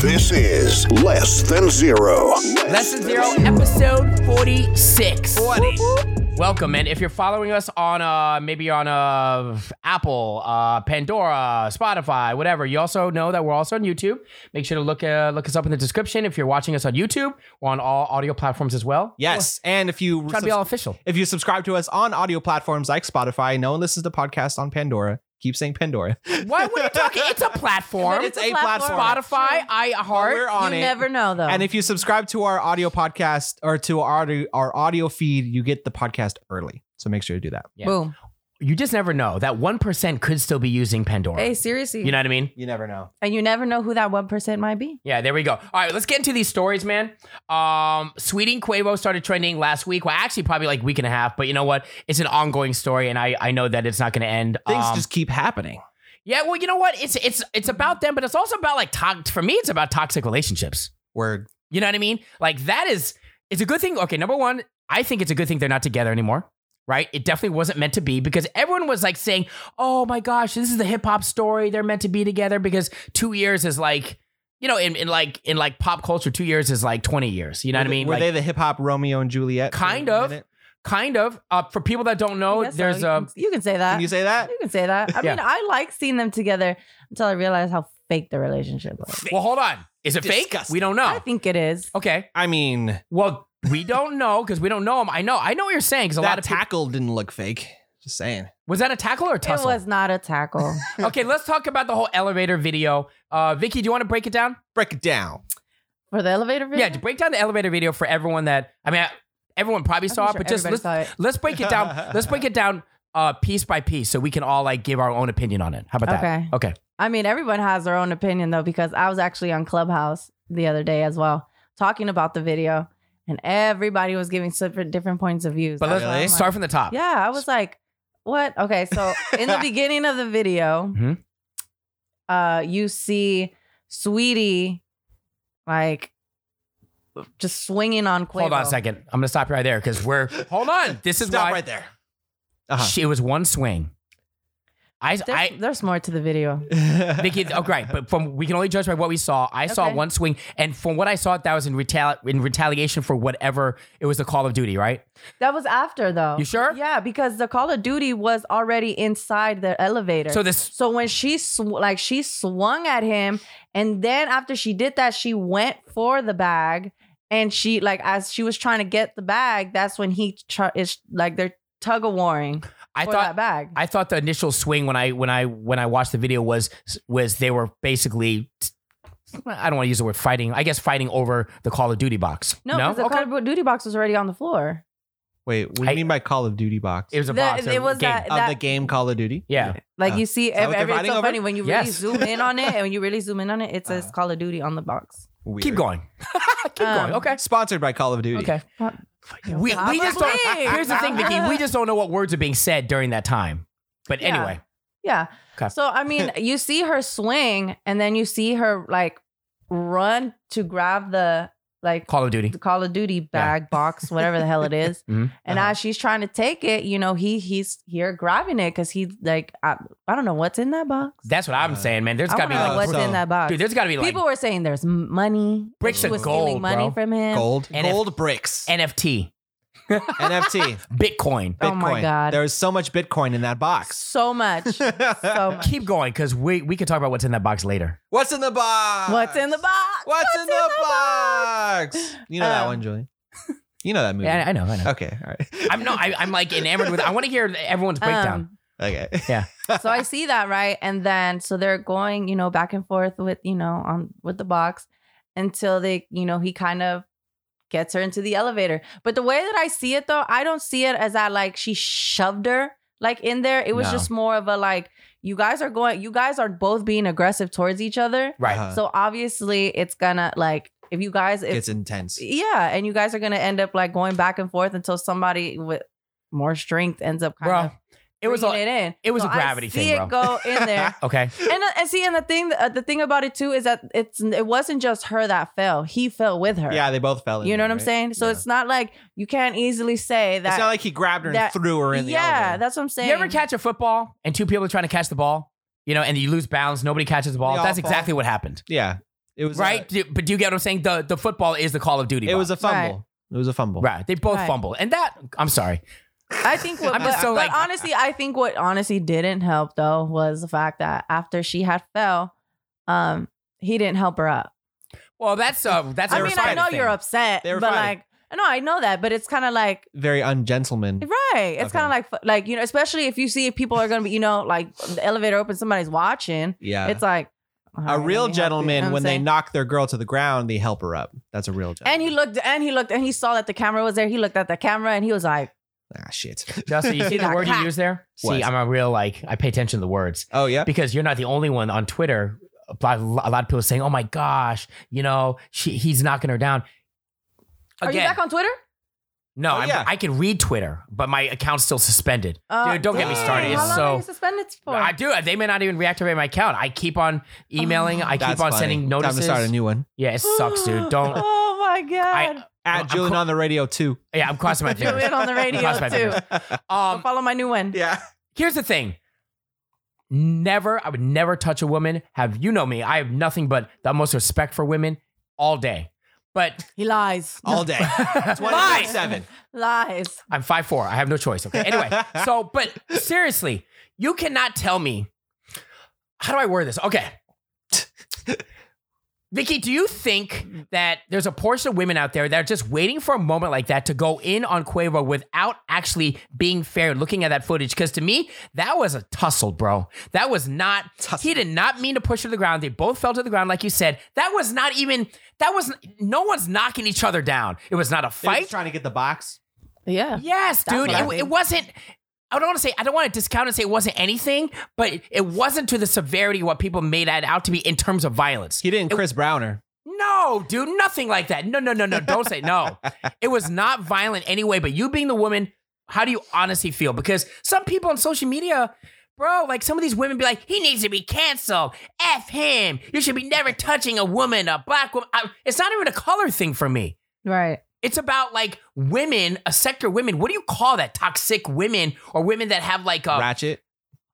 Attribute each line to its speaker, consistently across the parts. Speaker 1: This is Less Than Zero.
Speaker 2: Less than zero, episode 46.
Speaker 3: 40.
Speaker 2: Welcome, and if you're following us on uh maybe on uh Apple, uh Pandora, Spotify, whatever, you also know that we're also on YouTube. Make sure to look uh, look us up in the description if you're watching us on YouTube. We're on all audio platforms as well.
Speaker 3: Yes, and if you
Speaker 2: Try to be all official.
Speaker 3: if you subscribe to us on audio platforms like Spotify, no one listens to podcasts on Pandora. Keep saying Pandora.
Speaker 2: Why what are you talking? It's a platform.
Speaker 3: It's
Speaker 2: It's
Speaker 3: a platform.
Speaker 2: Spotify,
Speaker 3: We're
Speaker 2: iHeart.
Speaker 3: on
Speaker 4: you
Speaker 3: it.
Speaker 4: never know though.
Speaker 3: and if you subscribe to our audio podcast or to our audio, our audio feed, you get the podcast early. So make sure to do that.
Speaker 2: Yeah.
Speaker 4: boom.
Speaker 2: You just never know. That 1% could still be using Pandora.
Speaker 4: Hey, seriously.
Speaker 2: You know what I mean?
Speaker 3: You never know.
Speaker 4: and you never know who that one percent might be.
Speaker 2: Yeah, there we go. All right, let's get into these stories, man. Um, Sweetie and Quavo started trending last week. Well, actually, probably like week and a half. But you know what? It's an ongoing story, and I I know that it's not going to end.
Speaker 3: Things
Speaker 2: Um,
Speaker 3: just keep happening.
Speaker 2: yeah. Well, you know what? It's it's it's about them, but it's also about like to- for me, it's about toxic relationships.
Speaker 3: Word.
Speaker 2: You know what I mean? Like that is it's a good thing. Okay, number one, I think it's a good thing they're not together anymore. Right? It definitely wasn't meant to be because everyone was like saying, "Oh my gosh, this is the hip hop story. They're meant to be together." Because two years is like, you know, in, in like in like pop culture, two years is like twenty years. You know what I mean?
Speaker 3: Were
Speaker 2: Like,
Speaker 3: they the hip hop Romeo and Juliet? for
Speaker 2: Kind
Speaker 3: a
Speaker 2: of.
Speaker 3: minute?
Speaker 2: kind of. Uh, for people that don't
Speaker 4: I
Speaker 2: know,
Speaker 4: guess so.
Speaker 2: there's
Speaker 4: you
Speaker 2: a
Speaker 4: can, you can say that.
Speaker 3: Can you say that?
Speaker 2: Uh,
Speaker 4: You can say that. I
Speaker 2: Yeah.
Speaker 4: mean, I like seeing them together until I realized how fake the relationship was.
Speaker 2: well, hold on. Is it fake?
Speaker 3: Disgusting.
Speaker 2: We don't
Speaker 4: I
Speaker 2: know.
Speaker 4: think it is.
Speaker 2: Okay.
Speaker 3: I mean,
Speaker 2: Well, we don't know because we don't know him. I know. I know what you're saying because a
Speaker 3: that
Speaker 2: lot of people,
Speaker 3: tackle didn't look fake. Just saying.
Speaker 2: was that a tackle or a tussle?
Speaker 4: It was not a tackle.
Speaker 2: okay, let's talk about the whole elevator video. Uh, Vicky, do you want to break it down?
Speaker 3: Break it down.
Speaker 4: For the elevator video?
Speaker 2: Yeah, to break down the elevator video for everyone that I mean, I- everyone probably
Speaker 4: I'm
Speaker 2: saw it,
Speaker 4: sure
Speaker 2: but just
Speaker 4: everybody
Speaker 2: let's,
Speaker 4: saw it.
Speaker 2: let's break it down. let's break it down uh, piece by piece so we can all like give our own opinion on it. How about
Speaker 4: Okay.
Speaker 2: that? Okay.
Speaker 4: I mean, everyone has their own opinion though, because I was actually on Clubhouse the other day as well, talking about the video, and everybody was giving different different points of views.
Speaker 2: But let's
Speaker 3: Really?
Speaker 2: start from the top.
Speaker 4: Yeah, I was like, what? Okay, so in the beginning of the video,
Speaker 2: Mhm.
Speaker 4: uh, you see Sweetie like just swinging on Quavo.
Speaker 2: Hold on a second. I'm gonna stop you right there because we're hold on. This is
Speaker 3: Stop
Speaker 2: why
Speaker 3: right there. Uh-huh.
Speaker 2: She- it was one swing. I
Speaker 4: There's,
Speaker 2: I
Speaker 4: there's more to the video.
Speaker 2: Vicky, oh great, but from we can only judge by what we saw. I saw
Speaker 4: Okay.
Speaker 2: one swing, and from what I saw, that was in retali- in retaliation for whatever it was the Call of Duty, right?
Speaker 4: That was after though.
Speaker 2: You sure?
Speaker 4: Yeah, because the Call of Duty was already inside the elevator.
Speaker 2: So this
Speaker 4: So when she sw- like she swung at him, and then after she did that, she went for the bag, and she like as she was trying to get the bag, that's when he tr- is like they're tug of warring
Speaker 2: I
Speaker 4: for
Speaker 2: thought
Speaker 4: that bag.
Speaker 2: I thought the initial swing when I when I when I watched the video was was they were basically I don't want to use the word fighting. I guess fighting over the Call of Duty box.
Speaker 4: no, because the Call of Duty box was already on the floor.
Speaker 3: Wait, what do you
Speaker 2: I-
Speaker 3: mean by Call of Duty box?
Speaker 2: it was a
Speaker 4: The-
Speaker 2: box.
Speaker 4: it
Speaker 2: a
Speaker 4: was
Speaker 2: game.
Speaker 4: that-
Speaker 3: of the game Call of Duty?
Speaker 2: Yeah.
Speaker 4: Like
Speaker 3: Oh.
Speaker 4: you see,
Speaker 3: Is that
Speaker 4: ev-
Speaker 3: what they're
Speaker 4: every, it's
Speaker 3: fighting
Speaker 4: so
Speaker 3: over?
Speaker 4: funny when you
Speaker 2: Yes.
Speaker 4: really zoom in on it, and when you really zoom in on it, it says
Speaker 3: Uh.
Speaker 4: Call of Duty on the box.
Speaker 3: Weird.
Speaker 2: Keep going. Keep going.
Speaker 4: Um,
Speaker 2: Okay.
Speaker 3: Sponsored by Call of Duty.
Speaker 2: Okay.
Speaker 4: What?
Speaker 2: We, we just don't.
Speaker 4: Probably.
Speaker 2: Here's the thing, Vicky. We just don't know what words are being said during that time. But
Speaker 4: Yeah.
Speaker 2: anyway,
Speaker 4: Yeah.
Speaker 2: Okay.
Speaker 4: So I mean, you see her swing, and then you see her like run to grab the like
Speaker 2: Call of Duty.
Speaker 4: the Call of Duty bag box, whatever the hell it is.
Speaker 2: Mhm.
Speaker 4: And
Speaker 3: Uh-huh.
Speaker 4: as she's trying to take it, you know, he he's here grabbing it because he like I, I don't know what's in that box.
Speaker 2: That's what I'm
Speaker 3: Uh,
Speaker 2: saying, man. There's
Speaker 4: I
Speaker 2: got to be
Speaker 4: wanna know
Speaker 2: like,
Speaker 4: what's
Speaker 3: so-
Speaker 4: in that box.
Speaker 2: dude. There's got to be like
Speaker 4: People were saying there's m- money.
Speaker 2: Bricks
Speaker 4: She
Speaker 2: of
Speaker 4: was
Speaker 2: gold,
Speaker 4: stealing money
Speaker 2: bro.
Speaker 4: from him.
Speaker 3: Gold,
Speaker 2: And if-
Speaker 3: gold bricks,
Speaker 2: NFT,
Speaker 3: NFT,
Speaker 2: Bitcoin.
Speaker 3: Bitcoin.
Speaker 4: Oh my God.
Speaker 3: There was so much Bitcoin in that box.
Speaker 4: So much, so much.
Speaker 2: Keep going, because we we could talk about what's in that box later.
Speaker 3: What's in the box?
Speaker 4: What's in the box?
Speaker 3: What's, in, the, box? You know that
Speaker 4: Um,
Speaker 3: one, Julie. You know that movie.
Speaker 2: Yeah, I I know. I know.
Speaker 3: okay, all right.
Speaker 2: I'm no, I, I'm like enamored with. I want to hear everyone's breakdown.
Speaker 4: Um,
Speaker 3: Okay.
Speaker 4: so I see that right, and then so they're going, you know, back and forth with you know on with the box until they, you know, he kind of gets her into the elevator. But the way that I see it though, I don't see it as that like she shoved her like in there. It was
Speaker 2: No.
Speaker 4: just more of a like you guys are going, you guys are both being aggressive towards each other.
Speaker 2: right.
Speaker 3: Uh-huh.
Speaker 4: So obviously it's gonna like if you guys if
Speaker 3: it's intense.
Speaker 4: yeah, and you guys are gonna end up like going back and forth until somebody with more strength ends up kind
Speaker 2: Bro,
Speaker 4: of
Speaker 2: It was
Speaker 4: bringing
Speaker 2: a,
Speaker 4: it in.
Speaker 2: it was a
Speaker 4: So
Speaker 2: gravity
Speaker 4: I
Speaker 2: thing,
Speaker 4: see
Speaker 2: bro.
Speaker 4: It go in there,
Speaker 2: okay.
Speaker 4: and and see, and the thing, uh, the thing about it too is that it's it wasn't just her that fell; he fell with her.
Speaker 3: Yeah, they both fell in.
Speaker 4: you know what
Speaker 3: there,
Speaker 4: I'm
Speaker 3: right?
Speaker 4: saying. So
Speaker 3: Yeah.
Speaker 4: it's not like you can't easily say that.
Speaker 3: it's not like he grabbed her and
Speaker 4: that-
Speaker 3: threw her in the
Speaker 4: yeah,
Speaker 3: elevator.
Speaker 4: that's what I'm saying.
Speaker 2: You ever catch a football and two people are trying to catch the ball, you know, and you lose bounds, nobody catches the ball.
Speaker 3: They all
Speaker 2: That's
Speaker 3: fall.
Speaker 2: exactly what happened.
Speaker 3: yeah. It It was a-
Speaker 2: right? Do- but do you get what I'm saying? The the football is the Call of Duty.
Speaker 3: it was a fumble.
Speaker 4: Right.
Speaker 3: It was a fumble.
Speaker 2: right. They both
Speaker 4: Right.
Speaker 2: fumble, and that I'm sorry.
Speaker 4: I think what,
Speaker 2: I'm
Speaker 4: but,
Speaker 2: just so,
Speaker 4: but
Speaker 2: like-
Speaker 4: honestly, I think what honestly didn't help though was the fact that after she had fell, um, he didn't help her up.
Speaker 2: Well, that's uh, that's.
Speaker 3: They
Speaker 4: I
Speaker 2: a
Speaker 3: were
Speaker 4: mean, I
Speaker 2: respect
Speaker 4: know
Speaker 2: thing.
Speaker 4: you're upset,
Speaker 3: They
Speaker 4: but
Speaker 3: were fighting.
Speaker 4: like, no, I know that, but it's kind of like,
Speaker 3: Very ungentleman.
Speaker 4: right? It's
Speaker 3: Okay.
Speaker 4: kind of like, like you know, especially if you see if people are gonna be, you know, like the elevator open, somebody's watching.
Speaker 3: Yeah.
Speaker 4: It's like all right,
Speaker 3: a
Speaker 4: let me
Speaker 3: real
Speaker 4: help you. You know
Speaker 3: gentleman,
Speaker 4: what
Speaker 3: when
Speaker 4: I'm
Speaker 3: they
Speaker 4: saying?
Speaker 3: knock their girl to the ground, they help her up. That's a real gentleman.
Speaker 4: And he looked, and he looked, and he saw that the camera was there. He looked at the camera, and he was like,
Speaker 3: ah, shit.
Speaker 2: Justin, you see the word you use there? See,
Speaker 3: What?
Speaker 2: I'm a real like I pay attention to the words
Speaker 3: Oh, yeah.
Speaker 2: because you're not the only one on Twitter. A lot, a lot of people saying, "Oh my gosh, you know, she, he's knocking her down."
Speaker 4: "Are you back on Twitter?"
Speaker 2: no,
Speaker 3: Oh,
Speaker 2: I'm-
Speaker 3: yeah.
Speaker 2: I can read Twitter, but my account's still suspended.
Speaker 4: Uh,
Speaker 2: Dude, don't get me
Speaker 4: dang,
Speaker 2: started.
Speaker 4: How
Speaker 2: It's
Speaker 4: long
Speaker 2: so-
Speaker 4: are you suspended for?
Speaker 2: I do. They may not even reactivate my account. I keep on emailing. I keep on
Speaker 3: That's funny.
Speaker 2: sending
Speaker 3: Time to
Speaker 2: notices.
Speaker 3: start a new one.
Speaker 2: yeah, it sucks, dude. Don't.
Speaker 4: oh my god.
Speaker 2: I, I'm-
Speaker 3: At
Speaker 2: I'm
Speaker 3: Julian
Speaker 2: co-
Speaker 3: on the radio, too.
Speaker 2: yeah, I'm crossing my
Speaker 4: do
Speaker 2: fingers.
Speaker 4: it on the radio
Speaker 2: Cross my
Speaker 4: too.
Speaker 2: fingers. Um,
Speaker 4: Follow my new one.
Speaker 3: Yeah.
Speaker 2: here's the thing. Never, I would never touch a woman. Have you know me? I have nothing but the most respect for women all day. But
Speaker 4: He lies.
Speaker 3: All day.
Speaker 2: Lies.
Speaker 3: 24-7.
Speaker 4: Lies.
Speaker 2: I'm 5'4. I have no choice. Okay. Anyway, so, but seriously, you cannot tell me. How do I word this? Okay. Vicky, do you think that there's a portion of women out there that are just waiting for a moment like that to go in on Quavo without actually being fair, looking at that footage? Because to me, that was a tussle, bro. That was not,
Speaker 3: Tussle.
Speaker 2: he did not mean to push her to the ground. They both fell to the ground, like you said. That was not even, that was, no one's knocking each other down. It was not a
Speaker 3: They're
Speaker 2: fight.
Speaker 3: just trying to get the box.
Speaker 4: Yeah.
Speaker 2: Yes,
Speaker 4: That's
Speaker 2: dude.
Speaker 4: what I
Speaker 2: It,
Speaker 4: think.
Speaker 2: it wasn't. I don't want to say. I don't want to discount and say it wasn't anything, but it- it wasn't to the severity of what people made it out to be in terms of violence.
Speaker 3: He didn't Chris Browner.
Speaker 2: No, dude, nothing like that. No, no, no, no. Don't say no. It was not violent anyway. But you being the woman, how do you honestly feel? Because some people on social media. Bro, like some of these women be like, he needs to be canceled. F him. You should be never touching a woman, a black woman. I- it's not even a color thing for me.
Speaker 4: Right.
Speaker 2: It's about like women, a sector of women. What do you call that? Toxic women or women that have like a
Speaker 3: Ratchet.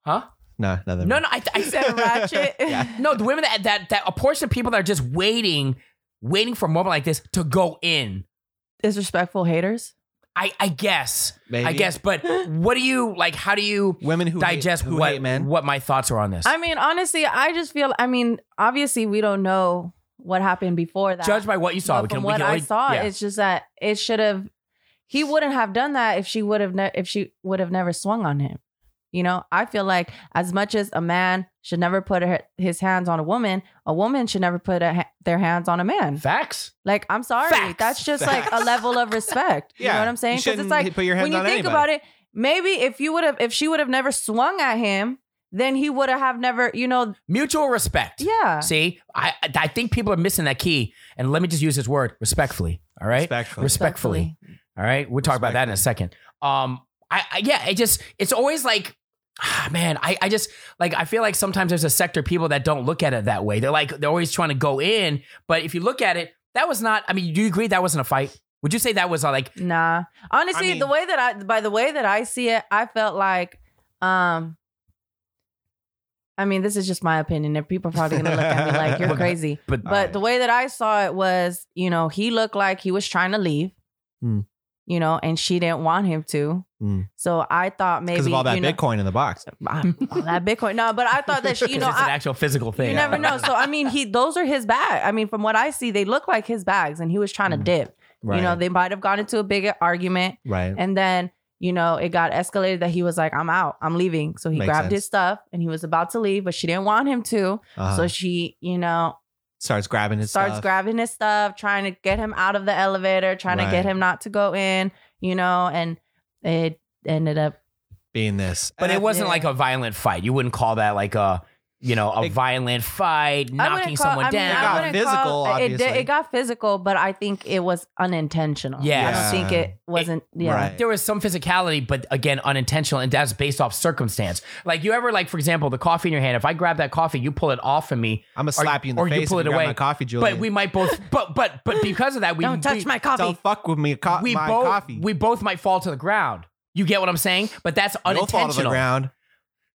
Speaker 2: huh?
Speaker 3: No, nothing.
Speaker 2: Oh. No, no, I, I said
Speaker 4: Ratchet.
Speaker 2: no. The women that that that a portion of people that are just waiting, waiting for a moment like this to go in.
Speaker 4: Disrespectful haters.
Speaker 2: I I guess,
Speaker 3: Maybe.
Speaker 2: I guess. But what do you like? How do you
Speaker 3: Women who hate-
Speaker 2: digest
Speaker 3: who
Speaker 2: what
Speaker 3: hate men.
Speaker 2: what my thoughts are on this?
Speaker 4: I mean, honestly, I just feel. I mean, obviously, we don't know what happened before that.
Speaker 2: Judge by what you saw.
Speaker 4: But from what I
Speaker 2: only-
Speaker 4: saw,
Speaker 2: yeah.
Speaker 4: it's just that it should have. He wouldn't have done that if she would have ne- if she would have never swung on him. You know, I feel like as much as a man should never put her, his hands on a woman, a woman should never put a, ha- their hands on a man.
Speaker 2: facts.
Speaker 4: Like, I'm sorry,
Speaker 2: Facts.
Speaker 4: that's just like
Speaker 3: Facts.
Speaker 4: a level of respect. You know what I'm saying? Because it's
Speaker 3: shouldn't
Speaker 4: like
Speaker 3: put your hands
Speaker 4: when you
Speaker 3: on
Speaker 4: think
Speaker 3: anybody.
Speaker 4: about it, maybe if you would have, if she would have never swung at him, then he would have never, you know,
Speaker 2: Mutual respect.
Speaker 4: yeah.
Speaker 2: See, I I think people are missing that key. And let me just use this word respectfully. All right.
Speaker 3: Respectfully.
Speaker 2: respectfully. All right, we'll talk about that in a second. Um, I, I yeah, it just it's always like, ah, man, I I just like I feel like sometimes there's a sector of people that don't look at it that way. They're like they're always trying to go in, but if you look at it, that was not. I mean, do you agree that wasn't a fight? Would you say that was uh, like
Speaker 4: Nah. Honestly,
Speaker 3: I mean-
Speaker 4: the way that I by the way that I see it, I felt like um I mean, this is just my opinion. And people are probably gonna look at me like you're crazy.
Speaker 2: but
Speaker 4: But the way that I saw it was, you know, he looked like he was trying to leave.
Speaker 3: Hmm.
Speaker 4: You know, and she didn't want him to.
Speaker 3: Hmm.
Speaker 4: So I thought maybe
Speaker 3: Because of all that
Speaker 4: you know,
Speaker 3: Bitcoin in the box.
Speaker 4: all that Bitcoin. No, but I thought that she, you
Speaker 2: 'cause
Speaker 4: know,
Speaker 2: it's an
Speaker 4: I,
Speaker 2: actual physical thing?
Speaker 4: you never know. So I mean, he those are his bag. I mean, from what I see, they look like his bags, and he was trying to
Speaker 3: Hmm.
Speaker 4: dip.
Speaker 3: Right.
Speaker 4: You know, they might have gotten into a big argument.
Speaker 3: right.
Speaker 4: And then, you know, it got escalated that he was like, I'm out, I'm leaving. So he
Speaker 3: Makes
Speaker 4: grabbed
Speaker 3: sense.
Speaker 4: his stuff and he was about to leave, but she didn't want him to.
Speaker 3: Uh-huh.
Speaker 4: So she, you know,
Speaker 3: starts grabbing his
Speaker 4: starts
Speaker 3: stuff.
Speaker 4: grabbing his stuff, trying to get him out of the elevator, trying to
Speaker 3: Right.
Speaker 4: get him not to go in, you know, and it ended up
Speaker 3: being this.
Speaker 2: but it wasn't
Speaker 4: Yeah.
Speaker 2: like a violent fight. You wouldn't call that like a you know a
Speaker 3: Like-
Speaker 2: violent fight,
Speaker 4: I wouldn't
Speaker 2: knocking
Speaker 4: call-
Speaker 2: someone
Speaker 4: I mean, I
Speaker 2: down.
Speaker 3: got
Speaker 4: wouldn't
Speaker 3: physical,
Speaker 4: it, did,
Speaker 3: obviously.
Speaker 4: it got physical, but I think it was unintentional. I
Speaker 2: Yes.
Speaker 4: don't think
Speaker 3: Yeah.
Speaker 4: it wasn't. yeah,
Speaker 3: Right.
Speaker 2: there was some physicality, but again, unintentional, and that's based off circumstance. Like you ever, like for example, the coffee in your hand. If I grab that coffee, you pull it off of me,
Speaker 3: I'm gonna
Speaker 2: or-
Speaker 3: slap you in the
Speaker 2: or you
Speaker 3: face.
Speaker 2: pull
Speaker 3: if
Speaker 2: it
Speaker 3: grab
Speaker 2: away.
Speaker 3: My coffee, Julian.
Speaker 2: but we might both, but but but because of that, we
Speaker 4: don't touch
Speaker 2: we,
Speaker 4: my coffee.
Speaker 3: don't fuck with me. Co-
Speaker 2: we
Speaker 3: my
Speaker 2: both
Speaker 3: coffee.
Speaker 2: we both might fall to the ground. You get what I'm saying? But that's
Speaker 3: You'll fall
Speaker 2: unintentional.
Speaker 3: to the ground.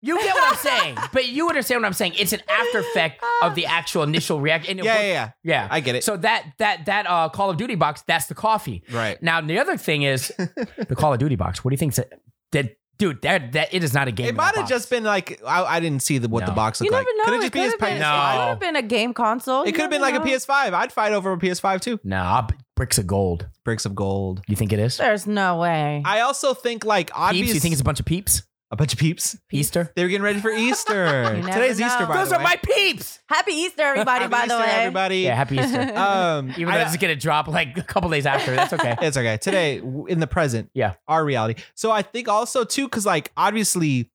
Speaker 2: You get what I'm saying, but you understand what I'm saying. It's an after effect of the actual initial reaction.
Speaker 3: Yeah, yeah, yeah.
Speaker 2: yeah.
Speaker 3: I get it.
Speaker 2: So that that that uh, Call of Duty box, that's the coffee.
Speaker 3: Right.
Speaker 2: Now the other thing is the Call of Duty box. What do you think that, that dude? That that it is not a game.
Speaker 3: It
Speaker 2: in
Speaker 3: might
Speaker 2: a
Speaker 3: have
Speaker 2: box.
Speaker 3: just been like I, I didn't see the, what the
Speaker 2: No.
Speaker 3: box
Speaker 4: You
Speaker 3: looked
Speaker 4: never
Speaker 3: like.
Speaker 4: know.
Speaker 3: Could it just be his
Speaker 4: could've been- Oh,
Speaker 2: No.
Speaker 4: It could have been a game console.
Speaker 3: It could have been like a PS5. I'd fight over a PS5 too.
Speaker 2: nah b- bricks of gold.
Speaker 3: Bricks of gold.
Speaker 2: You think it is?
Speaker 4: There's no way.
Speaker 3: I also think like
Speaker 2: Peeps?
Speaker 3: obvious.
Speaker 2: You think it's a bunch of peeps?
Speaker 3: a bunch of peeps?
Speaker 2: Easter.
Speaker 3: They were getting ready for Easter.
Speaker 4: You never
Speaker 3: Today's
Speaker 4: know.
Speaker 3: Easter, by
Speaker 2: Those
Speaker 3: the
Speaker 2: are
Speaker 3: way.
Speaker 2: my peeps.
Speaker 4: Happy Easter, everybody,
Speaker 3: Happy
Speaker 4: by the
Speaker 3: Easter,
Speaker 4: way.
Speaker 3: everybody.
Speaker 2: Yeah, happy Easter.
Speaker 3: Um,
Speaker 2: Even though
Speaker 3: I-
Speaker 2: this is gonna drop like a couple days after. That's okay.
Speaker 3: it's okay. Today, w- in the present,
Speaker 2: Yeah.
Speaker 3: our reality. So I think also too, because like obviously,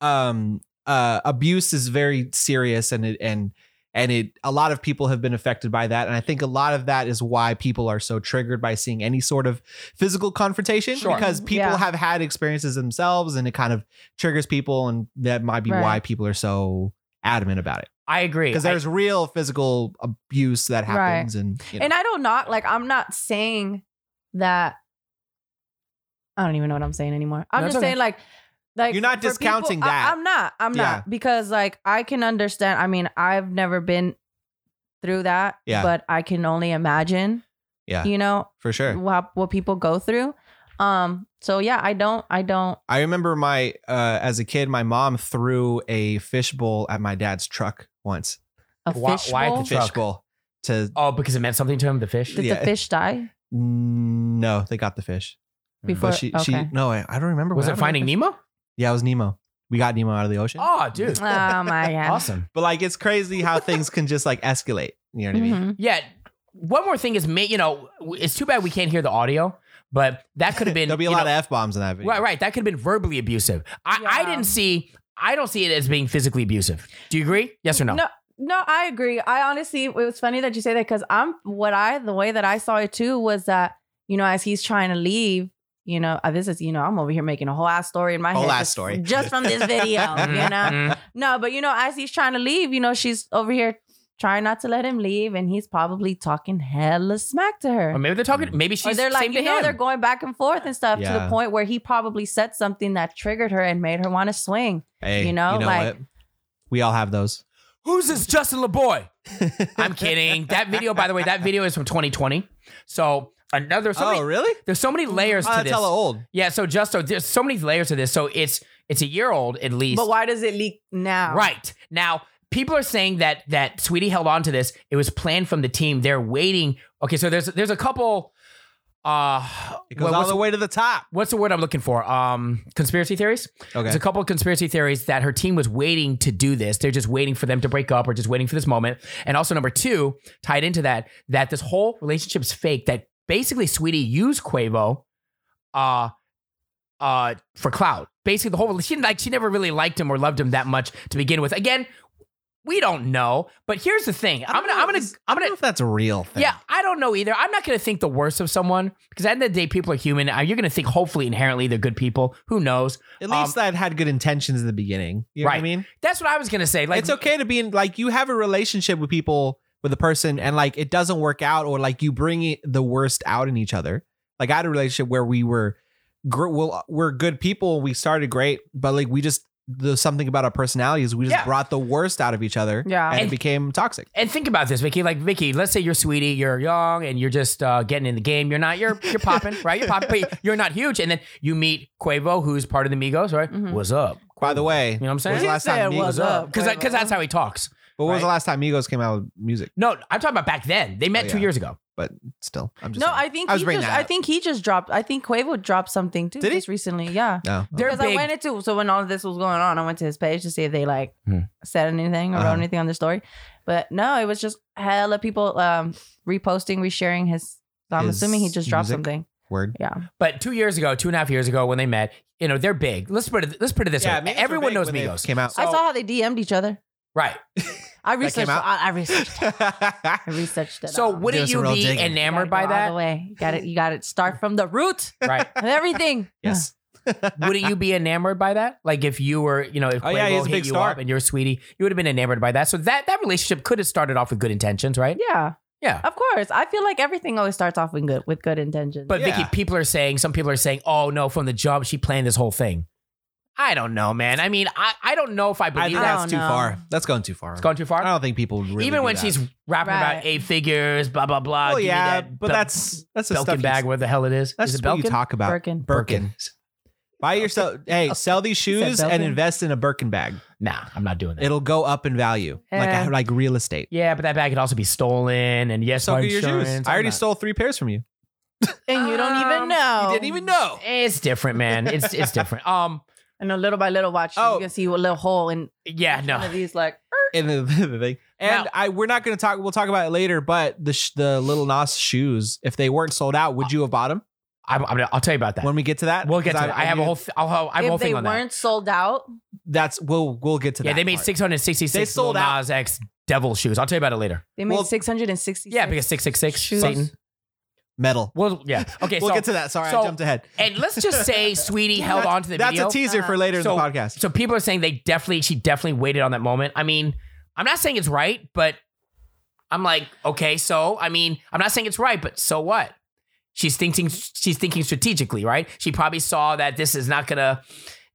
Speaker 3: um, uh, abuse is very serious, and it and and it a lot of people have been affected by that, and I think a lot of that is why people are so triggered by seeing any sort of physical confrontation
Speaker 2: Sure.
Speaker 3: because people
Speaker 4: Mm, Yeah.
Speaker 3: have had experiences themselves, and it kind of triggers people, and that might be
Speaker 4: Right.
Speaker 3: why people are so adamant about it
Speaker 2: I agree.
Speaker 3: because
Speaker 2: I-
Speaker 3: there's real physical abuse that
Speaker 4: Right.
Speaker 3: happens, and you know.
Speaker 4: And I don't knock, like, I'm not saying that. I don't even know what I'm saying anymore. I'm
Speaker 2: No, it's
Speaker 4: just
Speaker 2: okay.
Speaker 4: saying, like, like
Speaker 3: You're not
Speaker 4: for people-
Speaker 3: discounting
Speaker 4: I-
Speaker 3: that.
Speaker 4: I'm not. I'm
Speaker 3: Yeah.
Speaker 4: not because, like, I can understand. I mean, I've never been through that,
Speaker 3: Yeah.
Speaker 4: but I can only imagine.
Speaker 3: Yeah.
Speaker 4: you know
Speaker 3: for sure.
Speaker 4: what what people go through. Um. So yeah, I don't. I don't.
Speaker 3: I remember my uh, as a kid, my mom threw a fishbowl at my dad's truck once.
Speaker 4: A
Speaker 2: Why-
Speaker 4: fish
Speaker 2: why at the
Speaker 4: bowl?
Speaker 2: fish- Truck.
Speaker 3: Fishbowl to
Speaker 2: oh, because it meant something to him. The fish.
Speaker 4: Did
Speaker 3: yeah.
Speaker 4: the fish die
Speaker 3: no, they got the fish.
Speaker 4: before?
Speaker 3: But she,
Speaker 4: okay.
Speaker 3: she no, I, I don't remember.
Speaker 2: Was
Speaker 3: what
Speaker 2: it
Speaker 3: happened.
Speaker 2: Finding Nemo?
Speaker 3: Yeah, it was Nemo. We got Nemo out of the ocean.
Speaker 2: Oh, dude.
Speaker 4: oh my god.
Speaker 2: Awesome.
Speaker 3: But like, it's crazy how things can just like escalate. You know what I mean?
Speaker 4: Mhm.
Speaker 2: Yeah. One more thing is, ma- you know, it's too bad we can't hear the audio, but that could have been.
Speaker 3: There'll be a
Speaker 2: you
Speaker 3: lot
Speaker 2: know,
Speaker 3: of f bombs in that video.
Speaker 2: Right, right. That could have been verbally abusive. I, I
Speaker 4: Yeah.
Speaker 2: didn't see. I don't see it as being physically abusive. Do you agree? Yes or no?
Speaker 4: No, no, I agree. I honestly, it was funny that you say that because I'm what I the way that I saw it too was that you know as he's trying to leave, you know uh, this is you know I'm over here making a whole ass story in my
Speaker 3: Whole
Speaker 4: head,
Speaker 3: ass
Speaker 4: just-
Speaker 3: story.
Speaker 4: just from this video, you know.
Speaker 2: Mm,
Speaker 4: No, but you know as he's trying to leave, you know she's over here trying not to let him leave, and he's probably talking hella smack to her.
Speaker 2: Or maybe they're talking. Maybe Um,
Speaker 4: or
Speaker 2: she's
Speaker 4: they're like,
Speaker 2: same
Speaker 4: you
Speaker 2: to
Speaker 4: know,
Speaker 2: him.
Speaker 4: they're going back and forth and stuff to
Speaker 3: Yeah.
Speaker 4: the point where he probably said something that triggered her and made her want to swing.
Speaker 3: Hey,
Speaker 4: You know, like-
Speaker 3: what? we all have those.
Speaker 2: Who's this Justin LeBoy? I'm kidding. That video, by the way, that video is from 2020. So another. So
Speaker 3: oh,
Speaker 2: many,
Speaker 3: really?
Speaker 2: there's so many layers
Speaker 3: Oh,
Speaker 2: to
Speaker 3: that's
Speaker 2: this.
Speaker 3: hella old.
Speaker 2: Yeah. So just so there's so many layers to this. So it's it's a year old at least.
Speaker 4: But why does it leak now?
Speaker 2: Right. Now, people are saying that that Sweetie held on to this. It was planned from the team. They're waiting. Okay, so there's there's a couple uh
Speaker 3: It goes
Speaker 2: what-
Speaker 3: all
Speaker 2: what's,
Speaker 3: the way to the top.
Speaker 2: what's the word I'm looking for? Um conspiracy theories?
Speaker 3: Okay.
Speaker 2: There's a couple of conspiracy theories that her team was waiting to do this. They're just waiting for them to break up or just waiting for this moment. And also number 2, tied into that that this whole relationship's fake that basically Sweetie used Quavo uh uh for clout. Basically, the whole she like she never really liked him or loved him that much to begin with. Again, we don't know. But here's the thing: I'm gonna, I'm gonna, I'm
Speaker 3: I don't know
Speaker 2: gonna.
Speaker 3: if that's a real thing.
Speaker 2: Yeah, I don't know either. I'm not gonna think the worst of someone because at the end of the day, people are human. Uh, You're gonna think hopefully inherently they're good people. Who knows?
Speaker 3: At least that had good intentions in the beginning. You know what I
Speaker 2: Um, Right.
Speaker 3: mean?
Speaker 2: That's what I was gonna say. Like,
Speaker 3: it's okay to be in like you have a relationship with people with a person and like it doesn't work out or like you bring it, the worst out in each other like i had a relationship where we were gr- well, we're good people we started great but like we just the something about our personalities we just
Speaker 2: Yeah.
Speaker 3: brought the worst out of each other
Speaker 4: Yeah.
Speaker 3: and, it
Speaker 2: And-
Speaker 3: became toxic
Speaker 2: And think about this, Vicky. Like Vicky, let's say you're sweetie, you're young, and you're just uh, getting in the game. You're not, you're you're popping, right? You're popping, but you're not huge. And then you meet Quavo, who's part of the Migos, right?
Speaker 4: Mhm.
Speaker 2: What's up?
Speaker 3: by the way
Speaker 2: You know what I'm
Speaker 3: when was the
Speaker 2: saying?
Speaker 3: last time
Speaker 4: He
Speaker 3: migos,
Speaker 4: said,
Speaker 2: What's
Speaker 4: What's
Speaker 2: up?
Speaker 4: up,
Speaker 2: Because
Speaker 4: Quavo?
Speaker 2: that's how he talks.
Speaker 3: but when was the
Speaker 2: right.
Speaker 3: last time migos came out with music
Speaker 2: No, I'm talking about back then. They met
Speaker 3: Oh,
Speaker 2: two
Speaker 3: yeah.
Speaker 2: years ago.
Speaker 3: but still i'm just
Speaker 4: No,
Speaker 3: saying.
Speaker 4: I think
Speaker 3: I was
Speaker 4: he
Speaker 3: bringing
Speaker 4: just.
Speaker 3: that
Speaker 4: I
Speaker 3: up.
Speaker 4: think he just dropped. I think Quavo dropped something too
Speaker 3: Did he?
Speaker 4: just recently. Yeah,
Speaker 3: no no.
Speaker 2: They're
Speaker 4: because I
Speaker 2: big.
Speaker 4: went into so when all of this was going on, I went to his page to see if they like
Speaker 2: Hmm.
Speaker 4: said anything or
Speaker 3: Uh-huh.
Speaker 4: wrote anything on the story. But no, it was just hella people um reposting, resharing his. So I'm
Speaker 3: His
Speaker 4: assuming he just dropped
Speaker 3: music?
Speaker 4: something.
Speaker 3: word
Speaker 4: Yeah,
Speaker 2: But two years ago, two and a half years ago, when they met, you know, they're big. Let's put it. Let's put it this way.
Speaker 3: Migos were
Speaker 2: Everyone
Speaker 3: big
Speaker 2: knows
Speaker 3: when they
Speaker 2: Migos,
Speaker 3: came out
Speaker 4: I
Speaker 2: So-
Speaker 4: saw how they DM'd each other.
Speaker 2: right?
Speaker 4: I researched.
Speaker 3: out?
Speaker 4: I, I researched. I researched it.
Speaker 2: So
Speaker 4: all.
Speaker 2: wouldn't
Speaker 3: Doing some
Speaker 2: you
Speaker 3: real
Speaker 2: be
Speaker 3: digging.
Speaker 4: You
Speaker 2: enamored
Speaker 4: gotta
Speaker 2: by
Speaker 4: go All
Speaker 2: that?
Speaker 4: the way, you got it. You got to start from the root
Speaker 2: Right?
Speaker 4: of everything.
Speaker 3: yes
Speaker 2: Wouldn't you be enamored by that? Like if you were, you know, if
Speaker 3: Oh,
Speaker 2: Quavo
Speaker 3: yeah, he's a
Speaker 2: hit
Speaker 3: big
Speaker 2: you
Speaker 3: star.
Speaker 2: up and you're a sweetie, you would have been enamored by that. So that that relationship could have started off with good intentions, right?
Speaker 4: Yeah.
Speaker 2: Yeah.
Speaker 4: Of course. I feel like everything always starts off with good with good intentions.
Speaker 2: But
Speaker 3: Yeah.
Speaker 2: Vicky, people are saying, some people are saying, oh no, from the jump, she planned this whole thing. I don't know, man. I mean, I, I don't know if I
Speaker 3: I
Speaker 2: believe
Speaker 3: think
Speaker 4: I
Speaker 2: that.
Speaker 4: don't
Speaker 3: that's too
Speaker 4: know.
Speaker 3: far. That's going too far.
Speaker 2: It's gone too
Speaker 3: I
Speaker 2: far.
Speaker 3: don't think people would really
Speaker 2: Even
Speaker 3: do
Speaker 2: when
Speaker 3: that.
Speaker 2: she's rapping about
Speaker 4: Right.
Speaker 2: eight figures, blah blah blah.
Speaker 3: well,
Speaker 2: give me
Speaker 3: yeah,
Speaker 2: that
Speaker 3: but
Speaker 2: Bel-
Speaker 3: that's that's the stuff
Speaker 2: Belkin
Speaker 3: you-
Speaker 2: bag. Where the hell it is?
Speaker 3: That's
Speaker 2: is it
Speaker 3: what you
Speaker 2: Belkin?
Speaker 3: talk about.
Speaker 4: Birkin.
Speaker 3: Birkin. Buy yourself. Hey, sell these shoes and
Speaker 4: Belkin?
Speaker 3: invest in a Birkin bag.
Speaker 2: Nah, I'm not doing that.
Speaker 3: It'll go up in value,
Speaker 4: Yeah.
Speaker 3: like like real estate.
Speaker 2: yeah, but that bag could also be stolen, and yes,
Speaker 3: So
Speaker 2: our
Speaker 3: get your
Speaker 2: insurance.
Speaker 3: shoes.
Speaker 2: I'm
Speaker 3: I already
Speaker 2: not-
Speaker 3: stole three pairs from you.
Speaker 4: And you don't even
Speaker 2: Um,
Speaker 4: know.
Speaker 3: know.
Speaker 2: It's different, man. It's it's different. Um,
Speaker 4: And a little by little watch,
Speaker 3: Oh.
Speaker 4: you can see a little hole in
Speaker 2: yeah,
Speaker 4: each
Speaker 2: no.
Speaker 4: one of these. Like,
Speaker 3: And the, the thing, and
Speaker 2: Now-
Speaker 3: I we're not going to talk. We'll talk about it later. But the sh- the little Nas shoes, if they weren't sold out, would you have bought them?
Speaker 2: I'm, I'm, I'll tell you about that.
Speaker 3: When we get to that,
Speaker 2: we'll get to.
Speaker 3: 'Cause
Speaker 2: that. I, have a
Speaker 3: do-
Speaker 2: whole. Th- I'll have, I have a whole
Speaker 4: if they
Speaker 2: thing on that.
Speaker 4: weren't sold out,
Speaker 3: That's we'll we'll get to
Speaker 2: Yeah,
Speaker 3: that.
Speaker 2: they made
Speaker 3: part.
Speaker 2: 666
Speaker 3: They sold
Speaker 2: Lil
Speaker 3: out.
Speaker 2: Nas X devil shoes. I'll tell you about it later.
Speaker 4: they made
Speaker 3: Well,
Speaker 4: 666.
Speaker 2: Yeah, because 666
Speaker 4: Shoes.
Speaker 2: Satan.
Speaker 3: metal.
Speaker 2: Well, yeah. Okay,
Speaker 3: we'll
Speaker 2: so
Speaker 3: get to that. Sorry,
Speaker 2: so-
Speaker 3: I jumped ahead.
Speaker 2: and let's just say Sweetie held
Speaker 3: That-
Speaker 2: on to the
Speaker 3: That's
Speaker 2: video.
Speaker 3: a teaser for later
Speaker 2: So-
Speaker 3: in the podcast.
Speaker 2: so people are saying they definitely she definitely waited on that moment. I mean, I'm not saying it's right, but I'm like, okay, so I mean, I'm not saying it's right, but so what? She's thinking she's thinking strategically, right? She probably saw that this is not gonna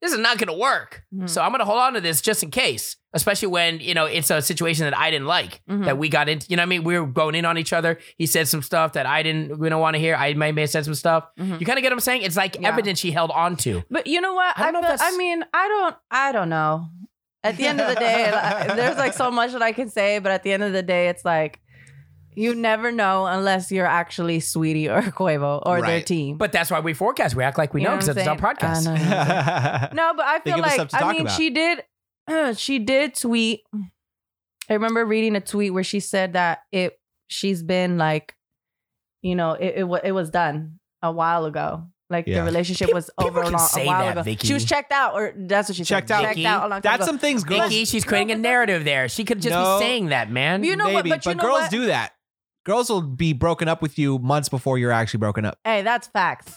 Speaker 2: this is not gonna work.
Speaker 4: Mhm.
Speaker 2: So I'm gonna hold on to this just in case. Especially when, you know, it's a situation that I didn't like
Speaker 4: Mhm.
Speaker 2: that we got into you know what I mean? We were going in on each other. He said some stuff that I didn't we don't want to hear. I may may have said some stuff.
Speaker 4: Mhm.
Speaker 2: You kind of get what I'm saying? It's like
Speaker 4: Yeah.
Speaker 2: evidence she held on to.
Speaker 4: But you know what?
Speaker 2: I don't
Speaker 4: I,
Speaker 2: know if
Speaker 4: feel-
Speaker 2: that's-
Speaker 4: I mean, I don't. I don't know. At the end of the day, like, there's like so much that I can say, but at the end of the day, it's like you never know unless you're actually Sweetie or Quavo or their
Speaker 3: Right.
Speaker 4: team.
Speaker 2: But that's why we forecast. We act like we
Speaker 4: You
Speaker 2: know
Speaker 4: what
Speaker 2: because
Speaker 4: I'm
Speaker 2: it's our
Speaker 4: saying?
Speaker 2: podcast.
Speaker 4: I know. No, but I
Speaker 3: They
Speaker 4: feel
Speaker 3: give us
Speaker 4: like
Speaker 3: stuff to
Speaker 4: I
Speaker 3: talk
Speaker 4: mean,
Speaker 3: about.
Speaker 4: she did. she did tweet. I remember reading a tweet where she said that it. She's been like, you know, it it, wa- it was done a while ago. Like
Speaker 3: Yeah.
Speaker 4: the relationship was
Speaker 2: People-
Speaker 4: over
Speaker 2: people
Speaker 4: a,
Speaker 2: can
Speaker 4: long, a
Speaker 2: say
Speaker 4: while
Speaker 2: that,
Speaker 4: ago.
Speaker 2: Vicky.
Speaker 4: She was checked out, or that's what she
Speaker 3: Checked
Speaker 4: said.
Speaker 3: out.
Speaker 4: Checked
Speaker 2: Vicky,
Speaker 4: out a long time
Speaker 3: That's
Speaker 4: ago.
Speaker 3: some things girls
Speaker 2: Vicky, she's creating a
Speaker 4: No, but that's-
Speaker 2: narrative there. She could just
Speaker 3: No.
Speaker 2: be saying that, man.
Speaker 4: You know what,
Speaker 3: maybe,
Speaker 4: but you know
Speaker 3: girls
Speaker 4: what?
Speaker 3: do that. Girls will be broken up with you months before you're actually broken up.
Speaker 4: Hey, that's facts.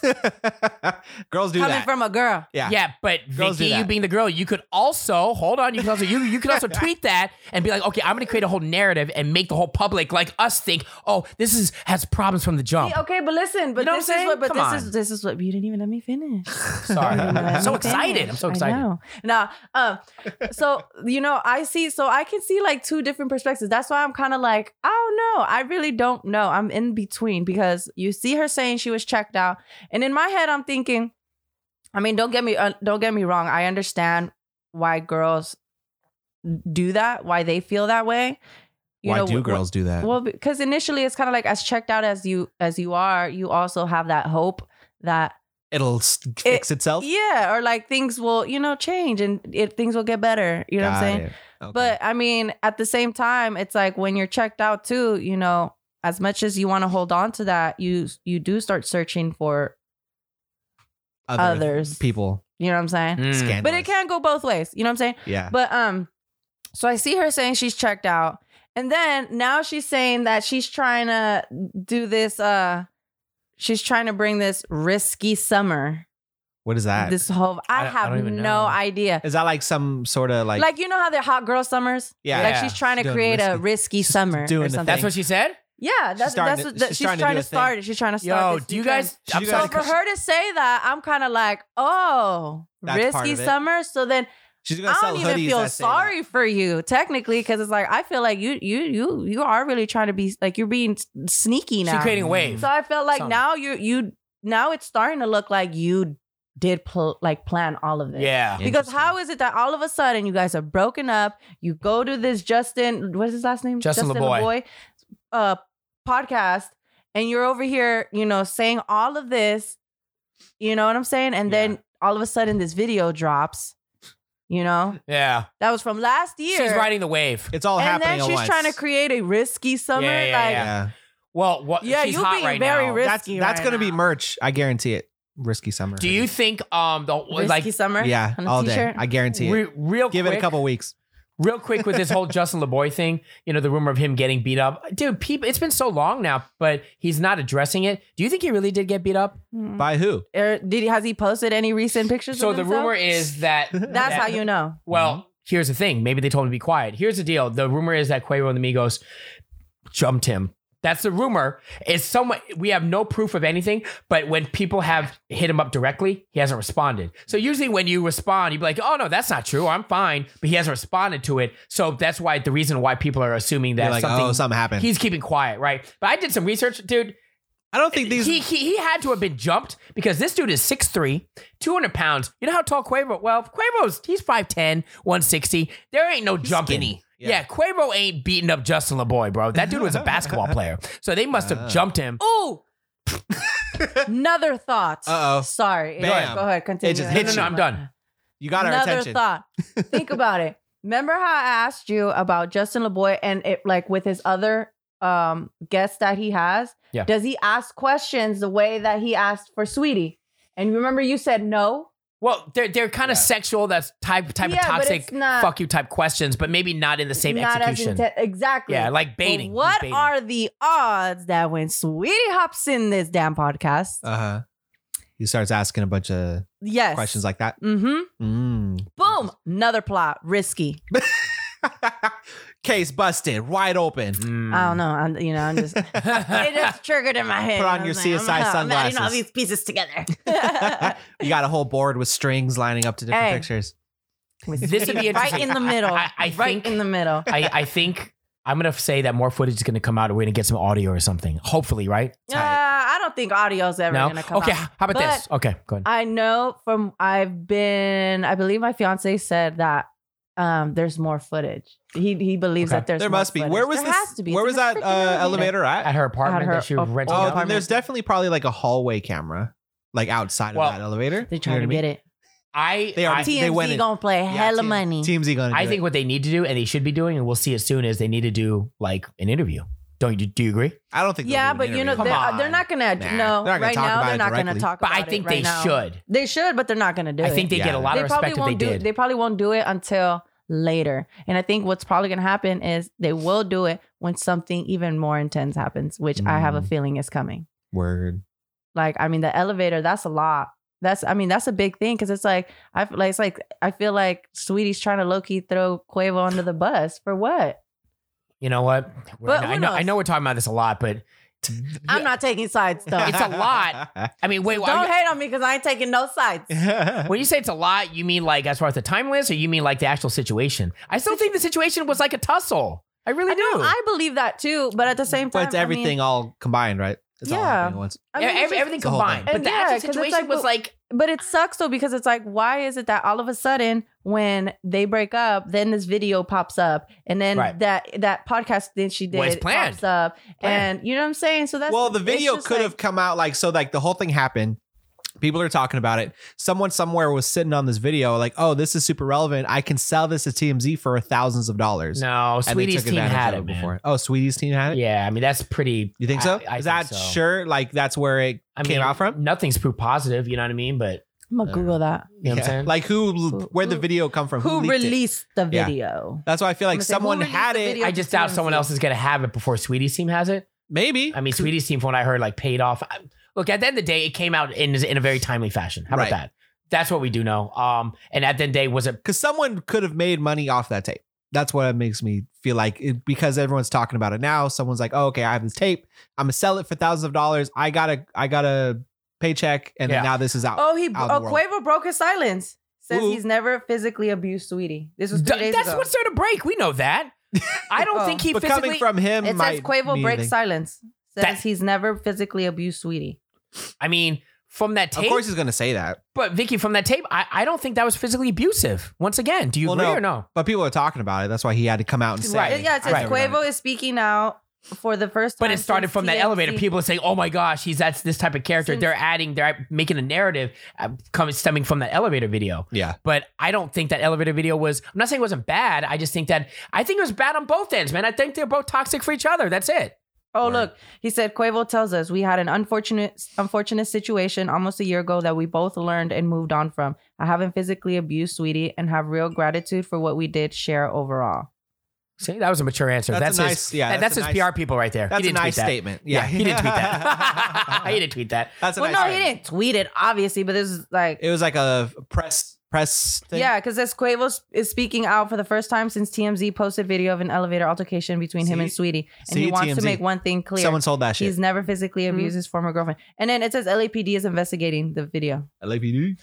Speaker 3: girls do
Speaker 4: Coming
Speaker 3: that.
Speaker 4: from a girl.
Speaker 2: yeah.
Speaker 3: yeah.
Speaker 2: but
Speaker 3: Girls do
Speaker 2: Vicky, you
Speaker 3: that.
Speaker 2: being the girl, you could also hold on. You could also you you could also tweet that and be like, okay, I'm going to create a whole narrative and make the whole public like us think, oh, this is has problems from the jump.
Speaker 4: Hey, okay, but listen, but
Speaker 2: You know what
Speaker 4: this
Speaker 2: I'm
Speaker 4: is
Speaker 2: saying?
Speaker 4: what. But
Speaker 2: Come
Speaker 4: this
Speaker 2: on.
Speaker 4: is this is what you didn't even let me finish.
Speaker 2: Sorry, I'm so
Speaker 4: Yeah.
Speaker 2: excited. I'm so
Speaker 4: I
Speaker 2: excited.
Speaker 4: know. Now, um, so you know, I see. So I can see like two different perspectives. That's why I'm kind of like, I don't know. I really don't know. I'm in between because you see her saying she was checked out, and in my head, I'm thinking. I mean, don't get me uh, don't get me wrong. I understand why girls do that, why they feel that way. You
Speaker 3: Why
Speaker 4: know,
Speaker 3: do
Speaker 4: wh-
Speaker 3: girls do that?
Speaker 4: well, because initially it's kind of like as checked out as you as you are, you also have that hope that
Speaker 3: It'll s- fix itself.
Speaker 4: yeah, or like things will you know change and it things will get better. You know what I'm
Speaker 3: Got
Speaker 4: saying?
Speaker 3: it. Okay.
Speaker 4: But I mean, at the same time, it's like when you're checked out too, you know, as much as you want to hold on to that, you you do start searching for others.
Speaker 3: people,
Speaker 4: you know what I'm saying.
Speaker 2: Mm.
Speaker 3: Scandalous.
Speaker 4: But it can go both ways. You know what I'm saying?
Speaker 3: Yeah.
Speaker 4: But um, so I see her saying she's checked out, and then now she's saying that she's trying to do this. Uh, she's trying to bring this risky summer.
Speaker 3: what is that? Is
Speaker 4: This whole
Speaker 2: I
Speaker 4: I,
Speaker 2: don't- I
Speaker 4: have
Speaker 2: don't even
Speaker 4: no
Speaker 2: know.
Speaker 4: idea.
Speaker 3: that like some sort of like,
Speaker 4: Like, you know how they're hot girl summers?
Speaker 3: Yeah.
Speaker 4: Like
Speaker 2: Yeah.
Speaker 4: she's trying to
Speaker 3: Doing
Speaker 4: create a
Speaker 3: risky-
Speaker 4: risky summer
Speaker 3: doing
Speaker 4: or
Speaker 3: the
Speaker 4: something.
Speaker 2: That's what she said.
Speaker 4: yeah, that's
Speaker 3: starting
Speaker 4: that's
Speaker 3: to-
Speaker 4: what the, she's, trying, to,
Speaker 3: do a thing.
Speaker 4: start it. She's trying to start.
Speaker 2: Yo,
Speaker 4: this
Speaker 2: do you
Speaker 4: new trend.
Speaker 2: guys?
Speaker 3: She
Speaker 2: I'm
Speaker 3: do
Speaker 2: sorry.
Speaker 4: So for her to say that, I'm kind of like, oh,
Speaker 3: That's part
Speaker 4: risky
Speaker 3: of it.
Speaker 4: summer. So then
Speaker 3: she's gonna
Speaker 4: I
Speaker 3: sell
Speaker 4: don't even
Speaker 3: hoodies
Speaker 4: feel
Speaker 3: that say
Speaker 4: sorry for you technically because it's like I feel like you you you you are really trying to be like you're being s- sneaky
Speaker 2: She's
Speaker 4: now.
Speaker 2: creating a wave.
Speaker 4: so I felt like
Speaker 2: Some.
Speaker 4: now you you now it's starting to look like you did pl- like plan all of this.
Speaker 2: Yeah.
Speaker 3: Yeah.
Speaker 4: Because how is it that all of a sudden you guys are broken up? You go to this Justin, what is his last name?
Speaker 2: Justin LeBoy.
Speaker 4: uh, podcast, and you're over here, you know, saying all of this. You know what I'm saying? And
Speaker 2: Yeah.
Speaker 4: then all of a sudden this video drops. You know
Speaker 2: Yeah.
Speaker 4: that was from last year.
Speaker 2: She's riding the wave.
Speaker 3: that. It's all
Speaker 4: and
Speaker 3: happening
Speaker 4: then
Speaker 3: at
Speaker 4: she's
Speaker 3: once.
Speaker 4: trying to create a risky summer.
Speaker 2: Yeah, yeah,
Speaker 4: like,
Speaker 2: yeah.
Speaker 3: Yeah.
Speaker 2: Well, what?
Speaker 4: Yeah,
Speaker 2: she's
Speaker 4: you
Speaker 2: hot
Speaker 4: being
Speaker 2: right
Speaker 4: very
Speaker 2: now.
Speaker 4: risky
Speaker 3: That's that's
Speaker 4: right
Speaker 3: gonna be
Speaker 4: now.
Speaker 3: merch. I guarantee it. Risky summer.
Speaker 2: Do you think um the
Speaker 4: risky
Speaker 2: like
Speaker 4: summer.
Speaker 3: Yeah,
Speaker 4: on a
Speaker 3: all
Speaker 4: t-shirt?
Speaker 3: day. I guarantee it.
Speaker 2: re- real
Speaker 3: Give
Speaker 2: quick,
Speaker 3: it a couple weeks.
Speaker 2: real quick with this whole Justin LeBoy thing, you know, the rumor of him getting beat up. Dude, people it's been so long now, but he's not addressing it. Do you think he really did get beat up?
Speaker 4: Mm.
Speaker 3: By who?
Speaker 4: Or did he has he posted any recent pictures?
Speaker 2: So
Speaker 4: of
Speaker 2: the
Speaker 4: himself?
Speaker 2: rumor is that
Speaker 4: That's
Speaker 2: that-
Speaker 4: how you know.
Speaker 2: Well, here's the thing. Maybe they told him to be quiet. Here's the deal. The rumor is that Quavo and the Migos jumped him That's the rumor. Is someone we have no proof of anything, but when people have hit him up directly, he hasn't responded. So usually when you respond, you'd be like, "Oh no, that's not true. I'm fine," but he hasn't responded to it. So that's why the reason why people are assuming that
Speaker 3: You're like,
Speaker 2: something
Speaker 3: oh, something happened.
Speaker 2: he's keeping quiet, right? But I did some research, dude.
Speaker 3: I don't think these.
Speaker 2: he, he he had to have been jumped because this dude is 6'3, 200 pounds. You know how tall Quavo? Well, Quavo's he's 5'10, 160. There ain't no jumping.
Speaker 3: skinny.
Speaker 2: Yeah.
Speaker 3: Yeah.
Speaker 2: Quavo ain't beating up Justin LeBoy, bro. That dude was a basketball player. So they must
Speaker 3: Uh.
Speaker 2: have jumped him.
Speaker 4: Ooh. Another thought.
Speaker 3: Uh-oh.
Speaker 4: Sorry. Go
Speaker 3: Bam.
Speaker 4: ahead. Go ahead. Continue.
Speaker 3: just
Speaker 2: No,
Speaker 3: hit
Speaker 2: no, no, I'm done.
Speaker 3: you got our
Speaker 4: Another
Speaker 3: attention.
Speaker 4: thought. Think about it. Remember how I asked you about Justin LeBoy and it like with his other um guests that he has?
Speaker 2: Yeah.
Speaker 4: Does he ask questions the way that he asked for Sweetie? And remember you said no?
Speaker 2: Well, they're they're kind of sexual. That's type type
Speaker 4: Yeah,
Speaker 2: of
Speaker 4: but
Speaker 2: toxic
Speaker 4: it's not-
Speaker 2: fuck you type questions, but maybe not in the same
Speaker 4: Not
Speaker 2: execution.
Speaker 4: as inten- exactly.
Speaker 2: yeah, like
Speaker 4: But
Speaker 2: baiting. He's
Speaker 4: what
Speaker 2: baiting.
Speaker 4: are the odds that when Sweetie hops in this damn podcast?
Speaker 3: Uh huh. He starts asking a bunch of
Speaker 4: yes.
Speaker 3: questions like that.
Speaker 4: Mm-hmm.
Speaker 3: Mm.
Speaker 4: Boom. Another plot. Risky.
Speaker 3: Case busted, wide open.
Speaker 2: Mm.
Speaker 4: I don't know. I'm, you know, I'm just it just triggered in my head.
Speaker 3: Put on
Speaker 4: I
Speaker 3: your
Speaker 4: was like, I'm,
Speaker 3: CSI
Speaker 4: I'm adding all
Speaker 3: sunglasses.
Speaker 4: these pieces together.
Speaker 2: Mm.
Speaker 3: you got a whole board with strings lining up to different
Speaker 4: Hey.
Speaker 3: pictures.
Speaker 2: This would be
Speaker 4: right in
Speaker 2: interesting.
Speaker 4: the middle.
Speaker 2: I- I
Speaker 4: right
Speaker 2: think-
Speaker 4: in the middle.
Speaker 2: I, I think I'm gonna say that more footage is gonna come out. We're gonna get some audio or something. Hopefully, right?
Speaker 4: Uh, I don't think audio's ever
Speaker 2: no.
Speaker 4: gonna come
Speaker 2: okay.
Speaker 4: out.
Speaker 2: How about
Speaker 4: But-
Speaker 2: this? Okay. Go ahead.
Speaker 4: I know from I've been. I believe my fiance said that um, there's more footage. He he believes
Speaker 2: Okay.
Speaker 4: that there's
Speaker 3: there
Speaker 4: more
Speaker 3: must be.
Speaker 4: footage.
Speaker 3: Where was
Speaker 4: there
Speaker 3: this?
Speaker 4: Has to be.
Speaker 3: Where
Speaker 4: It's
Speaker 3: was
Speaker 4: in a
Speaker 3: that
Speaker 4: freaking
Speaker 3: uh, elevator
Speaker 2: at
Speaker 3: at?
Speaker 2: her apartment
Speaker 4: At her
Speaker 2: that she was
Speaker 4: op-
Speaker 2: renting
Speaker 4: her
Speaker 3: Oh,
Speaker 2: out.
Speaker 3: then there's definitely probably like a hallway camera, like outside
Speaker 2: Well,
Speaker 3: of that elevator.
Speaker 4: They're trying to get it.
Speaker 2: I
Speaker 3: They
Speaker 2: I,
Speaker 3: already-
Speaker 4: TMZ
Speaker 3: They went in.
Speaker 4: gonna play hella money.
Speaker 3: Teamsy gonna. Do
Speaker 2: I think
Speaker 3: It.
Speaker 2: what they need to do, and they should be doing, and we'll see as soon as they need to do like an interview. Don't you? Do you agree?
Speaker 3: I don't think. they'll
Speaker 4: yeah,
Speaker 3: do an
Speaker 4: but you know
Speaker 3: interview.
Speaker 2: Come
Speaker 4: they're, uh,
Speaker 2: on.
Speaker 4: they're not gonna. no,
Speaker 3: Nah, they're not gonna
Speaker 4: right
Speaker 3: talk
Speaker 4: now
Speaker 3: about
Speaker 4: they're
Speaker 3: it
Speaker 4: not gonna
Speaker 3: directly.
Speaker 4: talk.
Speaker 2: But
Speaker 4: about
Speaker 2: I
Speaker 4: it
Speaker 2: think
Speaker 4: right
Speaker 2: they
Speaker 4: now.
Speaker 2: should.
Speaker 4: They should, but they're not gonna do
Speaker 2: I
Speaker 4: it.
Speaker 2: think they
Speaker 3: Yeah.
Speaker 2: get a lot
Speaker 4: they
Speaker 2: of
Speaker 4: probably
Speaker 2: respect if they
Speaker 4: won't do
Speaker 2: did.
Speaker 4: they probably won't do it until later and i think what's probably going to happen is they will do it when something even more intense happens which i have a
Speaker 3: Mm.
Speaker 4: feeling is coming
Speaker 3: Word.
Speaker 4: like i mean the elevator that's a lot that's i mean that's a big thing because it's like i feel like it's like i feel like sweetie's trying to low-key throw quavo under the bus for what
Speaker 2: you know what? We're-
Speaker 4: But who
Speaker 2: I know. I
Speaker 4: knows?
Speaker 2: know we're talking about this a lot, but
Speaker 4: i'm not taking sides though
Speaker 2: It's a lot. I mean, wait.
Speaker 4: don't
Speaker 2: I mean-
Speaker 4: hate on me because i ain't taking no sides
Speaker 3: lot.
Speaker 2: When you say it's a lot, you mean like as far as the timeless, or you mean like the actual situation? I still think the situation was like a tussle. I really
Speaker 4: I,
Speaker 2: do.
Speaker 4: know, I believe that too but at the same time
Speaker 3: but it's everything
Speaker 4: I mean, all
Speaker 3: all combined, right? It's all
Speaker 4: Yeah.
Speaker 3: happening at once.
Speaker 4: I mean,
Speaker 2: Yeah,
Speaker 4: it's
Speaker 2: every-
Speaker 4: just-
Speaker 2: everything
Speaker 3: It's a whole
Speaker 2: combined,
Speaker 4: thing.
Speaker 2: but the
Speaker 4: And yeah, 'cause
Speaker 2: actual
Speaker 4: it's
Speaker 2: situation
Speaker 4: like,
Speaker 2: was
Speaker 4: well-
Speaker 2: like
Speaker 4: But it sucks though because it's like, why is it that all of a sudden when they break up, then this video pops up, and then
Speaker 2: Right.
Speaker 4: that that podcast that she did
Speaker 2: Well, it's planned.
Speaker 4: pops up,
Speaker 2: Planned.
Speaker 4: and you know what I'm saying? So that's
Speaker 3: well, the
Speaker 4: it's
Speaker 3: video
Speaker 4: just
Speaker 3: could
Speaker 4: like-
Speaker 3: have come out like so. Like the whole thing happened. People are talking about it. Someone somewhere was sitting on this video, like, "Oh, this is super relevant. I can sell this to TMZ for thousands of dollars."
Speaker 2: no,
Speaker 3: And they
Speaker 2: Sweetie's
Speaker 3: took
Speaker 2: team
Speaker 3: advantage
Speaker 2: had
Speaker 3: of
Speaker 2: it
Speaker 3: before.
Speaker 2: before.
Speaker 3: Oh, Sweetie's team had it.
Speaker 2: Yeah, I mean that's pretty.
Speaker 3: You think
Speaker 2: I-
Speaker 3: so?
Speaker 2: I
Speaker 3: is
Speaker 2: think
Speaker 3: that
Speaker 2: so.
Speaker 3: sure? Like that's where it
Speaker 2: I
Speaker 3: came
Speaker 2: mean,
Speaker 3: out from?
Speaker 2: Nothing's proof positive. You know what I mean? But
Speaker 4: I'm
Speaker 3: uh,
Speaker 4: gonna Google that.
Speaker 2: you know what I'm
Speaker 3: Yeah.
Speaker 2: saying?
Speaker 3: Like who?
Speaker 4: Who-
Speaker 3: Where'd the
Speaker 4: who-
Speaker 3: video come from?
Speaker 4: Who
Speaker 3: leaked it?
Speaker 4: released the
Speaker 3: Yeah.
Speaker 4: video?
Speaker 3: That's why I feel
Speaker 4: I'm
Speaker 3: like
Speaker 4: gonna say,
Speaker 3: someone
Speaker 4: who released
Speaker 3: had
Speaker 4: the
Speaker 3: it.
Speaker 4: video?
Speaker 2: I just doubt someone else is gonna have it before Sweetie's team has it.
Speaker 3: Maybe.
Speaker 2: I mean, Sweetie's team, from what I heard, like paid off. I- Look, at the end of the day, it came out in in a very timely fashion. How about
Speaker 3: Right.
Speaker 2: that? That's what we do know. Um, and at the end of the day, was it
Speaker 3: because someone could have made money off that tape. That's what makes me feel like it, because everyone's talking about it now. Someone's like, "Oh, okay, I have this tape. I'm gonna sell it for thousands of dollars. I got a, I got a paycheck, and
Speaker 2: Yeah.
Speaker 3: then now this is out."
Speaker 4: Oh, he
Speaker 3: out
Speaker 4: oh,
Speaker 3: of the world.
Speaker 4: Quavo broke his silence. Says
Speaker 3: Who?
Speaker 4: he's never physically abused Sweetie. This was three
Speaker 2: D-
Speaker 4: days
Speaker 2: that's
Speaker 4: ago.
Speaker 2: what's there to break. We know that. I don't
Speaker 4: Oh.
Speaker 2: think he
Speaker 3: but
Speaker 2: physically.
Speaker 3: coming from him,
Speaker 4: it says
Speaker 3: might
Speaker 4: Quavo
Speaker 3: mean
Speaker 4: breaks
Speaker 3: anything.
Speaker 4: silence. Says
Speaker 2: That-
Speaker 4: he's never physically abused Sweetie.
Speaker 2: I mean, from that
Speaker 3: Of
Speaker 2: tape.
Speaker 3: course, he's gonna say that.
Speaker 2: but Vicky, from that tape, I, I don't think that was physically abusive. Once again, do you
Speaker 3: Well,
Speaker 2: agree
Speaker 3: no.
Speaker 2: or no?
Speaker 3: But people are talking about it. That's why he had to come out and say,
Speaker 2: Right.
Speaker 3: it.
Speaker 4: Yeah, it says
Speaker 2: Right.
Speaker 4: Quavo is speaking out for the first time.
Speaker 2: But it started
Speaker 4: since
Speaker 2: from that
Speaker 4: TXT.
Speaker 2: elevator. People are saying, "Oh my gosh, he's that's this type of character."
Speaker 4: Since-
Speaker 2: they're adding, they're making a narrative uh, coming stemming from that elevator video.
Speaker 3: Yeah.
Speaker 2: But I don't think that elevator video was. I'm not saying it wasn't bad. I just think that I think it was bad on both ends, man. I think they're both toxic for each other. That's it.
Speaker 4: Oh
Speaker 3: Right.
Speaker 4: look, he said Quavo tells us we had an unfortunate unfortunate situation almost a year ago that we both learned and moved on from. I haven't physically abused Sweetie and have real gratitude for what we did share overall.
Speaker 2: See, that was a mature answer.
Speaker 3: That's
Speaker 2: That's,
Speaker 3: a
Speaker 2: his,
Speaker 3: nice- yeah,
Speaker 2: that-
Speaker 3: that's
Speaker 2: that's,
Speaker 3: a
Speaker 2: his
Speaker 3: nice-
Speaker 2: PR people right there.
Speaker 3: That's
Speaker 2: he
Speaker 3: a
Speaker 2: didn't tweet
Speaker 3: nice
Speaker 2: that.
Speaker 3: statement. Yeah.
Speaker 2: he didn't tweet that. he didn't tweet that.
Speaker 3: That's a
Speaker 4: well,
Speaker 3: nice
Speaker 4: no, he
Speaker 3: statement.
Speaker 4: didn't tweet it obviously, but this is like
Speaker 3: It was like a press press thing.
Speaker 4: Yeah, because as Quavo is speaking out for the first time since TMZ posted video of an elevator altercation between him
Speaker 3: See?
Speaker 4: and Sweetie, and he
Speaker 3: See,
Speaker 4: wants to
Speaker 3: TMZ.
Speaker 4: make one thing clear:
Speaker 3: Someone sold that shit.
Speaker 4: he's never physically abused his former girlfriend. And then it says LAPD is investigating the video.
Speaker 3: LAPD.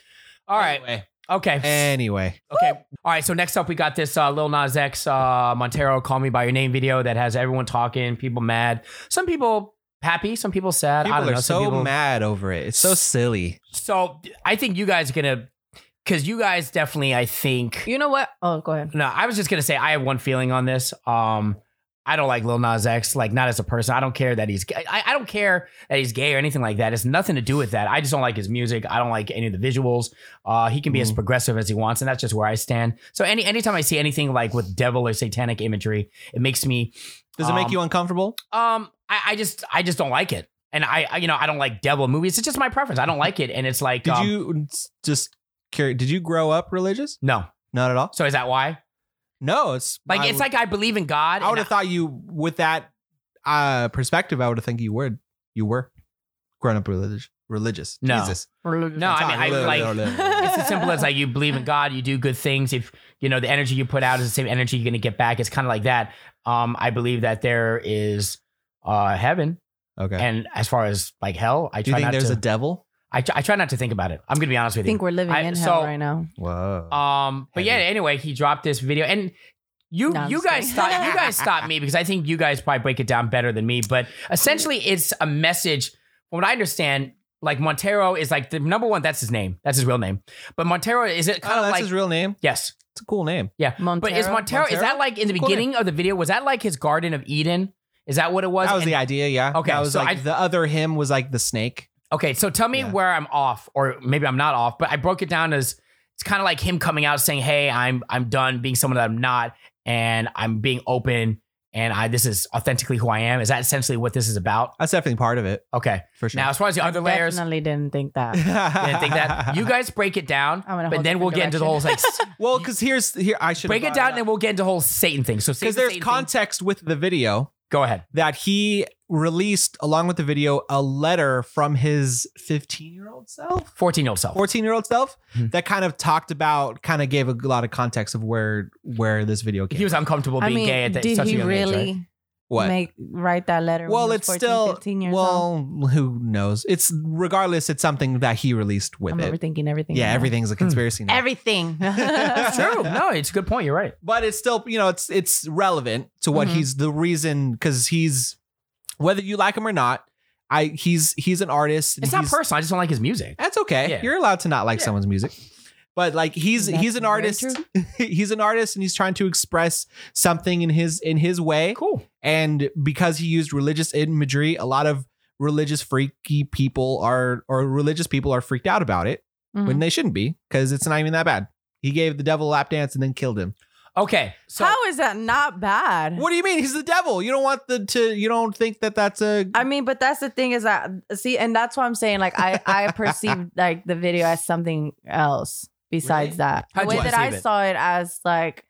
Speaker 2: All right.
Speaker 3: Anyway.
Speaker 2: Okay.
Speaker 3: Anyway.
Speaker 2: Okay. All right. So next up, we got this uh, Lil Nas X uh, Montero "Call Me by Your Name" video that has everyone talking, people mad, some people happy, some people sad. I
Speaker 3: People
Speaker 2: don't know.
Speaker 3: are
Speaker 2: some
Speaker 3: so
Speaker 2: people-
Speaker 3: mad over it. It's so silly.
Speaker 2: So I think you guys are gonna, because you guys definitely, I think.
Speaker 4: You know what? Oh, go ahead.
Speaker 2: No, I was just gonna say I have one feeling on this. Um, I don't like Lil Nas X, like not as a person. I don't care that he's. I, I don't care that he's gay or anything like that. It's nothing to do with that. I just don't like his music. I don't like any of the visuals. Uh, he can be as
Speaker 3: Mhm.
Speaker 2: progressive as he wants, and that's just where I stand. So any anytime I see anything like with devil or satanic imagery, it makes me
Speaker 3: Does it make
Speaker 2: Um,
Speaker 3: you uncomfortable?
Speaker 2: um, I, I just I just don't like it. And I, I, you know, I don't like devil movies. It's just my preference. I don't like it, and it's like,
Speaker 3: Did
Speaker 2: um,
Speaker 3: you just curious? Did you grow up religious?
Speaker 2: no.
Speaker 3: Not at all.
Speaker 2: So is that why?
Speaker 3: No, it's
Speaker 2: Like,
Speaker 3: I
Speaker 2: it's
Speaker 3: would-
Speaker 2: like I believe in God.
Speaker 3: I would
Speaker 2: and
Speaker 3: have thought you with that uh perspective. I would have think you would you were grown up religious. Religious.
Speaker 2: No.
Speaker 3: Jesus.
Speaker 2: No, I mean, I like. It's as simple as like you believe in God, you do good things. If you know the energy you put out is the same energy you're going to get back. It's kind of like that. Um, I believe that there is uh heaven,
Speaker 3: okay.
Speaker 2: and as far as like hell, I
Speaker 3: Do you
Speaker 2: try
Speaker 3: think
Speaker 2: not
Speaker 3: there's
Speaker 2: to.
Speaker 3: a devil?
Speaker 2: I tr- I try not to think about it. I'm going to be honest
Speaker 4: I
Speaker 2: with you.
Speaker 4: think we're living
Speaker 2: I-
Speaker 4: in
Speaker 2: so-
Speaker 4: hell right now.
Speaker 3: Whoa.
Speaker 2: Um, but yeah,
Speaker 3: Heavy.
Speaker 2: anyway, he dropped this video and you
Speaker 4: No, I'm
Speaker 2: you
Speaker 4: just
Speaker 2: guys
Speaker 4: kidding.
Speaker 2: stop you guys stop me because I think you guys probably break it down better than me. But essentially it's a message from what I understand, like Montero is like the number one, that's his name. That's his real name. But Montero is it kind
Speaker 3: oh,
Speaker 2: of
Speaker 3: that's
Speaker 2: like
Speaker 3: his real name.
Speaker 2: Yes.
Speaker 3: It's a cool name.
Speaker 2: Yeah.
Speaker 4: Montero.
Speaker 2: But is Montero, is
Speaker 3: Montero?
Speaker 2: that like in the
Speaker 3: Cool name.
Speaker 2: beginning of the video, was that like his Garden of Eden? Is that what it was?
Speaker 3: that was
Speaker 2: And-
Speaker 3: the idea, yeah.
Speaker 2: Okay,
Speaker 3: That was
Speaker 2: so
Speaker 3: like
Speaker 2: I-
Speaker 3: the other hymn was like the snake.
Speaker 2: Okay, so tell me
Speaker 3: Yeah.
Speaker 2: where I'm off, or maybe I'm not off, but I broke it down as it's kind of like him coming out saying, "Hey, I'm I'm done being someone that I'm not, and I'm being open, and I this is authentically who I am." Is that essentially what this is about?
Speaker 3: That's definitely part of it
Speaker 2: Okay.
Speaker 3: for sure.
Speaker 2: Now, as far as the other layers, I
Speaker 4: Definitely didn't think that.
Speaker 2: didn't think that you guys break it down,
Speaker 4: I'm in a whole
Speaker 2: but then we'll get
Speaker 4: different
Speaker 2: into the whole like s-
Speaker 3: well, because here's here I should
Speaker 2: break it down, and then we'll get into the whole Satan thing. So
Speaker 3: because
Speaker 2: Satan-
Speaker 3: there's
Speaker 2: Satan thing-
Speaker 3: context with the video.
Speaker 2: Go ahead.
Speaker 3: that he released along with the video a letter from his 15 year old self
Speaker 2: Fourteen year old self.
Speaker 3: 14 year old self
Speaker 2: Mhm.
Speaker 3: that kind of talked about kind of gave a lot of context of where where this video came
Speaker 2: He was uncomfortable
Speaker 4: I
Speaker 2: being
Speaker 4: mean,
Speaker 2: gay at that,
Speaker 4: did
Speaker 2: such a
Speaker 4: he
Speaker 2: young
Speaker 4: really
Speaker 2: age. right?
Speaker 3: what
Speaker 4: make write that letter? when
Speaker 3: well
Speaker 4: he was
Speaker 3: it's
Speaker 4: 14,
Speaker 3: still
Speaker 4: 15 years old?
Speaker 3: well who knows it's regardless it's something that he released with
Speaker 4: I'm
Speaker 3: it
Speaker 4: overthinking everything.
Speaker 3: yeah
Speaker 4: now.
Speaker 3: everything's
Speaker 2: Hmm.
Speaker 3: a conspiracy now.
Speaker 4: Everything.
Speaker 2: It's true. No, it's a good point. You're right.
Speaker 3: but it's still you know it's it's relevant to what
Speaker 4: Mhm.
Speaker 2: Mm-hmm.
Speaker 3: he's the reason because he's whether you like him or not i he's he's an artist and
Speaker 2: It's not
Speaker 3: he's-
Speaker 2: personal. I just don't like his music.
Speaker 3: That's okay.
Speaker 2: Yeah.
Speaker 3: You're allowed to not like
Speaker 2: Yeah.
Speaker 3: someone's music. But like he's
Speaker 4: That's
Speaker 3: he's an
Speaker 4: very
Speaker 3: artist.
Speaker 4: true.
Speaker 3: he's an artist and he's trying to express something in his in his way.
Speaker 2: Cool.
Speaker 3: And because he used religious imagery, a lot of religious freaky people are or religious people are freaked out about it
Speaker 4: Mhm.
Speaker 2: Mm-hmm.
Speaker 3: when they shouldn't be because it's not even that bad. He gave the devil a lap dance and then killed him.
Speaker 2: Okay. So
Speaker 4: How is that not bad?
Speaker 3: What do you mean? He's the devil. You don't want the to you don't think that that's a
Speaker 4: I mean, but that's the thing is that see, and that's why I'm saying like I I perceived like the video as something else besides
Speaker 3: Really?
Speaker 4: that.
Speaker 2: How'd
Speaker 4: the way
Speaker 2: you
Speaker 4: that I
Speaker 2: perceive it?
Speaker 4: saw it as like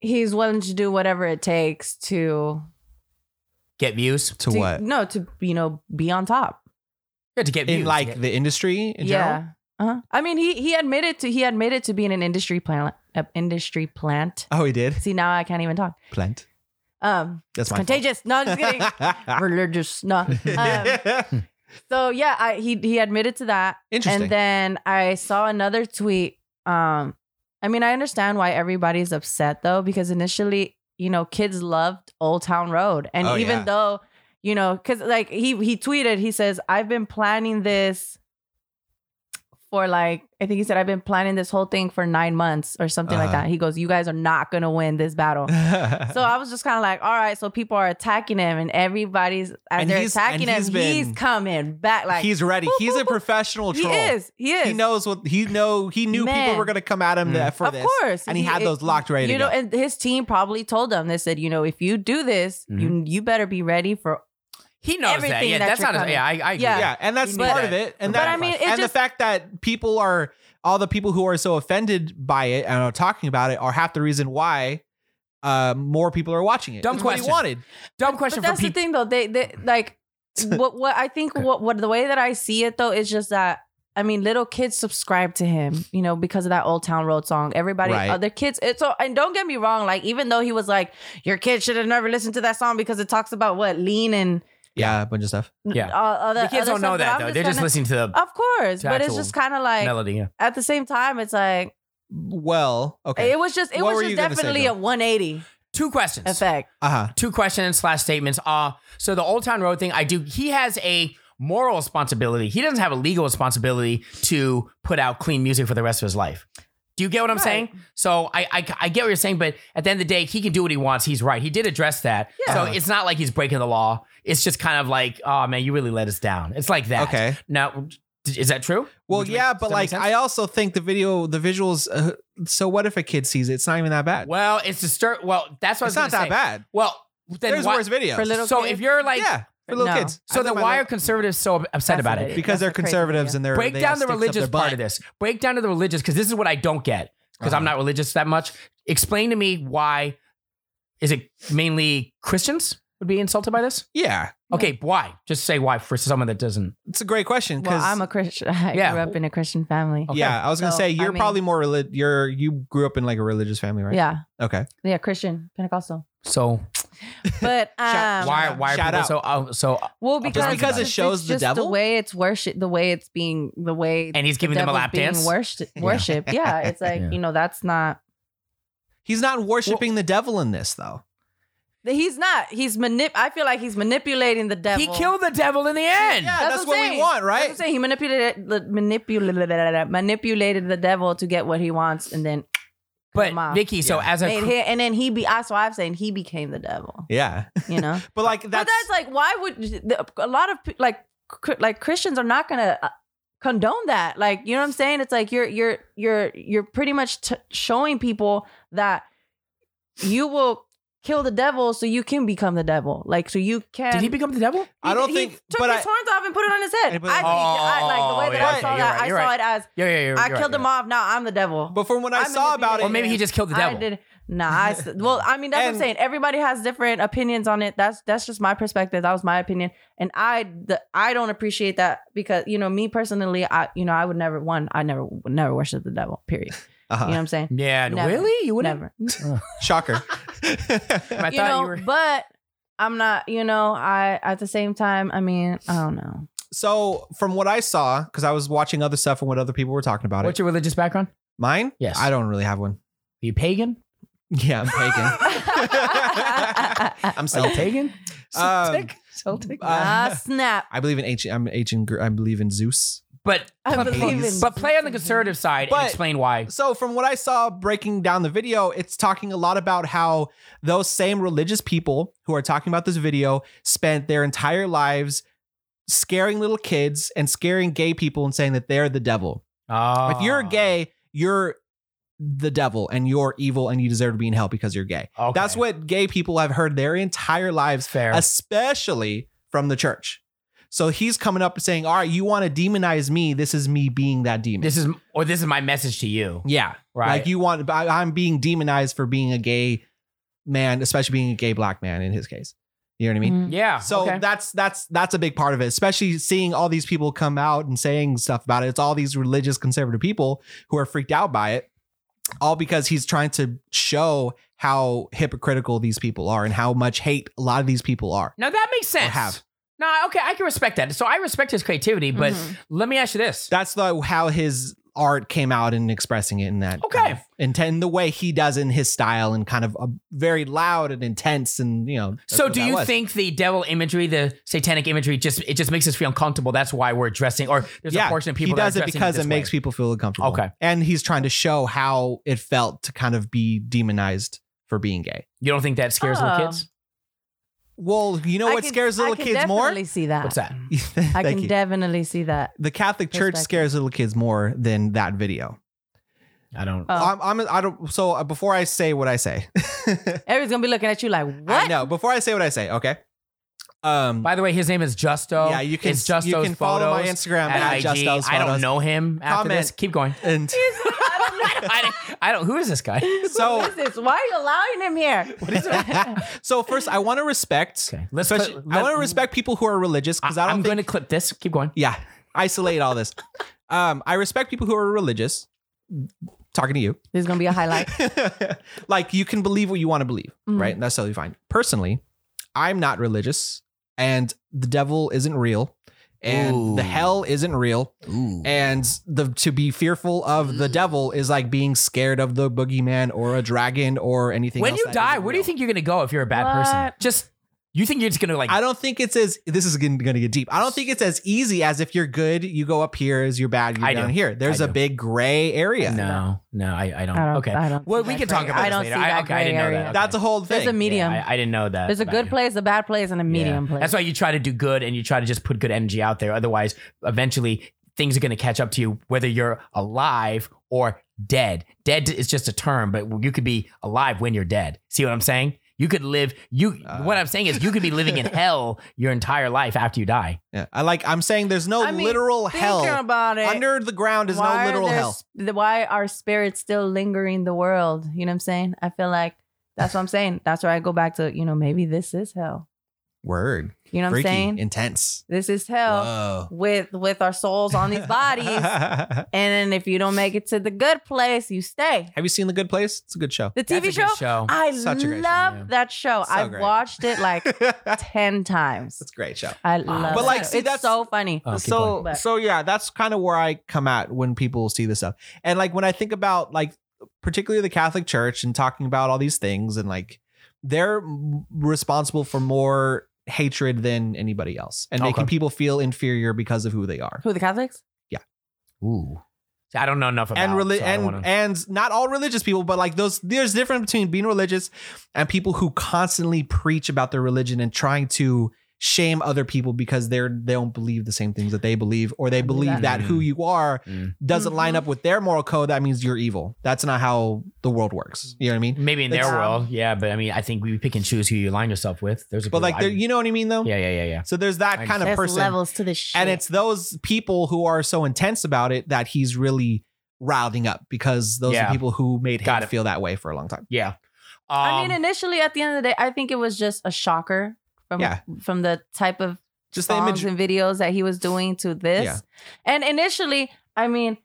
Speaker 4: he's willing to do whatever it takes to
Speaker 2: get views.
Speaker 3: to what?
Speaker 4: No, to you know be on top.
Speaker 2: Yeah, to get views.
Speaker 3: In like the industry in general?
Speaker 4: yeah. Uh-huh. I mean, he he admitted to he admitted to being an industry plant, uh, industry plant.
Speaker 3: Oh, he did.
Speaker 4: See, now I can't even talk.
Speaker 3: Plant.
Speaker 4: Um, it's
Speaker 3: That's my fault.
Speaker 4: contagious. No, I'm just kidding. Religious. No. Um, so yeah, I, he he admitted to that.
Speaker 3: Interesting.
Speaker 4: And then I saw another tweet. Um, I mean, I understand why everybody's upset though, because initially, you know, kids loved Old Town Road, and
Speaker 3: Oh,
Speaker 4: even
Speaker 3: yeah.
Speaker 4: though, you know, because like he he tweeted, he says, "I've been planning this." For like, I think he said, I've been planning this whole thing for nine months or something like
Speaker 3: Uh-huh.
Speaker 4: that. He goes, You guys are not gonna win this battle. so I was just kind of like, all right, so people are attacking him, and everybody's as
Speaker 3: And
Speaker 4: they're
Speaker 3: he's-
Speaker 4: attacking
Speaker 3: and
Speaker 4: him,
Speaker 3: he's
Speaker 4: he's,
Speaker 3: been-
Speaker 4: coming back. Like
Speaker 3: he's ready.
Speaker 4: boop,
Speaker 3: He's
Speaker 4: boop,
Speaker 3: a
Speaker 4: boop.
Speaker 3: professional
Speaker 4: he
Speaker 3: troll.
Speaker 4: is, he is.
Speaker 3: He knows what he know. He knew people
Speaker 4: Man.
Speaker 3: were gonna come at him
Speaker 2: Mm.
Speaker 3: that for
Speaker 4: of
Speaker 3: this.
Speaker 4: course,
Speaker 3: and he had those locked ready to
Speaker 4: You know,
Speaker 3: go.
Speaker 4: and his team probably told them. They said, you know, if you do this, you you better be ready for.
Speaker 2: Mm-hmm. he knows that.
Speaker 4: everything
Speaker 2: Yeah,
Speaker 4: that
Speaker 2: that's
Speaker 4: you're
Speaker 2: not. A,
Speaker 4: coming.
Speaker 2: yeah, I, I agree.
Speaker 4: Yeah.
Speaker 3: Yeah, and that's
Speaker 2: He knew
Speaker 3: part
Speaker 2: that.
Speaker 3: of it. And
Speaker 2: But
Speaker 3: that,
Speaker 2: I
Speaker 4: mean, it
Speaker 3: and
Speaker 4: just-
Speaker 3: the fact that people are all the people who are so offended by it and are talking about it are half the reason why uh, more people are watching it.
Speaker 2: Dumb
Speaker 3: That's what he
Speaker 2: question.
Speaker 3: wanted.
Speaker 2: Dumb question
Speaker 4: but that's
Speaker 2: for
Speaker 4: the
Speaker 2: people.
Speaker 4: thing, though. They they like what what I think what what the way that I see it though is just that. I mean, little kids subscribe to him, you know, because of that Old Town Road song. Everybody,
Speaker 3: Right.
Speaker 4: other kids, it's so. And don't get me wrong, like even though he was like, your kid should have never listened to that song because it talks about what lean and
Speaker 3: Yeah, a bunch of stuff.
Speaker 2: Yeah.
Speaker 4: uh, other.
Speaker 2: the kids
Speaker 4: other
Speaker 2: don't know
Speaker 4: stuff, but
Speaker 2: that
Speaker 4: I'm
Speaker 2: though. They're just
Speaker 4: kinda-
Speaker 2: listening to the
Speaker 4: Of course,
Speaker 2: to
Speaker 4: but it's
Speaker 2: actual
Speaker 4: just kind of like
Speaker 2: melody. Yeah.
Speaker 4: at the same time, it's like
Speaker 3: Well, okay.
Speaker 4: it was just it
Speaker 3: What
Speaker 4: was
Speaker 3: were
Speaker 4: just
Speaker 3: you gonna say,
Speaker 4: definitely a
Speaker 3: Joe?
Speaker 4: 180
Speaker 2: Two questions.
Speaker 4: effect.
Speaker 3: Uh huh.
Speaker 2: Two questions slash statements. Uh so the Old Town Road thing, I do. He has a moral responsibility. He doesn't have a legal responsibility to put out clean music for the rest of his life. Do you get what I'm
Speaker 4: Right.
Speaker 2: saying? So I, I I get what you're saying, but at the end of the day, he can do what he wants. He's right. He did address that.
Speaker 4: Yeah.
Speaker 2: So it's not like he's breaking the law. It's just kind of like, oh man, you really let us down. It's like that.
Speaker 3: Okay.
Speaker 2: Now, d- is that true?
Speaker 3: Well,
Speaker 2: Would you
Speaker 3: yeah,
Speaker 2: make-
Speaker 3: but
Speaker 2: does that make
Speaker 3: like
Speaker 2: sense?
Speaker 3: I also think the video, the visuals. Uh, so what if a kid sees it? It's not even that bad.
Speaker 2: Well, it's disturb. Well, that's what
Speaker 3: it's
Speaker 2: I
Speaker 3: not
Speaker 2: was
Speaker 3: that
Speaker 2: gonna say.
Speaker 3: bad.
Speaker 2: Well, then
Speaker 3: There's
Speaker 2: why,
Speaker 3: worse videos.
Speaker 4: For little
Speaker 2: so
Speaker 4: kids?
Speaker 2: if you're like,
Speaker 3: yeah, for little
Speaker 4: No.
Speaker 3: kids. I
Speaker 2: so then
Speaker 3: think my
Speaker 2: why
Speaker 3: little-
Speaker 2: are conservatives so upset about it?
Speaker 4: Fascinating.
Speaker 3: because they're
Speaker 4: That's a crazy
Speaker 3: conservatives
Speaker 4: video.
Speaker 3: and they're
Speaker 2: break
Speaker 3: they
Speaker 2: down
Speaker 3: got
Speaker 2: the
Speaker 3: sticks up
Speaker 2: religious
Speaker 3: their
Speaker 2: part
Speaker 3: butt.
Speaker 2: of this. Break down to the religious because this is what I don't get because I'm
Speaker 3: Uh-huh.
Speaker 2: not religious that much. Explain to me why is it mainly Christians would be insulted by this?
Speaker 3: Yeah,
Speaker 2: Okay, why? Just say why for someone that doesn't.
Speaker 3: it's a great question
Speaker 4: Well,
Speaker 3: because
Speaker 4: I'm a Christian. I
Speaker 2: Yeah. Oh,
Speaker 4: grew up in a Christian family.
Speaker 2: Okay.
Speaker 3: yeah, I was gonna
Speaker 4: So,
Speaker 3: say
Speaker 4: I
Speaker 3: you're
Speaker 4: mean-
Speaker 3: probably more relig- you're you grew up in like a religious family, right?
Speaker 4: Yeah,
Speaker 3: Okay.
Speaker 4: yeah, Christian, Pentecostal.
Speaker 2: So
Speaker 4: But
Speaker 3: Shout-
Speaker 4: um,
Speaker 2: why why are
Speaker 3: Shout
Speaker 2: people
Speaker 3: out.
Speaker 2: so uh, so?
Speaker 4: Well,
Speaker 2: Just
Speaker 4: because
Speaker 2: because it
Speaker 4: it's
Speaker 3: shows the
Speaker 4: just
Speaker 3: devil?
Speaker 4: the way it's worship, the way it's being, the way
Speaker 2: And he's
Speaker 4: the
Speaker 2: giving them a
Speaker 4: devil's
Speaker 2: lap
Speaker 4: being
Speaker 2: dance.
Speaker 4: worshipped. Worship, yeah. It's like
Speaker 2: Yeah.
Speaker 4: you know, that's not.
Speaker 3: He's not worshiping the devil in this though.
Speaker 4: He's not. He's manip. I feel like he's manipulating the devil.
Speaker 2: He killed the devil in the end.
Speaker 3: Yeah, that's,
Speaker 4: I'm
Speaker 3: what
Speaker 4: saying.
Speaker 3: we want,
Speaker 4: That's
Speaker 3: right?
Speaker 4: what I'm saying. He manipulated the manipulated manipulated the devil to get what he wants, and then
Speaker 2: But
Speaker 4: Come on.
Speaker 2: Vicky, so as a
Speaker 4: made him, and then he be. That's why I'm saying he became the devil.
Speaker 3: yeah,
Speaker 4: You know.
Speaker 3: but like that's,
Speaker 4: but that's like why would the- a lot of pe- like cr- like Christians are not gonna uh, condone that. Like you know what I'm saying? It's like you're you're you're you're pretty much t- showing people that you will kill the devil so you can become the devil. Like so you can.
Speaker 2: did he become the devil?
Speaker 3: I don't
Speaker 4: he
Speaker 3: think.
Speaker 4: took
Speaker 3: but
Speaker 4: his horns off and put it on his head.
Speaker 3: Yeah,
Speaker 4: I
Speaker 3: but-
Speaker 4: think I, like the way that
Speaker 2: Oh,
Speaker 4: I
Speaker 2: yeah,
Speaker 4: saw
Speaker 2: okay,
Speaker 4: that.
Speaker 2: you're
Speaker 4: I
Speaker 2: right,
Speaker 4: saw it as
Speaker 2: Yeah, yeah, yeah.
Speaker 4: I killed him off. Now I'm the devil.
Speaker 3: I, but from when I,
Speaker 4: I
Speaker 3: saw about it,
Speaker 2: Or maybe he just killed the
Speaker 4: I
Speaker 2: devil.
Speaker 4: did. Nah, I s well, I mean, that's what
Speaker 3: And-
Speaker 4: I'm saying. Everybody has different opinions on it. That's that's just my perspective. That was my opinion, and I the, I don't appreciate that because you know me personally, I you know I would never one I never would never worship the devil. Period.
Speaker 3: uh-huh.
Speaker 4: You know what I'm saying?
Speaker 2: Yeah,
Speaker 4: Never.
Speaker 2: really? You wouldn't?
Speaker 4: Never.
Speaker 3: shocker.
Speaker 2: I
Speaker 4: you
Speaker 2: thought
Speaker 4: know,
Speaker 2: you were.
Speaker 4: but I'm not. You know, I at the same time, I mean, I don't know.
Speaker 3: so from what I saw, because I was watching other stuff and what other people were talking about
Speaker 2: What's
Speaker 3: it.
Speaker 2: your religious background?
Speaker 3: Mine?
Speaker 2: Yes.
Speaker 3: I don't really have one.
Speaker 2: Are you pagan?
Speaker 3: Yeah, I'm pagan. I'm
Speaker 2: Are you
Speaker 3: Celtic.
Speaker 2: pagan? uh,
Speaker 3: Um,
Speaker 2: Celtic? Celtic?
Speaker 4: ah, snap.
Speaker 3: I believe in ancient. I'm ancient. Gr- I believe in Zeus.
Speaker 2: But
Speaker 4: I
Speaker 2: but-
Speaker 4: believe in-
Speaker 2: but play on the conservative side
Speaker 3: But-
Speaker 2: and explain why.
Speaker 3: So from what I saw breaking down the video, it's talking a lot about how those same religious people who are talking about this video spent their entire lives scaring little kids and scaring gay people and saying that they're the devil.
Speaker 2: Oh.
Speaker 3: If you're gay, you're the devil and you're evil and you deserve to be in hell because you're gay.
Speaker 2: Oh, Okay.
Speaker 3: That's what gay people have heard their entire lives,
Speaker 2: Fair.
Speaker 3: especially from the church. So he's coming up and saying, All right, you want to demonize me. This is me being that demon.
Speaker 2: This is or this is my message to you,
Speaker 3: yeah.
Speaker 2: right?
Speaker 3: Like you want, I- I'm being demonized for being a gay man, especially being a gay black man in his case. You know what I
Speaker 4: Mm-hmm.
Speaker 3: mean?
Speaker 2: yeah.
Speaker 3: So
Speaker 2: Mm-hmm. okay.
Speaker 3: that's that's that's a big part of it, especially seeing all these people come out and saying stuff about it. It's all these religious conservative people who are freaked out by it, all because he's trying to show how hypocritical these people are and how much hate a lot of these people are.
Speaker 2: now that makes sense.
Speaker 3: have.
Speaker 2: No, okay, I can respect that. So I respect his creativity, but let me ask you this.
Speaker 3: That's the how his art came out and expressing it in that
Speaker 2: Okay.
Speaker 3: kind of- and, and the way he does in his style and kind of a very loud and intense and you know that's
Speaker 2: so
Speaker 3: what
Speaker 2: do
Speaker 3: that
Speaker 2: you
Speaker 3: was.
Speaker 2: think the devil imagery, the satanic imagery, just it just makes us feel uncomfortable? That's why we're addressing, or there's a portion of people
Speaker 3: he does
Speaker 2: that are
Speaker 3: it because it makes
Speaker 2: people.
Speaker 3: people feel uncomfortable.
Speaker 2: Okay.
Speaker 3: and he's trying to show how it felt to kind of be demonized for being gay.
Speaker 2: You don't think that scares
Speaker 4: Oh.
Speaker 2: little kids?
Speaker 3: Well, you know
Speaker 4: I
Speaker 3: what
Speaker 4: can-
Speaker 3: scares little
Speaker 4: I can
Speaker 3: kids more?
Speaker 4: definitely see that.
Speaker 2: What's that?
Speaker 3: Thank
Speaker 4: I can
Speaker 3: you.
Speaker 4: definitely see that.
Speaker 3: the Catholic Church
Speaker 4: Perspective.
Speaker 3: scares little kids more than that video.
Speaker 2: I don't.
Speaker 4: Oh.
Speaker 3: I'm- I'm- I don't. So uh, before I say what I say,
Speaker 4: Everyone's gonna be looking at you like,
Speaker 3: I
Speaker 4: what?
Speaker 3: know. Before I say what I say, okay. Um.
Speaker 2: By the way, his name is Justo.
Speaker 3: yeah, you can.
Speaker 2: It's Justo's
Speaker 3: you can follow
Speaker 2: photos
Speaker 3: my Instagram
Speaker 2: at
Speaker 3: at,
Speaker 2: IG.
Speaker 3: Justo's
Speaker 2: I don't
Speaker 3: Photos.
Speaker 2: know him. After
Speaker 3: Comment.
Speaker 2: this, keep going.
Speaker 3: And
Speaker 2: I, don't- I don't. Who is this guy?
Speaker 4: Who
Speaker 3: so,
Speaker 4: is this? Why are you allowing him here?
Speaker 3: so first, I want to respect.
Speaker 2: Okay, let's
Speaker 3: especially-
Speaker 2: put-
Speaker 3: I
Speaker 2: let-
Speaker 3: want to respect people who are religious because I,
Speaker 2: I,
Speaker 3: don't
Speaker 2: am
Speaker 3: think
Speaker 2: going to clip this. Keep going.
Speaker 3: Yeah. Isolate all this. Um, I respect people who are religious. Talking to you.
Speaker 4: There's gonna be a highlight.
Speaker 3: like you can believe what you want to believe,
Speaker 4: Mhm.
Speaker 3: right? And that's totally fine. Personally, I'm not religious, and the devil isn't real, and the
Speaker 2: Ooh.
Speaker 3: hell isn't real,
Speaker 2: Ooh.
Speaker 3: and the to be fearful of
Speaker 2: Mm.
Speaker 3: the devil is like being scared of the boogeyman or a dragon or anything.
Speaker 2: When
Speaker 3: else
Speaker 2: you
Speaker 3: that
Speaker 2: die,
Speaker 3: isn't
Speaker 2: where do you
Speaker 3: real.
Speaker 2: think you're gonna go if you're a bad person?
Speaker 4: What?
Speaker 2: Just you think you're just gonna like
Speaker 3: I don't think it's as this is going to get deep. I don't think it's as easy as if you're good, you go up here, as you're bad, you go
Speaker 2: I
Speaker 3: down
Speaker 2: do.
Speaker 3: here. There's
Speaker 2: I
Speaker 3: a
Speaker 2: do.
Speaker 3: big gray area.
Speaker 2: no, no, I, I, don't.
Speaker 4: I don't.
Speaker 2: Okay,
Speaker 4: I don't
Speaker 2: well,
Speaker 4: see
Speaker 2: we
Speaker 4: that
Speaker 2: can talk
Speaker 4: gray-
Speaker 2: about
Speaker 4: I
Speaker 2: this
Speaker 4: don't
Speaker 2: later.
Speaker 4: see
Speaker 2: I,
Speaker 4: that
Speaker 2: okay, I didn't
Speaker 4: gray
Speaker 2: know
Speaker 4: area.
Speaker 2: that. Okay.
Speaker 3: That's a whole
Speaker 4: There's
Speaker 3: thing.
Speaker 4: a medium.
Speaker 2: Yeah, I, I didn't know that.
Speaker 4: There's a
Speaker 2: about
Speaker 4: good
Speaker 2: you.
Speaker 4: place, a bad place, and a medium place.
Speaker 2: That's why you try to do good and you try to just put good energy out there. Otherwise, eventually things are going to catch up to you, whether you're alive or dead. Dead is just a term, but you could be alive when you're dead. See what I'm saying? You could live. You.
Speaker 3: Uh.
Speaker 2: what I'm saying is, you could be living in hell your entire life after you die.
Speaker 3: Yeah. I like I'm saying there's no
Speaker 4: I mean,
Speaker 3: literal
Speaker 4: Thinking
Speaker 3: hell.
Speaker 4: about it.
Speaker 3: Under the ground is no
Speaker 4: why are
Speaker 3: literal
Speaker 4: there
Speaker 3: hell.
Speaker 4: s- th- Why are spirits still lingering the world? You know what I'm saying? I feel like that's what I'm saying. That's where I go back to. You know, maybe this is hell.
Speaker 3: Word.
Speaker 4: You know what
Speaker 3: Freaky.
Speaker 4: I'm saying?
Speaker 3: Intense.
Speaker 4: this is hell
Speaker 3: Whoa.
Speaker 4: with with our souls on these bodies. and
Speaker 3: Have
Speaker 4: then if you don't make it to the good place, you stay.
Speaker 3: you seen The Good Place? It's a good show.
Speaker 4: The
Speaker 2: That's
Speaker 4: TV
Speaker 2: a
Speaker 4: show,
Speaker 2: good show.
Speaker 4: I
Speaker 3: Such a great show,
Speaker 4: love
Speaker 2: yeah.
Speaker 4: that show.
Speaker 3: So
Speaker 4: I
Speaker 3: great.
Speaker 4: watched it like
Speaker 3: it's
Speaker 4: ten times.
Speaker 3: a great show.
Speaker 4: I love.
Speaker 2: But,
Speaker 4: it.
Speaker 3: like, see,
Speaker 4: it's
Speaker 3: that's-
Speaker 4: so funny.
Speaker 2: Oh, keep
Speaker 3: so
Speaker 2: going.
Speaker 4: But-
Speaker 3: so yeah that's kind of where i come at when people see this stuff and like when i think about like particularly the catholic church and talking about all these things and like they're m- responsible for more hatred than anybody else and making
Speaker 2: Okay.
Speaker 3: people feel inferior because of who they are
Speaker 4: Who the Catholics?
Speaker 2: ooh. See, I don't know enough about.
Speaker 3: and reli-
Speaker 2: so I
Speaker 3: and
Speaker 2: don't wanna-
Speaker 3: and not all religious people but like those there's difference between being religious and people who constantly preach about their religion and trying to shame other people because they're they don't believe the same things that they believe or they
Speaker 4: do
Speaker 3: believe that,
Speaker 4: that.
Speaker 3: who you are
Speaker 2: Mm.
Speaker 3: doesn't line
Speaker 4: Mhm.
Speaker 3: up with their moral code that means you're evil that's not how the world works you know what i mean
Speaker 2: maybe in
Speaker 3: like-
Speaker 2: their world, yeah. But I mean, I think we pick and choose who you align yourself with. There's a
Speaker 3: but like
Speaker 2: I-
Speaker 3: there you know what i mean though
Speaker 2: yeah, yeah, yeah, yeah.
Speaker 3: so there's
Speaker 2: I
Speaker 3: that kind of
Speaker 4: There's
Speaker 3: person
Speaker 4: levels to the shit.
Speaker 3: and it's those people who are so intense about it that he's really routing up because those
Speaker 2: Yeah.
Speaker 3: are people who made
Speaker 2: Got
Speaker 3: him
Speaker 2: it.
Speaker 3: feel that way for a long time
Speaker 2: Yeah. Um,
Speaker 4: I mean, initially, at the end of the day, I think it was just a shocker from
Speaker 3: Yeah.
Speaker 4: from the type of
Speaker 3: just the
Speaker 4: songs
Speaker 3: image
Speaker 4: and videos that he was doing to this.
Speaker 3: Yeah.
Speaker 4: And initially, I mean,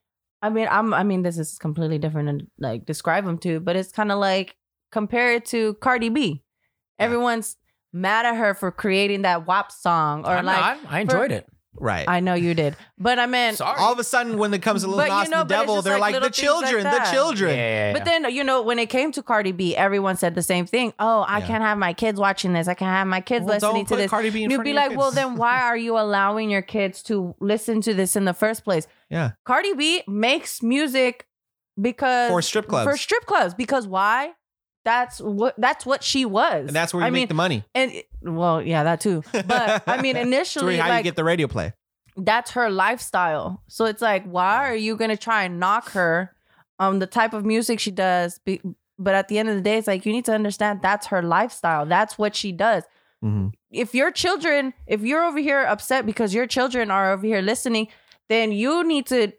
Speaker 4: I mean, I'm, I mean, this is completely different and like describe him to, but it's kind of like compare it to Cardi B.
Speaker 3: Yeah.
Speaker 4: Everyone's mad at her for creating that WAP song, or
Speaker 2: I'm
Speaker 4: like
Speaker 2: not. I enjoyed it.
Speaker 3: right
Speaker 4: I know you did, but I meant.
Speaker 2: Sorry.
Speaker 3: all of a sudden when it comes to Lil
Speaker 4: But you
Speaker 3: Nas
Speaker 4: know,
Speaker 3: and
Speaker 4: but
Speaker 3: the
Speaker 4: it's
Speaker 3: devil,
Speaker 4: just
Speaker 3: they're
Speaker 4: like
Speaker 3: like, the
Speaker 4: little things like
Speaker 3: children, the
Speaker 4: that.
Speaker 3: children.
Speaker 2: Yeah, yeah,
Speaker 4: But then you know when it came to Cardi B, everyone said the same thing. Oh, I
Speaker 3: Yeah.
Speaker 4: can't have my kids watching this. I can't have my kids
Speaker 3: Well,
Speaker 4: listening
Speaker 3: don't
Speaker 4: to
Speaker 3: put
Speaker 4: this.
Speaker 3: Cardi B in
Speaker 4: And you'd
Speaker 3: front
Speaker 4: be
Speaker 3: of your
Speaker 4: like, well,
Speaker 3: kids.
Speaker 4: then why are you allowing your kids to listen to this in the first place?
Speaker 3: Yeah.
Speaker 4: Cardi B makes music because
Speaker 3: for strip clubs,
Speaker 4: for strip clubs because why? That's what that's what she was.
Speaker 3: and that's where you
Speaker 4: I
Speaker 3: make
Speaker 4: mean,
Speaker 3: the money.
Speaker 4: and well, yeah, that too. But I mean,
Speaker 3: That's where
Speaker 4: initially,
Speaker 3: how you
Speaker 4: like
Speaker 3: get the radio play.
Speaker 4: that's her lifestyle. So it's like, why are you gonna try and knock her on the type of music she does? Be- But at the end of the day, it's like you need to understand that's her lifestyle. That's what she does if your children, if you're over here upset because your children are over here listening, then you need to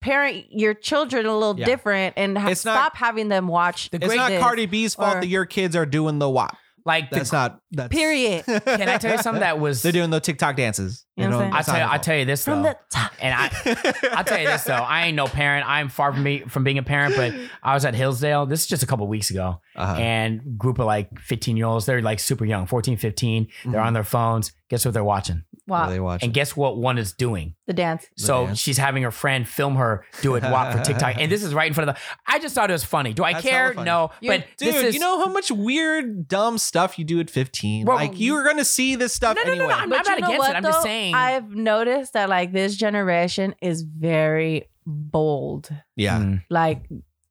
Speaker 4: parent your children a little
Speaker 3: Yeah.
Speaker 4: different and ha-
Speaker 3: It's not-
Speaker 4: stop having them watch.
Speaker 2: The
Speaker 3: It's not
Speaker 4: this.
Speaker 3: Cardi B's fault
Speaker 4: or-
Speaker 3: that your kids are doing the WAP.
Speaker 2: like the,
Speaker 3: That's not. That's,
Speaker 4: Period.
Speaker 2: can I tell you something that was?
Speaker 3: They're doing the TikTok dances.
Speaker 4: You know what I'm
Speaker 2: I tell you, I tell you this
Speaker 4: From
Speaker 2: though,
Speaker 4: the top.
Speaker 2: and I
Speaker 3: you.
Speaker 2: I'll tell you this though. I ain't no parent. I'm far from be, from being a parent, but I was at Hillsdale. This is just a couple weeks ago,
Speaker 3: uh
Speaker 2: and group of like 15 year olds. They're like super young, 14, 15.
Speaker 3: Mm-hmm.
Speaker 2: They're on their phones. Guess what they're watching?
Speaker 4: Wow.
Speaker 3: They watch.
Speaker 2: And guess what one is doing?
Speaker 4: The dance.
Speaker 3: The
Speaker 2: So
Speaker 3: dance.
Speaker 2: she's having her friend film her do it walk for TikTok, and this is right in front of the. I just thought it was funny. Do I
Speaker 3: That's
Speaker 2: care?
Speaker 3: hella funny.
Speaker 2: No,
Speaker 4: You-
Speaker 2: but
Speaker 3: Dude,
Speaker 2: this is
Speaker 3: you know how much weird, dumb stuff you do at 15?
Speaker 2: Well-
Speaker 3: like, you're going to see this stuff
Speaker 2: No, no, no,
Speaker 3: anyway.
Speaker 2: no, I'm not
Speaker 4: you know
Speaker 2: against it.
Speaker 4: what,
Speaker 2: I'm just
Speaker 4: though?
Speaker 2: saying-
Speaker 4: I've noticed that like this generation is very bold.
Speaker 3: yeah.
Speaker 2: Mm.
Speaker 4: Like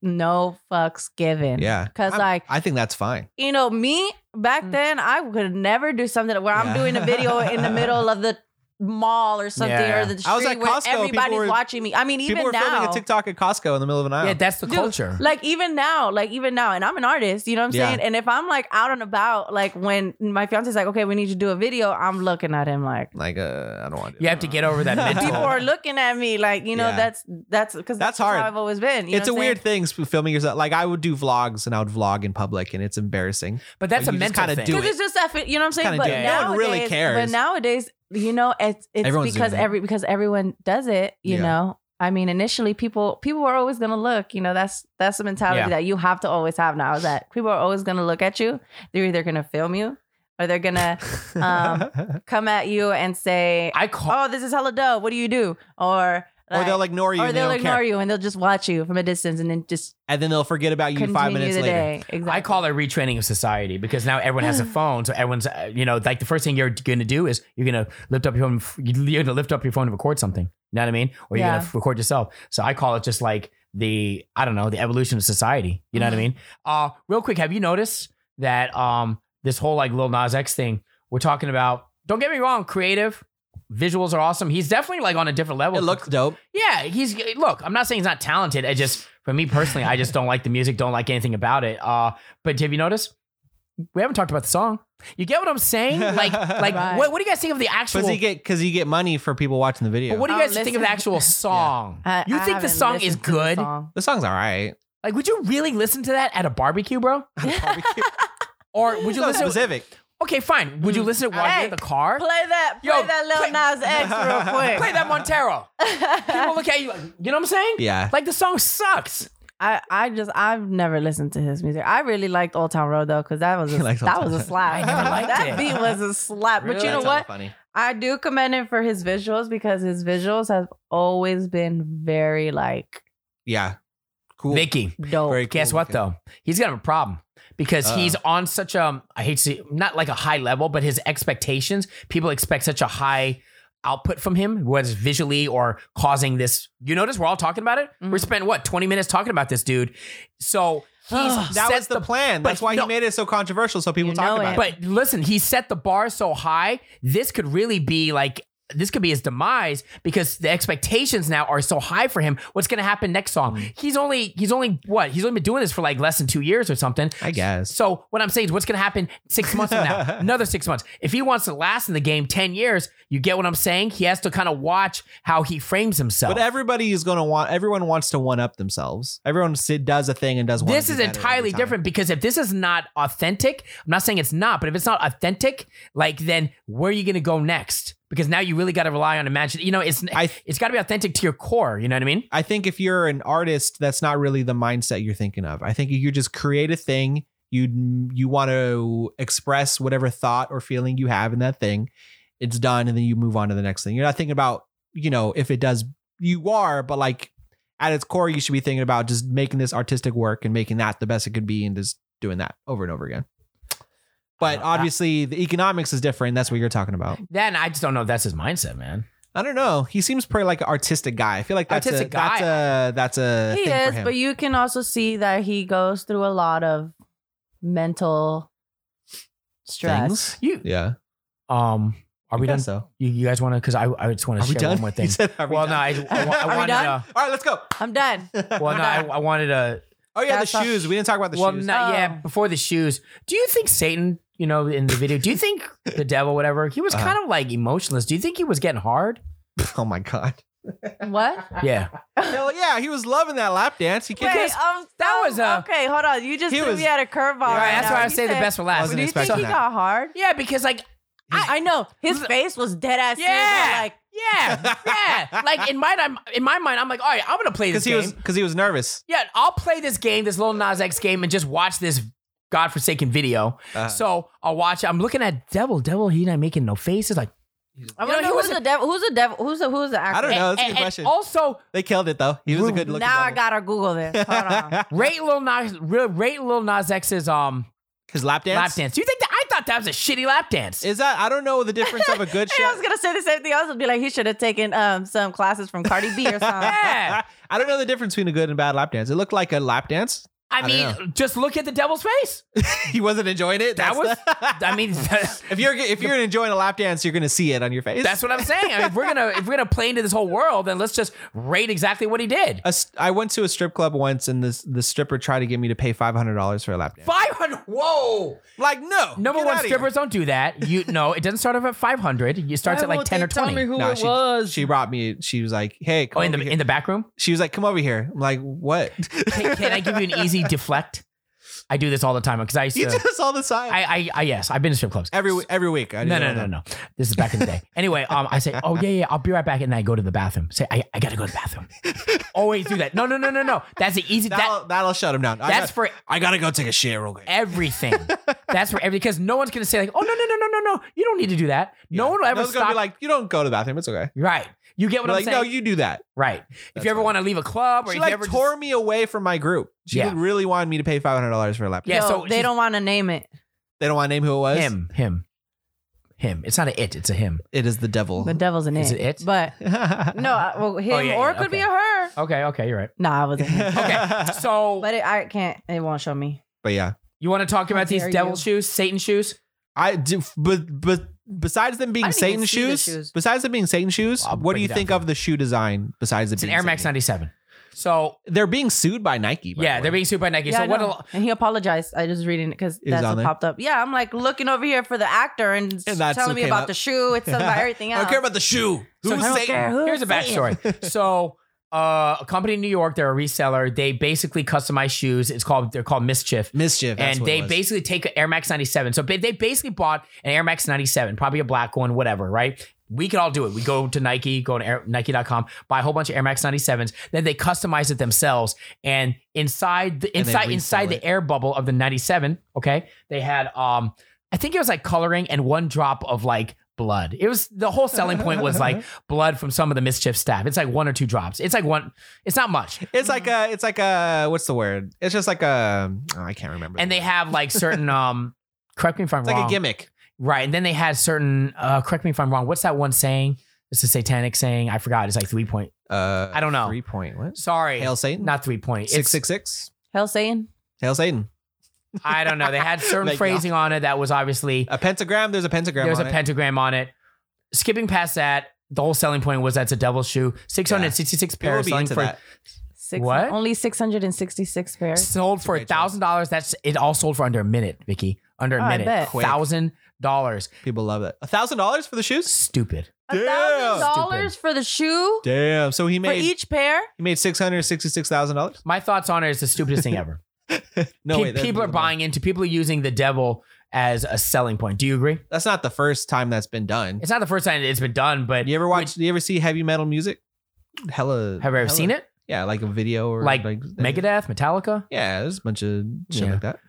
Speaker 4: no fucks given.
Speaker 3: Yeah.
Speaker 4: Cause
Speaker 3: I'm-
Speaker 4: like
Speaker 3: I think that's fine.
Speaker 4: you know, me back then, I could never do something where
Speaker 3: Mm. Yeah.
Speaker 4: I'm doing a video in the middle of the mall or something
Speaker 2: Yeah.
Speaker 4: or the street
Speaker 3: I was at
Speaker 4: where
Speaker 3: Costco, people
Speaker 4: everybody's
Speaker 3: were-
Speaker 4: watching me. I mean,
Speaker 3: People
Speaker 4: even
Speaker 3: were filming
Speaker 4: now,
Speaker 3: a TikTok at Costco in the middle of an aisle.
Speaker 2: yeah, that's the
Speaker 4: Dude,
Speaker 2: culture.
Speaker 4: like even now, like even now, and I'm an artist, you know what I'm
Speaker 3: Yeah.
Speaker 4: saying? And if I'm like out and about, like when my fiance's like, okay, we need to do a video, I'm looking at him like,
Speaker 3: like, uh, I don't want to.
Speaker 2: you have to get over that mental.
Speaker 4: people are looking at me like, you know,
Speaker 3: Yeah.
Speaker 4: that's, that's because that's,
Speaker 3: That's
Speaker 4: how
Speaker 3: hard.
Speaker 4: I've always been. you know
Speaker 3: it's a
Speaker 4: what I'm
Speaker 3: weird thing sp- filming yourself. Like I would do vlogs and I would vlog in public, and it's embarrassing.
Speaker 2: but that's
Speaker 3: Like,
Speaker 2: a
Speaker 3: you just
Speaker 2: mental
Speaker 3: gotta
Speaker 2: thing.
Speaker 3: do
Speaker 4: Because
Speaker 3: it.
Speaker 4: it's just that, fi- you know what I'm saying.
Speaker 3: kinda
Speaker 4: But
Speaker 3: doing it.
Speaker 4: nowadays,
Speaker 3: No one really cares.
Speaker 4: But nowadays, you know, it's it's
Speaker 3: Everyone's
Speaker 4: because
Speaker 3: doing it.
Speaker 4: every because everyone does it. You
Speaker 3: Yeah.
Speaker 4: know, I mean, initially people people are always gonna look. You know, that's that's the mentality
Speaker 2: Yeah.
Speaker 4: that you have to always have now. Is that people are always gonna look at you. They're either gonna film you or they're gonna Um, come at you and say,
Speaker 2: I call.
Speaker 4: "Oh, this is hella dope. What do you do?" Or
Speaker 3: or they'll ignore you
Speaker 4: or
Speaker 3: and they
Speaker 4: they'll
Speaker 3: don't
Speaker 4: ignore
Speaker 3: care.
Speaker 4: you and they'll just watch you from a distance and then just
Speaker 3: and then they'll forget about you
Speaker 4: continue
Speaker 3: five minutes
Speaker 4: the
Speaker 3: later
Speaker 4: day. Exactly.
Speaker 2: I call it retraining of society because now everyone has a phone, so everyone's uh, you know like the first thing you're going to do is you're going to lift up your phone. You're going to lift up your phone to record something. You know what I mean? Or you're
Speaker 4: Yeah.
Speaker 2: going to record yourself. So I call it just like the I don't know the evolution of society. You know what I mean? Uh, real quick, have you noticed that um this whole like Lil Nas X thing we're talking about? Don't get me wrong, creative visuals are awesome. He's definitely like on a different level.
Speaker 3: it looks dope
Speaker 2: Yeah, he's look. I'm not saying he's not talented. I just, for me personally, I just don't like the music. Don't like anything about it. Uh, but have you noticed? We haven't talked about the song. You get what I'm saying? Like, like
Speaker 4: Right.
Speaker 2: what, what do you guys think of the actual?
Speaker 3: because you get because you get money for people watching the video
Speaker 2: but what do you
Speaker 4: Oh,
Speaker 2: guys think of the
Speaker 4: listen.
Speaker 2: actual song?
Speaker 4: I-
Speaker 2: you
Speaker 4: I
Speaker 2: think the
Speaker 4: haven't
Speaker 2: song is
Speaker 4: listened to the
Speaker 2: good?
Speaker 4: song.
Speaker 3: the song's all right
Speaker 2: Like, would you really listen to that at a barbecue, bro?
Speaker 3: Barbecue.
Speaker 2: Or would you
Speaker 3: So
Speaker 2: listen?
Speaker 3: specific
Speaker 2: Okay, fine.
Speaker 3: Mm.
Speaker 2: Would you listen to it while you're in
Speaker 4: Hey.
Speaker 2: the car?
Speaker 4: Play that, play
Speaker 2: Yo,
Speaker 4: that
Speaker 2: play-
Speaker 4: Lil Nas X real quick.
Speaker 2: Play that Montero. People look at you. Like, you know what I'm saying?
Speaker 3: yeah
Speaker 2: Like the song sucks.
Speaker 4: I, I just I've never listened to his music. I really liked Old Town Road though, because that was a,
Speaker 3: He likes Old
Speaker 4: that
Speaker 3: Town
Speaker 4: was a
Speaker 3: Road.
Speaker 4: slap.
Speaker 2: I never liked
Speaker 4: that
Speaker 2: it.
Speaker 4: beat was a slap. But
Speaker 2: Really?
Speaker 4: you know
Speaker 3: That's
Speaker 4: what?
Speaker 3: hella funny
Speaker 4: I do commend him for his visuals because his visuals have always been very like
Speaker 3: yeah cool
Speaker 2: Vicky.
Speaker 4: dope.
Speaker 3: Very
Speaker 2: Guess
Speaker 3: cool
Speaker 2: what
Speaker 3: looking.
Speaker 2: though? He's gonna have a problem because
Speaker 3: Uh.
Speaker 2: he's on such a I hate to say, not like a high level, but his expectations. People expect such a high output from him, whether it's visually or causing this. You notice we're all talking about it. We're
Speaker 4: Mhm.
Speaker 2: spending what twenty minutes talking about this dude. So he's
Speaker 3: that
Speaker 2: set
Speaker 3: was the, plan.
Speaker 2: but
Speaker 3: That's why
Speaker 2: no-
Speaker 3: he made it so controversial, so people
Speaker 4: You
Speaker 3: talk
Speaker 4: know
Speaker 3: about
Speaker 4: it.
Speaker 3: it.
Speaker 2: But listen, he set the bar so high. This could really be like this could be his demise because the expectations now are so high for him. What's going to happen next song?
Speaker 3: Mm.
Speaker 2: He's only he's only what he's only been doing this for like less than two years or something.
Speaker 3: I guess.
Speaker 2: So what I'm saying is, what's going to happen six months from now? Another six months. If he wants to last in the game ten years, you get what I'm saying. He has to kind of watch how he frames himself.
Speaker 3: But everybody is going to want. Everyone wants to one up themselves. Everyone sit- does a thing and does one.
Speaker 2: this is entirely different because if this is not authentic, I'm not saying it's not, but if it's not authentic, like then where are you going to go next? Because now you really got to rely on imagine. You know, it's
Speaker 3: I-
Speaker 2: it's got to be authentic to your core. You know what I mean?
Speaker 3: I think if you're an artist, that's not really the mindset you're thinking of. I think you just create a thing. You you want to express whatever thought or feeling you have in that thing. It's done, and then you move on to the next thing. You're not thinking about you know if it does. You are, but like at its core, you should be thinking about just making this artistic work and making that the best it could be, and just doing that over and over again. But
Speaker 2: Uh, I-
Speaker 3: obviously, the economics is different. That's what you're talking about.
Speaker 2: Then I just don't know. if That's his mindset, man.
Speaker 3: I don't know. He seems pretty like an artistic guy. I feel like that's
Speaker 2: Artistic
Speaker 3: a, That's a that's a
Speaker 4: he
Speaker 3: thing for
Speaker 4: is,
Speaker 3: him.
Speaker 4: but you can also see that he goes through a lot of mental stress.
Speaker 3: Things?
Speaker 2: You
Speaker 3: Yeah.
Speaker 2: um, are we
Speaker 3: I
Speaker 2: done?
Speaker 3: guess So.
Speaker 2: You, you guys want to? Because I I just want to
Speaker 3: Are we
Speaker 2: share
Speaker 3: done?
Speaker 2: one more thing.
Speaker 3: You said, are we
Speaker 2: well,
Speaker 3: done?
Speaker 2: no, I, I, wa- I
Speaker 4: Are we
Speaker 2: wanted
Speaker 4: done?
Speaker 2: to.
Speaker 3: All right, let's go.
Speaker 4: I'm done.
Speaker 2: Well, no, I, I wanted to.
Speaker 3: oh yeah, the
Speaker 4: That's not-
Speaker 3: shoes. we didn't talk about the
Speaker 2: well,
Speaker 3: shoes.
Speaker 2: not
Speaker 4: Oh.
Speaker 2: yeah. Before the shoes, do you think Satan? You know, in the video, do you think the devil, whatever, he was
Speaker 3: Uh-huh.
Speaker 2: kind of like emotionless? Do you think he was getting hard?
Speaker 3: oh my god.
Speaker 4: What?
Speaker 2: Yeah.
Speaker 3: Hell yeah, he was loving that lap dance. He
Speaker 4: Wait,
Speaker 3: can't.
Speaker 4: um,
Speaker 2: that
Speaker 4: um,
Speaker 2: was a-
Speaker 4: okay. Hold on, you just
Speaker 3: He
Speaker 4: threw
Speaker 3: was-
Speaker 4: me at a curveball.
Speaker 3: Yeah,
Speaker 4: right
Speaker 2: Alright, that's
Speaker 4: now.
Speaker 2: why I
Speaker 4: You
Speaker 2: say the
Speaker 4: said-
Speaker 2: best for last.
Speaker 3: Wasn't
Speaker 4: Do you think
Speaker 3: expecting
Speaker 4: he
Speaker 3: that.
Speaker 4: got hard?
Speaker 2: Yeah, because like,
Speaker 4: I, I know his
Speaker 2: Look-
Speaker 4: face was dead ass. serious,
Speaker 2: Yeah.
Speaker 4: like
Speaker 2: yeah, yeah, like in my I'm in my mind, I'm like, all right, I'm gonna play this
Speaker 3: Because he
Speaker 2: game.
Speaker 3: was because he was nervous.
Speaker 2: yeah, I'll play this game, this little Nas X game, and just watch this godforsaken video.
Speaker 3: Uh,
Speaker 2: So I'll watch. it. I'm looking at Devil, Devil. He not making no faces. Like
Speaker 4: I
Speaker 2: You know,
Speaker 4: want
Speaker 2: he
Speaker 4: to know who's
Speaker 2: wasn't-
Speaker 4: the devil. Who's the devil? Who's the who's the actor?
Speaker 3: I don't know. That's a
Speaker 2: and- and
Speaker 3: good question.
Speaker 2: also,
Speaker 3: they killed it though. He was a good looking.
Speaker 4: Now I gotta Google this. Hold on.
Speaker 2: rate Lil Nas, re- rate Lil Nas X's um
Speaker 3: His lap dance.
Speaker 2: lap dance. Do you think that? I thought that was a shitty lap dance.
Speaker 3: Is that I don't know the difference of a good
Speaker 4: I
Speaker 3: shot.
Speaker 4: was gonna say the same thing. I was gonna be like, he should have taken um some classes from Cardi B or something.
Speaker 2: yeah.
Speaker 3: I don't know the difference between a good and bad lap dance. It looked like a lap dance.
Speaker 2: I,
Speaker 3: I don't
Speaker 2: mean, just look at the devil's face.
Speaker 3: he wasn't enjoying it.
Speaker 2: That
Speaker 3: That's
Speaker 2: was,
Speaker 3: the-
Speaker 2: I mean,
Speaker 3: if you're if you're enjoying a lap dance, you're gonna see it on your face.
Speaker 2: That's what I'm saying. I mean, if we're gonna if we're gonna play into this whole world, then let's just rate exactly what he did.
Speaker 3: A st- I went to a strip club once, and this the stripper tried to get me to pay five hundred dollars for a lap dance.
Speaker 2: Five hundred. Whoa.
Speaker 3: Like no,
Speaker 2: Number
Speaker 3: get
Speaker 2: one,
Speaker 3: outta here.
Speaker 2: strippers don't do that. You no, it doesn't start off at five hundred. It starts at like ten or twenty.
Speaker 3: No, she, she brought me. She was like, "Hey,
Speaker 2: Oh,
Speaker 3: come
Speaker 2: in
Speaker 3: over
Speaker 2: the
Speaker 3: here."
Speaker 2: in the back room.
Speaker 3: she was like, "Come over here." I'm like, "What?"
Speaker 2: Can, can I give you an easy deflect? I do this all the time because I used
Speaker 3: You
Speaker 2: to.
Speaker 3: do this all the time.
Speaker 2: I, I, I, yes, I've been to strip clubs.
Speaker 3: every every week. I do
Speaker 2: No,
Speaker 3: that
Speaker 2: no,
Speaker 3: all the
Speaker 2: no,
Speaker 3: time.
Speaker 2: no. This is back in the day. Anyway, um, I say, oh yeah, yeah, I'll be right back, and then I go to the bathroom. Say, I, I gotta go to the bathroom. Always do that. No, no, no, no, no. That's the easy. That,
Speaker 3: That'll, that'll shut him down. I
Speaker 2: that's Eh,
Speaker 3: got,
Speaker 2: for
Speaker 3: I gotta go take a shit real quick.
Speaker 2: everything. That's for everything because no one's gonna say like, oh no, no, no, no, no, no. You don't need to do that. No
Speaker 3: Yeah.
Speaker 2: one will ever
Speaker 3: No one's
Speaker 2: stop.
Speaker 3: gonna be like, you don't go to the bathroom. It's okay.
Speaker 2: right. You get what
Speaker 3: They're
Speaker 2: I'm
Speaker 3: like,
Speaker 2: saying?
Speaker 3: no, you do that.
Speaker 2: right. If
Speaker 3: That's
Speaker 2: you ever
Speaker 3: fine.
Speaker 2: want to leave a club or
Speaker 3: She
Speaker 2: if you
Speaker 3: like
Speaker 2: ever just-
Speaker 3: tore me away from my group. She
Speaker 2: Yeah.
Speaker 3: didn't really wanted me to pay five hundred dollars for a laptop.
Speaker 2: Yeah,
Speaker 4: Yo,
Speaker 2: so
Speaker 4: they
Speaker 2: she's-
Speaker 4: don't want to name it.
Speaker 3: They don't want to name who it was.
Speaker 2: him, him, him. It's not an it. It's a him.
Speaker 3: It is the devil.
Speaker 4: The devil's in
Speaker 2: Is it it?
Speaker 4: But no,
Speaker 3: no.
Speaker 4: I- well, him
Speaker 2: yeah, yeah,
Speaker 4: or it could be
Speaker 2: okay.
Speaker 4: a her.
Speaker 2: Okay. Okay. You're right.
Speaker 4: Nah, it wasn't him.
Speaker 2: Okay. So
Speaker 4: But it, I can't. It won't show me.
Speaker 3: But yeah,
Speaker 2: you want to talk about these
Speaker 4: dare
Speaker 2: devil
Speaker 4: you.
Speaker 2: shoes, Satan shoes?
Speaker 3: I do. But but besides them
Speaker 4: I
Speaker 3: being
Speaker 4: didn't even
Speaker 3: Satan
Speaker 4: see the
Speaker 3: shoes,
Speaker 4: shoes.
Speaker 3: besides them being Satan shoes,
Speaker 2: I'll
Speaker 3: what do
Speaker 2: break it
Speaker 3: you think
Speaker 2: down.
Speaker 3: of the shoe design? Besides it
Speaker 2: It's an
Speaker 3: being
Speaker 2: Air Max
Speaker 3: Satan?
Speaker 2: 97. So
Speaker 3: They're being sued by Nike. by
Speaker 2: yeah,
Speaker 3: the
Speaker 2: they're
Speaker 3: way.
Speaker 2: being sued by Nike.
Speaker 4: yeah,
Speaker 2: so
Speaker 4: I
Speaker 2: what? A,
Speaker 4: know.
Speaker 2: lo-
Speaker 4: and he apologized. I was reading it because
Speaker 3: It was
Speaker 4: that's
Speaker 3: on
Speaker 4: what
Speaker 3: there?
Speaker 4: popped up. Yeah, I'm like looking over here for the actor and, it's
Speaker 3: And that's
Speaker 4: telling
Speaker 3: what
Speaker 4: me
Speaker 3: came
Speaker 4: about
Speaker 3: up.
Speaker 4: the shoe. It's telling about everything
Speaker 3: I
Speaker 4: else.
Speaker 3: don't care about the shoe.
Speaker 2: So
Speaker 3: Who's
Speaker 2: I don't
Speaker 3: Satan?
Speaker 4: care who
Speaker 2: Here's a
Speaker 4: it's
Speaker 2: backstory. so, uh, a company in New York, they're a reseller. They basically customize shoes. It's called they're called Mischief.
Speaker 3: Mischief. that's
Speaker 2: and
Speaker 3: what it
Speaker 2: they
Speaker 3: was.
Speaker 2: basically take an Air Max 97. So ba- they basically bought an Air Max 97, probably a black one, whatever, right? We could all do it. We go to Nike, go to Air, Nike.com, buy a whole bunch of Air Max 97s, then they customize it themselves. And inside the
Speaker 3: And they
Speaker 2: inside
Speaker 3: resell
Speaker 2: inside
Speaker 3: it.
Speaker 2: the air bubble of the 97, okay, they had um, I think it was like coloring and one drop of like blood. It was the whole selling point was like blood from some of the mischief staff. It's like one or two drops. It's like one, it's not much.
Speaker 3: It's like a, it's like a, what's the word? It's just like a, oh, I can't remember.
Speaker 2: And
Speaker 3: the
Speaker 2: they
Speaker 3: word.
Speaker 2: have like certain um correct me if I'm
Speaker 3: it's
Speaker 2: wrong.
Speaker 3: like a gimmick.
Speaker 2: Right. And then they had certain, uh, correct me if I'm wrong, what's that one saying? It's a satanic saying. I forgot. It's like three point.
Speaker 3: Uh,
Speaker 2: I don't know.
Speaker 3: Three point what?
Speaker 2: Sorry.
Speaker 3: Hail Satan.
Speaker 2: not three point.
Speaker 3: six
Speaker 2: It's,
Speaker 3: six six.
Speaker 4: Hell Satan.
Speaker 3: Hail Satan.
Speaker 2: I don't know. They had certain
Speaker 3: Like,
Speaker 2: phrasing on it that was obviously,
Speaker 3: A pentagram. There's a pentagram.
Speaker 2: there's a
Speaker 3: on it.
Speaker 2: pentagram on it. Skipping past that, the whole selling point was that's a devil's shoe. 666
Speaker 3: People will
Speaker 2: pairs
Speaker 3: be
Speaker 2: selling
Speaker 3: into
Speaker 2: for,
Speaker 3: that.
Speaker 4: Six,
Speaker 2: What?
Speaker 4: Only 666 pairs.
Speaker 2: sold for
Speaker 3: a
Speaker 2: a
Speaker 3: great choice.
Speaker 2: thousand dollars. That's, it all sold for under a minute, Vicky. Under a
Speaker 4: Oh, I
Speaker 2: minute.
Speaker 4: bet.
Speaker 3: Quick.
Speaker 2: Thousand dollars.
Speaker 3: People love that. A thousand dollars for the shoes.
Speaker 2: Stupid.
Speaker 4: A thousand dollars for the shoe
Speaker 3: Damn. So he
Speaker 4: for
Speaker 3: made Uh,
Speaker 4: each pair.
Speaker 3: he made six hundred sixty six thousand dollars.
Speaker 2: My thoughts on it is the stupidest thing ever.
Speaker 3: No
Speaker 2: Pe-
Speaker 3: wait, that's-
Speaker 2: people are buying into people are using the devil as a selling point. Do you agree?
Speaker 3: That's not the first time that's been done.
Speaker 2: It's not the first time it's been done, but
Speaker 3: You ever watch? You ever see heavy metal music? Hella.
Speaker 2: have you ever
Speaker 3: hella-
Speaker 2: seen it?
Speaker 3: Yeah, like a video or
Speaker 2: Like Megadeth, Metallica.
Speaker 3: Yeah, there's a bunch of shit
Speaker 2: Yeah.
Speaker 3: like that.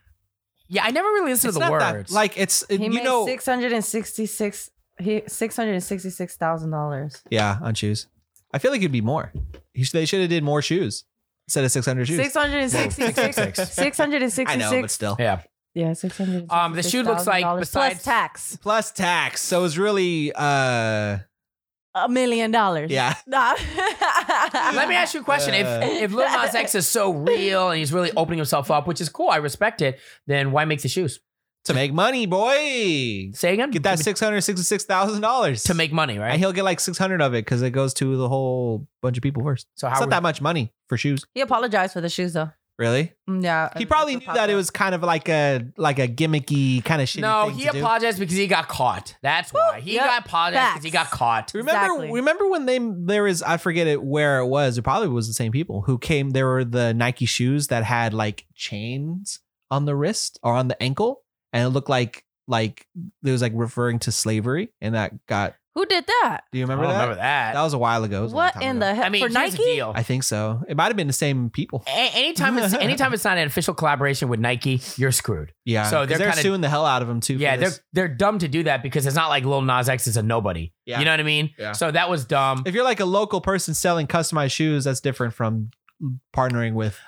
Speaker 2: Yeah, I never really listened to the
Speaker 3: not that-
Speaker 2: words.
Speaker 3: like it's it-
Speaker 4: He
Speaker 3: you
Speaker 4: made
Speaker 3: know.
Speaker 4: six hundred and sixty-six. He six hundred and sixty-six thousand dollars.
Speaker 3: Yeah, on shoes. I feel like it'd be more. He sh- they should have did more shoes instead of six hundred shoes.
Speaker 4: Six hundred and sixty-six. Six hundred and
Speaker 3: I know, but
Speaker 4: sixty-six.
Speaker 3: still.
Speaker 2: yeah,
Speaker 4: Yeah, six hundred.
Speaker 2: Um, the shoe looks like, besides-
Speaker 4: plus tax,
Speaker 3: Plus tax, so it's really uh
Speaker 4: a million dollars.
Speaker 3: yeah.
Speaker 4: Nah.
Speaker 2: let me ask you a question.
Speaker 3: Uh.
Speaker 2: if if Lil Nas X is so real and he's really opening himself up, which is cool, I respect it. Then why make the shoes?
Speaker 3: To make money, boy.
Speaker 2: Say again.
Speaker 3: Get that six hundred sixty six thousand dollars
Speaker 2: to make money, right?
Speaker 3: And he'll get like six hundred of it because it goes to the whole bunch of people first.
Speaker 2: so
Speaker 3: it's
Speaker 2: how?
Speaker 3: not that much money for shoes,
Speaker 4: He apologized for the shoes though.
Speaker 3: really.
Speaker 4: Mm, Yeah,
Speaker 3: He probably knew that it was kind of like a like a gimmicky kind of shitty
Speaker 2: no,
Speaker 3: thing
Speaker 2: he
Speaker 3: to do.
Speaker 2: apologized because he got caught. That's why he
Speaker 4: Yep.
Speaker 2: got apologized because he got
Speaker 4: Facts.
Speaker 2: caught.
Speaker 3: Remember,
Speaker 4: Exactly.
Speaker 3: remember when they there is I forget it where it was. It probably was the same people who came. There were the Nike shoes that had like chains on the wrist or on the ankle, and it looked like like it was like referring to slavery, and that got.
Speaker 4: Who did that?
Speaker 3: Do
Speaker 2: I
Speaker 3: you remember
Speaker 2: don't
Speaker 3: that?
Speaker 2: remember that.
Speaker 3: That was a while ago. It was a long
Speaker 4: What
Speaker 3: time
Speaker 4: in
Speaker 3: ago.
Speaker 4: the heck?
Speaker 2: I mean,
Speaker 4: for
Speaker 2: here's
Speaker 4: Nike?
Speaker 2: the deal.
Speaker 3: I think so. It might have been the same people.
Speaker 2: A- anytime it's anytime it's not an official collaboration with Nike, you're screwed.
Speaker 3: Yeah.
Speaker 2: So
Speaker 3: 'cause
Speaker 2: they're
Speaker 3: they're,
Speaker 2: kinda-
Speaker 3: suing the hell out of him too. for
Speaker 2: yeah, they're
Speaker 3: this.
Speaker 2: they're dumb to do that because it's not like Lil Nas X is a nobody.
Speaker 3: Yeah.
Speaker 2: You know what I mean?
Speaker 3: Yeah.
Speaker 2: So that was dumb.
Speaker 3: If you're like a local person selling customized shoes, that's different from partnering with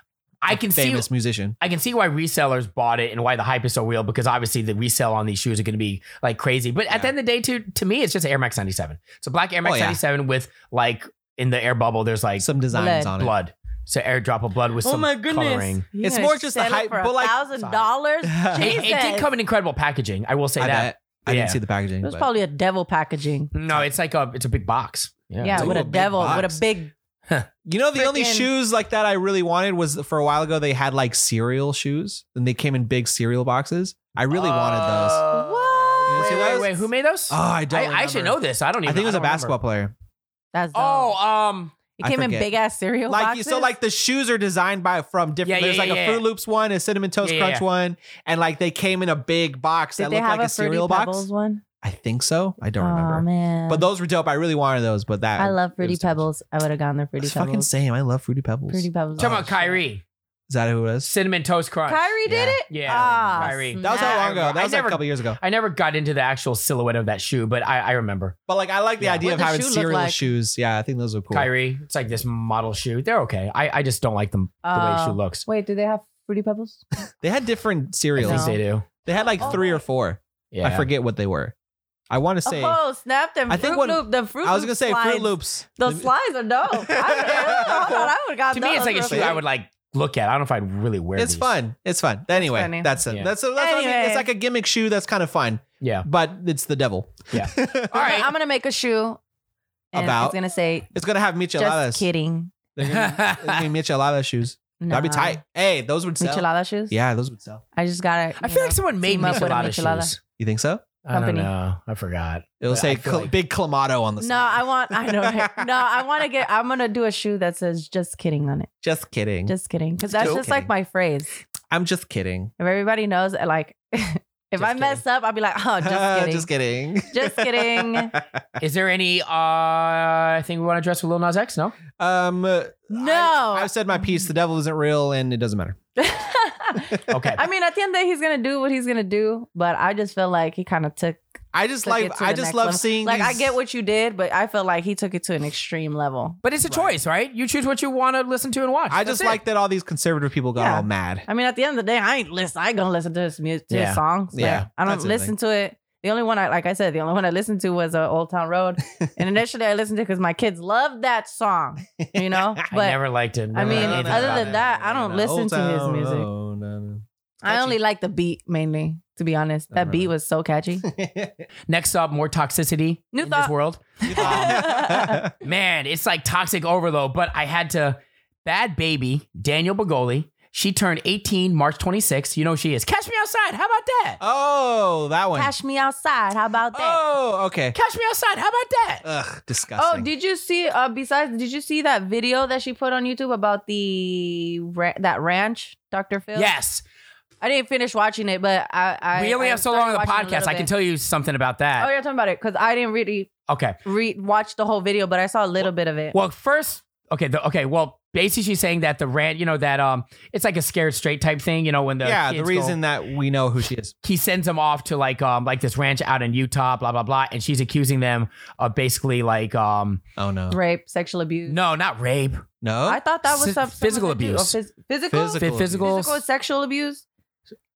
Speaker 2: I
Speaker 3: a
Speaker 2: can see
Speaker 3: famous musician.
Speaker 2: I can see why resellers bought it and why the hype is so real because obviously the resale on these shoes are going to be like crazy. But at the
Speaker 3: Yeah.
Speaker 2: end of the day, too, to me, it's just Air Max 97. So black Air Max
Speaker 3: Oh, yeah.
Speaker 2: 97 with like in the air bubble, there's like
Speaker 3: Some designs
Speaker 4: Blood.
Speaker 3: on it.
Speaker 2: blood. So airdrop of blood with
Speaker 4: Oh
Speaker 2: some coloring.
Speaker 4: You're
Speaker 3: It's
Speaker 4: gonna
Speaker 3: more just the
Speaker 4: sell it
Speaker 3: hype,
Speaker 4: for
Speaker 3: but like-
Speaker 4: thousand dollars.
Speaker 3: Sorry.
Speaker 2: It, it did
Speaker 4: Jesus.
Speaker 2: come in incredible packaging. I will say
Speaker 3: I
Speaker 2: that.
Speaker 3: bet. I
Speaker 2: Yeah.
Speaker 3: didn't see the packaging.
Speaker 4: It was
Speaker 3: but-
Speaker 4: probably a devil packaging.
Speaker 2: No, it's like a it's a big box. Yeah.
Speaker 4: Yeah,
Speaker 3: it's
Speaker 4: with
Speaker 3: a
Speaker 4: a
Speaker 3: big
Speaker 4: devil, with
Speaker 3: box.
Speaker 4: a big.
Speaker 3: you know, the only
Speaker 4: freaking-
Speaker 3: shoes like that I really wanted was for a while ago, they had like cereal shoes and they came in big cereal boxes. I really wanted those.
Speaker 4: What?
Speaker 3: You see
Speaker 2: Wait,
Speaker 3: those?
Speaker 2: wait, wait, who made those?
Speaker 3: Oh, I don't.
Speaker 2: Oh. I, I should
Speaker 3: remember.
Speaker 2: know this. I don't even.
Speaker 3: I think it was a
Speaker 2: don't remember.
Speaker 3: basketball player.
Speaker 4: That's dope.
Speaker 2: Oh, um,
Speaker 4: It
Speaker 3: I
Speaker 4: came in
Speaker 3: forget.
Speaker 4: big ass cereal
Speaker 3: like you
Speaker 4: boxes.
Speaker 3: so like the shoes are designed by from different
Speaker 2: Yeah,
Speaker 3: there's
Speaker 2: yeah,
Speaker 3: like
Speaker 2: yeah,
Speaker 3: a
Speaker 2: yeah.
Speaker 3: Fruit Loops one, a cinnamon toast
Speaker 2: Yeah, yeah,
Speaker 3: crunch
Speaker 2: yeah.
Speaker 3: one, and like they came in a big box
Speaker 4: did
Speaker 3: that
Speaker 4: they
Speaker 3: looked
Speaker 4: have
Speaker 3: like a,
Speaker 4: a Fruity
Speaker 3: cereal
Speaker 4: Pebbles
Speaker 3: box.
Speaker 4: one?
Speaker 3: I think so. I don't
Speaker 4: Oh
Speaker 3: remember.
Speaker 4: man,
Speaker 3: But those were dope. I really wanted those, but that
Speaker 4: I love
Speaker 3: it
Speaker 4: Fruity
Speaker 3: was too much.
Speaker 4: Pebbles. I would have gone there Fruity
Speaker 3: It's fucking
Speaker 4: Pebbles.
Speaker 3: same. I love Fruity Pebbles.
Speaker 4: Fruity Pebbles.
Speaker 2: Talking about
Speaker 4: Oh,
Speaker 2: Kyrie,
Speaker 3: Is that who it was?
Speaker 2: cinnamon toast crunch.
Speaker 4: shit. Kyrie did
Speaker 3: Yeah.
Speaker 4: it.
Speaker 2: Yeah,
Speaker 4: Ah,
Speaker 2: Kyrie.
Speaker 3: That was how
Speaker 4: snap.
Speaker 3: long ago.
Speaker 2: I
Speaker 3: That was like
Speaker 2: never-
Speaker 3: a couple years ago.
Speaker 2: I never got into the actual silhouette of that shoe, but I, I remember
Speaker 3: But like I like the
Speaker 2: Yeah.
Speaker 3: idea
Speaker 4: What
Speaker 3: of
Speaker 4: the
Speaker 3: having
Speaker 4: shoe look
Speaker 3: cereal
Speaker 4: like?
Speaker 3: shoes. Yeah, I think those are cool.
Speaker 2: Kyrie. It's like this model shoe. They're okay. I, I just don't like them the way the
Speaker 4: Oh.
Speaker 2: shoe looks.
Speaker 4: Wait, do they have Fruity Pebbles?
Speaker 3: They had different
Speaker 2: I
Speaker 3: cereals.
Speaker 2: think
Speaker 4: No.
Speaker 2: they do.
Speaker 3: They had like
Speaker 4: Oh.
Speaker 3: three or four.
Speaker 2: Yeah,
Speaker 3: I forget what they were. I want to say
Speaker 4: oh, snap them!
Speaker 3: I think
Speaker 4: Fruit
Speaker 3: when-
Speaker 4: Loop, the Fruit
Speaker 3: I was
Speaker 4: Loop
Speaker 3: gonna say
Speaker 4: slides.
Speaker 3: Fruit Loops.
Speaker 4: Those slides are dope. I, would- hold on, I would got
Speaker 2: To me, it's like a
Speaker 4: those.
Speaker 2: shoe I would like look at. I don't know if I'd really wear.
Speaker 3: It's
Speaker 2: these.
Speaker 3: fun. It's fun. Anyway,
Speaker 4: funny.
Speaker 3: that's it.
Speaker 2: Yeah.
Speaker 3: That's, that's what I mean.
Speaker 4: Anyway.
Speaker 3: It's like a gimmick shoe that's kind of fun,
Speaker 2: Yeah.
Speaker 3: but it's the devil.
Speaker 2: Yeah.
Speaker 4: All right,
Speaker 2: Alright.
Speaker 4: I'm gonna make a shoe. And
Speaker 3: About-
Speaker 4: it's gonna say
Speaker 3: it's gonna have
Speaker 4: just
Speaker 3: micheladas.
Speaker 4: kidding.
Speaker 3: They're gonna, it's gonna be michelada shoes. That'd be
Speaker 4: Nah.
Speaker 3: tight. Hey, those would sell.
Speaker 4: Michelada shoes.
Speaker 3: Yeah, those would sell.
Speaker 4: I just gotta.
Speaker 2: I
Speaker 4: you
Speaker 2: feel like
Speaker 4: know,
Speaker 2: someone made
Speaker 4: team up with a
Speaker 2: michelada
Speaker 4: michelada.
Speaker 2: shoes.
Speaker 3: You think so?
Speaker 2: I
Speaker 4: Company.
Speaker 2: don't know. I forgot. But
Speaker 3: It'll
Speaker 2: I
Speaker 3: say
Speaker 2: feel
Speaker 3: cl-
Speaker 2: like-
Speaker 3: big clamato on the
Speaker 4: No,
Speaker 3: side.
Speaker 4: I want. I know. right? No, I want to get. I'm gonna do a shoe that says "just kidding" on it.
Speaker 3: Just kidding.
Speaker 4: Just kidding, because that's
Speaker 3: Just
Speaker 4: just like
Speaker 3: kidding.
Speaker 4: my phrase.
Speaker 3: I'm just kidding.
Speaker 4: If everybody knows, eh, like, if I
Speaker 3: Just
Speaker 4: mess up, I'll be like, "Oh, just kidding."
Speaker 3: just kidding.
Speaker 4: Just kidding.
Speaker 2: Is there any uh thing we want to address with Lil Nas X? No.
Speaker 3: Um,
Speaker 4: No.
Speaker 3: I, have said my piece. The devil isn't real, and it doesn't matter.
Speaker 2: Okay.
Speaker 4: I mean, at the end of the day, he's gonna do what he's gonna do, but I just feel like he kind of took.
Speaker 3: I just
Speaker 4: Took it
Speaker 3: like.
Speaker 4: to
Speaker 3: I
Speaker 4: the
Speaker 3: just
Speaker 4: next
Speaker 3: love
Speaker 4: level.
Speaker 3: seeing.
Speaker 4: Like, I
Speaker 3: these-
Speaker 4: get what you did, but I feel like he took it to an extreme level.
Speaker 2: but it's a choice, right? You choose what you want to listen to and watch.
Speaker 3: I
Speaker 2: That's
Speaker 3: just
Speaker 2: it.
Speaker 3: like that all these conservative people got
Speaker 4: Yeah.
Speaker 3: all mad.
Speaker 4: I mean, at the end of the day, I ain't listen. I ain't gonna listen to his music, to
Speaker 2: Yeah.
Speaker 4: his songs. Like,
Speaker 3: Yeah,
Speaker 4: I don't
Speaker 3: that's the thing.
Speaker 4: listen to it. The only one I, like I said, the only one I listened to was uh, Old Town Road, and initially I listened to because my kids loved that song, you know.
Speaker 2: I
Speaker 4: But
Speaker 2: never liked it.
Speaker 4: I
Speaker 2: Never
Speaker 4: mean,
Speaker 2: liked anything
Speaker 4: other
Speaker 2: about
Speaker 4: than
Speaker 2: it.
Speaker 4: that, I don't listen to his music.
Speaker 3: No, no, no.
Speaker 4: I only like the beat mainly, to be honest. That
Speaker 3: Uh-huh.
Speaker 4: beat was so catchy.
Speaker 2: Next up, more toxicity
Speaker 4: New
Speaker 2: in this
Speaker 4: thought.
Speaker 2: world.
Speaker 3: Um,
Speaker 2: Man, it's like toxic overload. But I had to. Bad baby Daniel Bagoli. She turned 18 March 26th. You know who she is. Catch me outside. How about that?
Speaker 3: oh, that one.
Speaker 4: Cash me outside. How about that?
Speaker 3: oh, okay.
Speaker 2: Catch me outside. How about that?
Speaker 3: Ugh, disgusting.
Speaker 4: Oh, did you see? Uh, besides, did you see that video that she put on YouTube about the ra- that ranch, Dr. Phil?
Speaker 2: Yes.
Speaker 4: I didn't finish watching it, but I, I
Speaker 2: we only
Speaker 4: I
Speaker 2: have so
Speaker 4: started
Speaker 2: long on the
Speaker 4: watching a little
Speaker 2: podcast. I
Speaker 4: bit.
Speaker 2: can tell you something about
Speaker 4: Oh,
Speaker 2: that.
Speaker 4: you're talking about it because I didn't really
Speaker 2: Okay.
Speaker 4: re- watch the whole video, but I saw a little bit of it.
Speaker 2: Well, first, okay, the, okay. Well, basically, she's saying that the rant, you know, that um, it's like a scared straight type thing, you know, when the
Speaker 3: yeah, the
Speaker 2: kids
Speaker 3: reason
Speaker 2: go-
Speaker 3: that we know who she is.
Speaker 2: he sends them off to like um, like this ranch out in Utah, blah blah blah, and she's accusing them of basically like um,
Speaker 3: Oh no,
Speaker 4: Rape, sexual abuse.
Speaker 2: no, not rape,
Speaker 3: no.
Speaker 4: I thought that was
Speaker 2: S-
Speaker 4: some some
Speaker 2: physical
Speaker 4: of the-
Speaker 2: abuse.
Speaker 4: oh, phys- physical,
Speaker 3: Physical
Speaker 4: physical,
Speaker 2: physical,
Speaker 3: abuse.
Speaker 4: sexual abuse.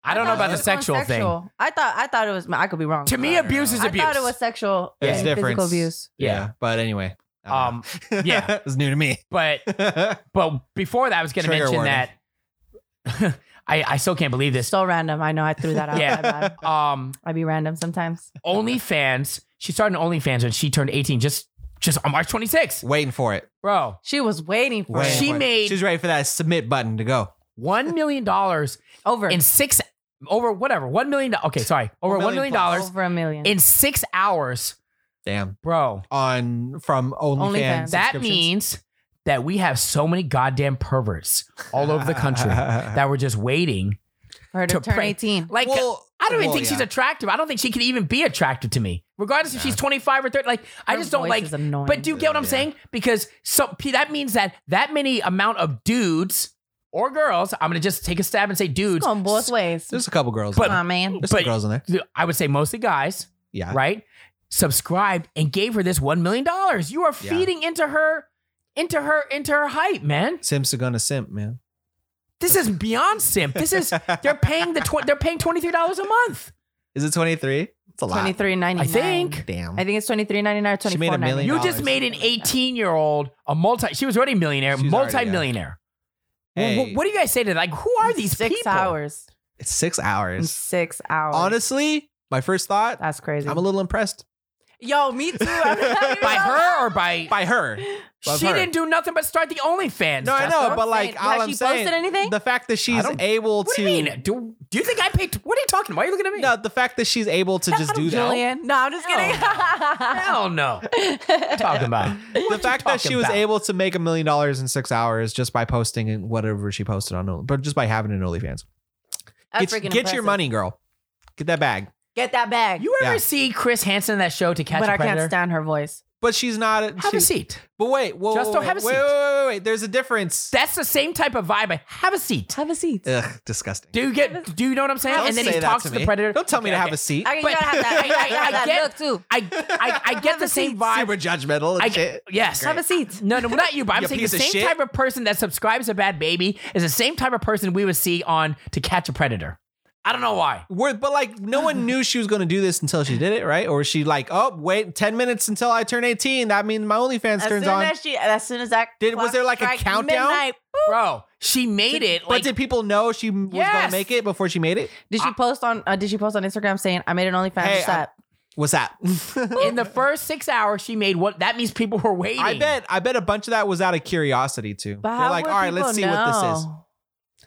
Speaker 2: I don't know
Speaker 4: thought
Speaker 2: about
Speaker 4: it
Speaker 2: the
Speaker 4: was going
Speaker 2: sexual, thing.
Speaker 4: sexual. I thought I thought it was. I could be wrong.
Speaker 2: To me,
Speaker 3: I don't
Speaker 2: abuse
Speaker 3: know.
Speaker 2: is
Speaker 4: I
Speaker 2: abuse.
Speaker 4: thought it was sexual.
Speaker 3: There's
Speaker 4: and
Speaker 3: a difference.
Speaker 4: Physical abuse.
Speaker 3: yeah.
Speaker 2: Yeah.
Speaker 3: but anyway. I don't
Speaker 2: Um,
Speaker 3: know.
Speaker 2: yeah.
Speaker 3: it's new to me.
Speaker 2: but but before that, I was going to
Speaker 3: Trigger
Speaker 2: mention
Speaker 3: warning.
Speaker 2: that I I still can't believe this.
Speaker 4: So random. I know. I threw that out.
Speaker 2: Yeah.
Speaker 4: My bad.
Speaker 2: Um,
Speaker 4: I be random sometimes.
Speaker 2: OnlyFans. She started an OnlyFans when she turned 18, just just on March 26th.
Speaker 3: Waiting for it.
Speaker 2: Bro,
Speaker 4: She was waiting for
Speaker 3: Waiting
Speaker 4: it.
Speaker 2: She
Speaker 3: for it.
Speaker 2: made-
Speaker 3: She's ready for that submit button to go.
Speaker 2: $1 million
Speaker 4: over
Speaker 2: in six, over whatever, $1 million. Okay, sorry. Over $1 million dollars
Speaker 4: over a million.
Speaker 2: in six hours,
Speaker 3: Damn.
Speaker 2: bro.
Speaker 3: On from OnlyFans.
Speaker 4: OnlyFans.
Speaker 2: That
Speaker 3: subscriptions.
Speaker 2: means that we have so many goddamn perverts all over the country that were just waiting.
Speaker 4: for her to,
Speaker 2: to
Speaker 4: turn
Speaker 2: pray.
Speaker 4: eighteen.
Speaker 2: Like,
Speaker 3: Well,
Speaker 2: I don't even
Speaker 3: well,
Speaker 2: think she's
Speaker 3: yeah.
Speaker 2: attractive. I don't think she could even be attractive to me, regardless if she's 25 or 30. Like, I
Speaker 4: Her
Speaker 2: just don't
Speaker 4: voice
Speaker 2: like
Speaker 4: is annoying.
Speaker 2: But do you get what I'm
Speaker 3: Yeah.
Speaker 2: saying? Because so P- that means that that many amount of dudes or girls, I'm gonna just take a stab and say
Speaker 4: It's
Speaker 2: dudes,
Speaker 4: going both ways.
Speaker 3: There's a couple girls.
Speaker 2: But-
Speaker 4: Come on, man.
Speaker 3: there's
Speaker 2: but-
Speaker 3: some girls in there.
Speaker 2: I would say mostly guys,
Speaker 3: Yeah.
Speaker 2: right? Subscribed and gave her this one million dollars. You are
Speaker 3: Yeah.
Speaker 2: feeding into her, into her, into her hype, man.
Speaker 3: Simps are gonna simp, man.
Speaker 2: This is beyond simp. This is they're paying the tw- they're paying twenty three dollars a month.
Speaker 3: Is it 23? It's a lot.
Speaker 4: Twenty three ninety
Speaker 2: I
Speaker 4: nine.
Speaker 2: think
Speaker 3: Damn.
Speaker 4: I think it's twenty three ninety nine.
Speaker 3: She
Speaker 4: Twenty
Speaker 3: made a
Speaker 4: four
Speaker 3: million
Speaker 4: ninety
Speaker 2: you
Speaker 4: nine.
Speaker 3: dollars.
Speaker 2: just made an eighteen year old a multi. She was already a millionaire,
Speaker 3: She's already, yeah.
Speaker 2: multi millionaire.
Speaker 3: Hey,
Speaker 2: What do you guys say to that? Like, who are these
Speaker 4: six
Speaker 2: people?
Speaker 4: hours?
Speaker 3: it's six
Speaker 4: In
Speaker 3: hours.
Speaker 4: six hours.
Speaker 3: Honestly, my first thought,
Speaker 4: that's crazy.
Speaker 3: I'm a little impressed.
Speaker 4: Yo, me too. I'm not even
Speaker 2: by
Speaker 4: gonna
Speaker 2: her or by,
Speaker 3: by her. By
Speaker 2: she
Speaker 3: her.
Speaker 2: didn't do nothing but start the OnlyFans.
Speaker 3: No, I
Speaker 2: Justin.
Speaker 3: know, but like
Speaker 4: saying.
Speaker 3: all
Speaker 4: Has
Speaker 3: I'm
Speaker 4: she
Speaker 3: saying,
Speaker 4: posted anything?
Speaker 3: the fact that she's
Speaker 2: don't-
Speaker 3: able
Speaker 2: what do
Speaker 3: to
Speaker 2: you mean? Do, do you think I paid? What are you talking? Why are you looking at me?
Speaker 3: no, the fact that she's able to just do that.
Speaker 4: Julian. No, I'm just kidding.
Speaker 2: hell no. What you talking about?
Speaker 3: The fact that she
Speaker 2: talking
Speaker 3: was
Speaker 2: about?
Speaker 3: able to make a million dollars in six hours just by posting and whatever she posted on, Only- but just by having an OnlyFans.
Speaker 4: That's freaking
Speaker 3: get get your
Speaker 4: impressive.
Speaker 3: money, girl. Get that bag.
Speaker 4: Get that bag.
Speaker 2: You ever
Speaker 3: Yeah.
Speaker 2: see Chris Hansen in that show to catch
Speaker 4: but
Speaker 2: a
Speaker 4: I
Speaker 2: predator?
Speaker 4: can't stand her voice.
Speaker 3: But she's not.
Speaker 2: Have
Speaker 3: she-
Speaker 2: a seat.
Speaker 3: But wait, whoa,
Speaker 2: Just
Speaker 3: whoa,
Speaker 2: don't
Speaker 3: wait,
Speaker 2: have a
Speaker 3: wait,
Speaker 2: seat.
Speaker 3: Wait, wait, wait. There's a difference.
Speaker 2: That's the same type of vibe. I have a seat.
Speaker 4: Have a seat.
Speaker 3: Ugh, disgusting.
Speaker 2: Do you get? Do you know what I'm saying?
Speaker 3: Don't
Speaker 2: and then
Speaker 3: say
Speaker 2: he
Speaker 3: that
Speaker 2: talks
Speaker 3: to
Speaker 2: to, the
Speaker 3: me.
Speaker 2: predator.
Speaker 3: Don't tell me
Speaker 2: Okay,
Speaker 3: to have
Speaker 2: okay.
Speaker 3: a seat.
Speaker 4: I, you
Speaker 2: But-
Speaker 4: gotta have that. You gotta
Speaker 2: I- I- I
Speaker 4: have that
Speaker 2: get-
Speaker 4: look too.
Speaker 2: I I, I get the same vibe.
Speaker 3: Super judgmental and
Speaker 2: I,
Speaker 3: shit.
Speaker 2: yes.
Speaker 4: Have a seat.
Speaker 2: No, no, not you, but I'm
Speaker 3: You
Speaker 2: saying the
Speaker 3: piece of
Speaker 2: same
Speaker 3: shit.
Speaker 2: type of person that subscribes to Bad Baby is the same type of person we would see on To Catch a Predator. I don't know why.
Speaker 3: We're, but like no one knew she was going to do this until she did it, right? Or was she like, oh wait, ten minutes until I turn eighteen. That means my OnlyFans
Speaker 4: As
Speaker 3: turns
Speaker 4: soon
Speaker 3: on.
Speaker 4: as she, as soon as that
Speaker 3: Did- was
Speaker 4: clock
Speaker 3: there, like, a
Speaker 4: strike
Speaker 3: countdown?
Speaker 4: midnight, boop.
Speaker 2: Bro, she made it.
Speaker 3: but
Speaker 2: Like,
Speaker 3: did people know she was going
Speaker 2: Yes.
Speaker 3: to make it before she made it?
Speaker 4: Did she post on? Uh, did she post on Instagram saying I made an OnlyFans
Speaker 3: Hey,
Speaker 4: set?
Speaker 3: What's that?
Speaker 2: in the first six hours, she made what? That means people were waiting.
Speaker 3: I bet. I bet a bunch of that was out of curiosity too.
Speaker 4: But
Speaker 3: They're
Speaker 4: how
Speaker 3: like,
Speaker 4: would
Speaker 3: all right, let's
Speaker 4: people
Speaker 3: see what this is.
Speaker 4: know?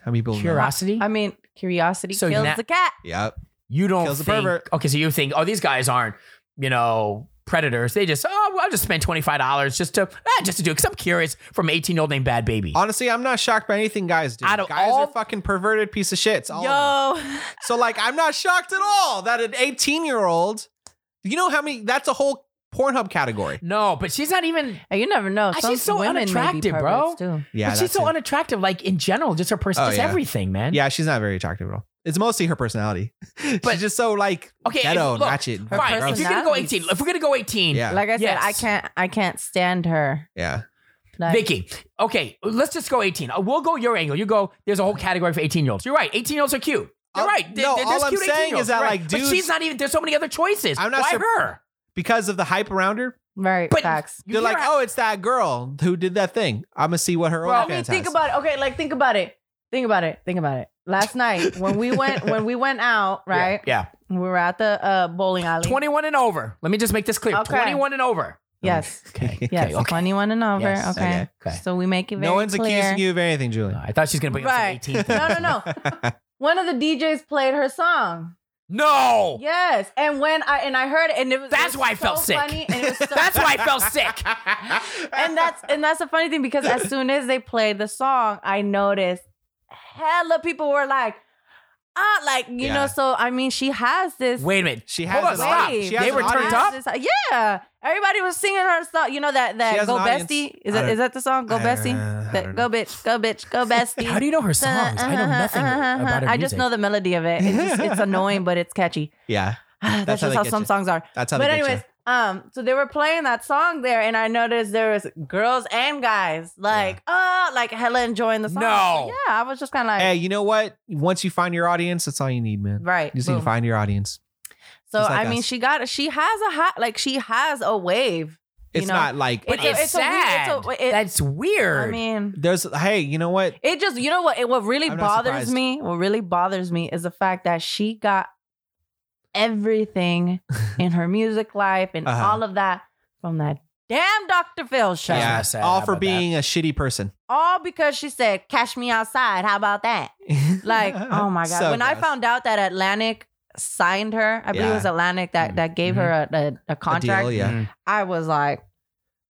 Speaker 3: How many people? know?
Speaker 2: Curiosity?
Speaker 4: I mean, curiosity
Speaker 2: So
Speaker 4: kills
Speaker 2: na-
Speaker 4: the cat.
Speaker 3: Yep.
Speaker 2: you don't
Speaker 3: Kills a
Speaker 2: think,
Speaker 3: pervert.
Speaker 2: Okay, so you think, oh, these guys aren't, you know, predators. They just, oh, well, I'll just spend $25 just to, eh, just to do it. Because I'm curious from 18 year old named Bad Baby.
Speaker 3: Honestly, I'm not shocked by anything guys do.
Speaker 2: Out of
Speaker 3: guys
Speaker 2: all-
Speaker 3: are fucking perverted piece of shits. All of them.
Speaker 4: Yo,
Speaker 3: So like I'm not shocked at all that an 18 year old, you know how many that's a whole Pornhub category.
Speaker 2: no, but she's not even,
Speaker 4: And you never know.
Speaker 2: Ah,
Speaker 4: Some
Speaker 2: she's so
Speaker 4: women may be
Speaker 2: unattractive, bro.
Speaker 4: perverts, Too.
Speaker 3: Yeah,
Speaker 2: but she's
Speaker 3: that's
Speaker 2: so
Speaker 3: it.
Speaker 2: unattractive, like in general, just her person,
Speaker 3: Oh,
Speaker 2: just
Speaker 3: yeah.
Speaker 2: everything, man.
Speaker 3: yeah, she's not very attractive at all. It's mostly her personality.
Speaker 2: But-
Speaker 3: she's just so like
Speaker 2: Okay,
Speaker 3: ghetto,
Speaker 2: and look,
Speaker 3: ratchet,
Speaker 4: Her
Speaker 2: Fine. If
Speaker 3: gross.
Speaker 2: you're gonna go
Speaker 4: personality.
Speaker 2: 18, if we're gonna go 18,
Speaker 3: Yeah,
Speaker 4: Like I said,
Speaker 2: Yes.
Speaker 4: I can't. I can't stand her.
Speaker 3: yeah.
Speaker 4: Like,
Speaker 2: Vicky, okay, let's just go 18. Uh, We'll go your angle. You go, there's a whole category for 18 year olds. You're right. 18 year olds are cute. You're
Speaker 3: Uh,
Speaker 2: right. They-
Speaker 3: no,
Speaker 2: they-
Speaker 3: all
Speaker 2: there's
Speaker 3: I'm
Speaker 2: cute
Speaker 3: saying
Speaker 2: 18-year-olds,
Speaker 3: is that,
Speaker 2: right.
Speaker 3: like,
Speaker 2: But
Speaker 3: dudes-
Speaker 2: she's not even, there's so many other choices.
Speaker 3: I'm not
Speaker 2: Why
Speaker 3: sur-
Speaker 2: her?
Speaker 3: Because of the hype around her,
Speaker 4: right?
Speaker 2: But
Speaker 4: facts.
Speaker 2: you
Speaker 3: they're
Speaker 2: hear
Speaker 3: like,
Speaker 2: how-
Speaker 3: "Oh, it's that girl who did that thing. I'm gonna see what her
Speaker 2: Bro,
Speaker 3: OnlyFans
Speaker 4: I mean,
Speaker 3: has."
Speaker 4: think about it. Okay, like think about it. Think about it. Think about it. Last night when we went when we went out,
Speaker 3: oh,
Speaker 4: right?
Speaker 2: Yeah.
Speaker 4: We were at the uh, bowling alley.
Speaker 2: 21 and over. Let me just make this clear.
Speaker 4: Okay.
Speaker 2: 21 and over.
Speaker 4: Yes.
Speaker 2: Okay.
Speaker 4: Yes.
Speaker 2: Okay. okay.
Speaker 4: Twenty-one and over.
Speaker 2: Yes,
Speaker 4: Okay.
Speaker 2: okay.
Speaker 4: So we make it very
Speaker 3: no one's
Speaker 4: clear.
Speaker 3: accusing you of anything, Julie.
Speaker 2: I thought she was gonna bring
Speaker 4: Right.
Speaker 2: up some 18. thing.
Speaker 4: No, no, no. One of the DJs played her song.
Speaker 2: No.
Speaker 4: Yes, and when I and I heard it, and it was
Speaker 2: That's
Speaker 4: it was
Speaker 2: why I felt
Speaker 4: so
Speaker 2: sick.
Speaker 4: Funny, and it was so
Speaker 2: That's why I felt sick.
Speaker 4: and that's and that's the funny thing because as soon as they played the song, I noticed hella people were like, ah, like you
Speaker 3: Yeah.
Speaker 4: know. So I mean, she has this.
Speaker 2: Wait a minute.
Speaker 3: She
Speaker 2: Hold
Speaker 3: has
Speaker 2: on,
Speaker 3: an
Speaker 2: stop.
Speaker 3: audience. She
Speaker 2: They
Speaker 3: has
Speaker 2: were
Speaker 3: an
Speaker 2: turned
Speaker 3: audience.
Speaker 2: up?
Speaker 4: This- yeah, everybody was singing her song. You know that
Speaker 3: She
Speaker 4: that
Speaker 3: has
Speaker 4: go
Speaker 3: an audience.
Speaker 4: bestie is
Speaker 3: I
Speaker 4: that
Speaker 3: don't-
Speaker 4: is that the song go
Speaker 3: I-
Speaker 4: bestie?
Speaker 3: uh, I
Speaker 4: That-
Speaker 3: don't
Speaker 4: go bitch, go bitch, go bestie.
Speaker 2: How do you know her songs? I know
Speaker 4: Uh-huh,
Speaker 2: nothing
Speaker 4: uh-huh,
Speaker 2: about her
Speaker 4: I just
Speaker 2: music.
Speaker 4: know the melody of it. It's, just, it's annoying, but it's catchy.
Speaker 3: Yeah,
Speaker 4: That's,
Speaker 3: That's how
Speaker 4: just
Speaker 3: they
Speaker 4: how
Speaker 3: get
Speaker 4: some
Speaker 3: you.
Speaker 4: songs are.
Speaker 3: that's how.
Speaker 4: But
Speaker 3: they get
Speaker 4: anyways, um, so they were playing that song there, and I noticed there was girls and guys like, oh, like hella enjoying the song.
Speaker 2: No.
Speaker 4: So, yeah, I was just kind of
Speaker 3: you.
Speaker 4: like,
Speaker 3: hey, you know what? Once you find your audience, that's all you need, man.
Speaker 4: right.
Speaker 3: You just need to
Speaker 4: boom.
Speaker 3: find your audience.
Speaker 4: so
Speaker 3: just like
Speaker 4: I mean,
Speaker 3: us.
Speaker 4: she got, she has a hot, like she has a wave. you
Speaker 3: It's
Speaker 4: know?
Speaker 3: not like
Speaker 2: but
Speaker 4: It's a-
Speaker 2: it's,
Speaker 4: it's a weird-
Speaker 2: sad.
Speaker 4: it's a- it-
Speaker 2: That's weird.
Speaker 4: I mean,
Speaker 3: there's hey, you know what?
Speaker 4: it just, you know what? It what really
Speaker 3: I'm not
Speaker 4: bothers
Speaker 3: surprised.
Speaker 4: me. What really bothers me is the fact that she got everything in her music life and
Speaker 3: Uh-huh.
Speaker 4: all of that from that damn Dr. Phil show.
Speaker 2: That's what I said.
Speaker 3: all
Speaker 2: How
Speaker 3: for
Speaker 2: about
Speaker 3: being a shitty person.
Speaker 4: all because she said, "Cash me outside." How about that? Like, oh my god!
Speaker 3: So
Speaker 4: when I
Speaker 3: gross.
Speaker 4: found out that Atlantic signed her, I believe it was
Speaker 3: Yeah. Mm-hmm.
Speaker 4: Atlantic that that gave her a, a, a contract.
Speaker 3: deal, yeah.
Speaker 2: Mhm.
Speaker 4: I was like,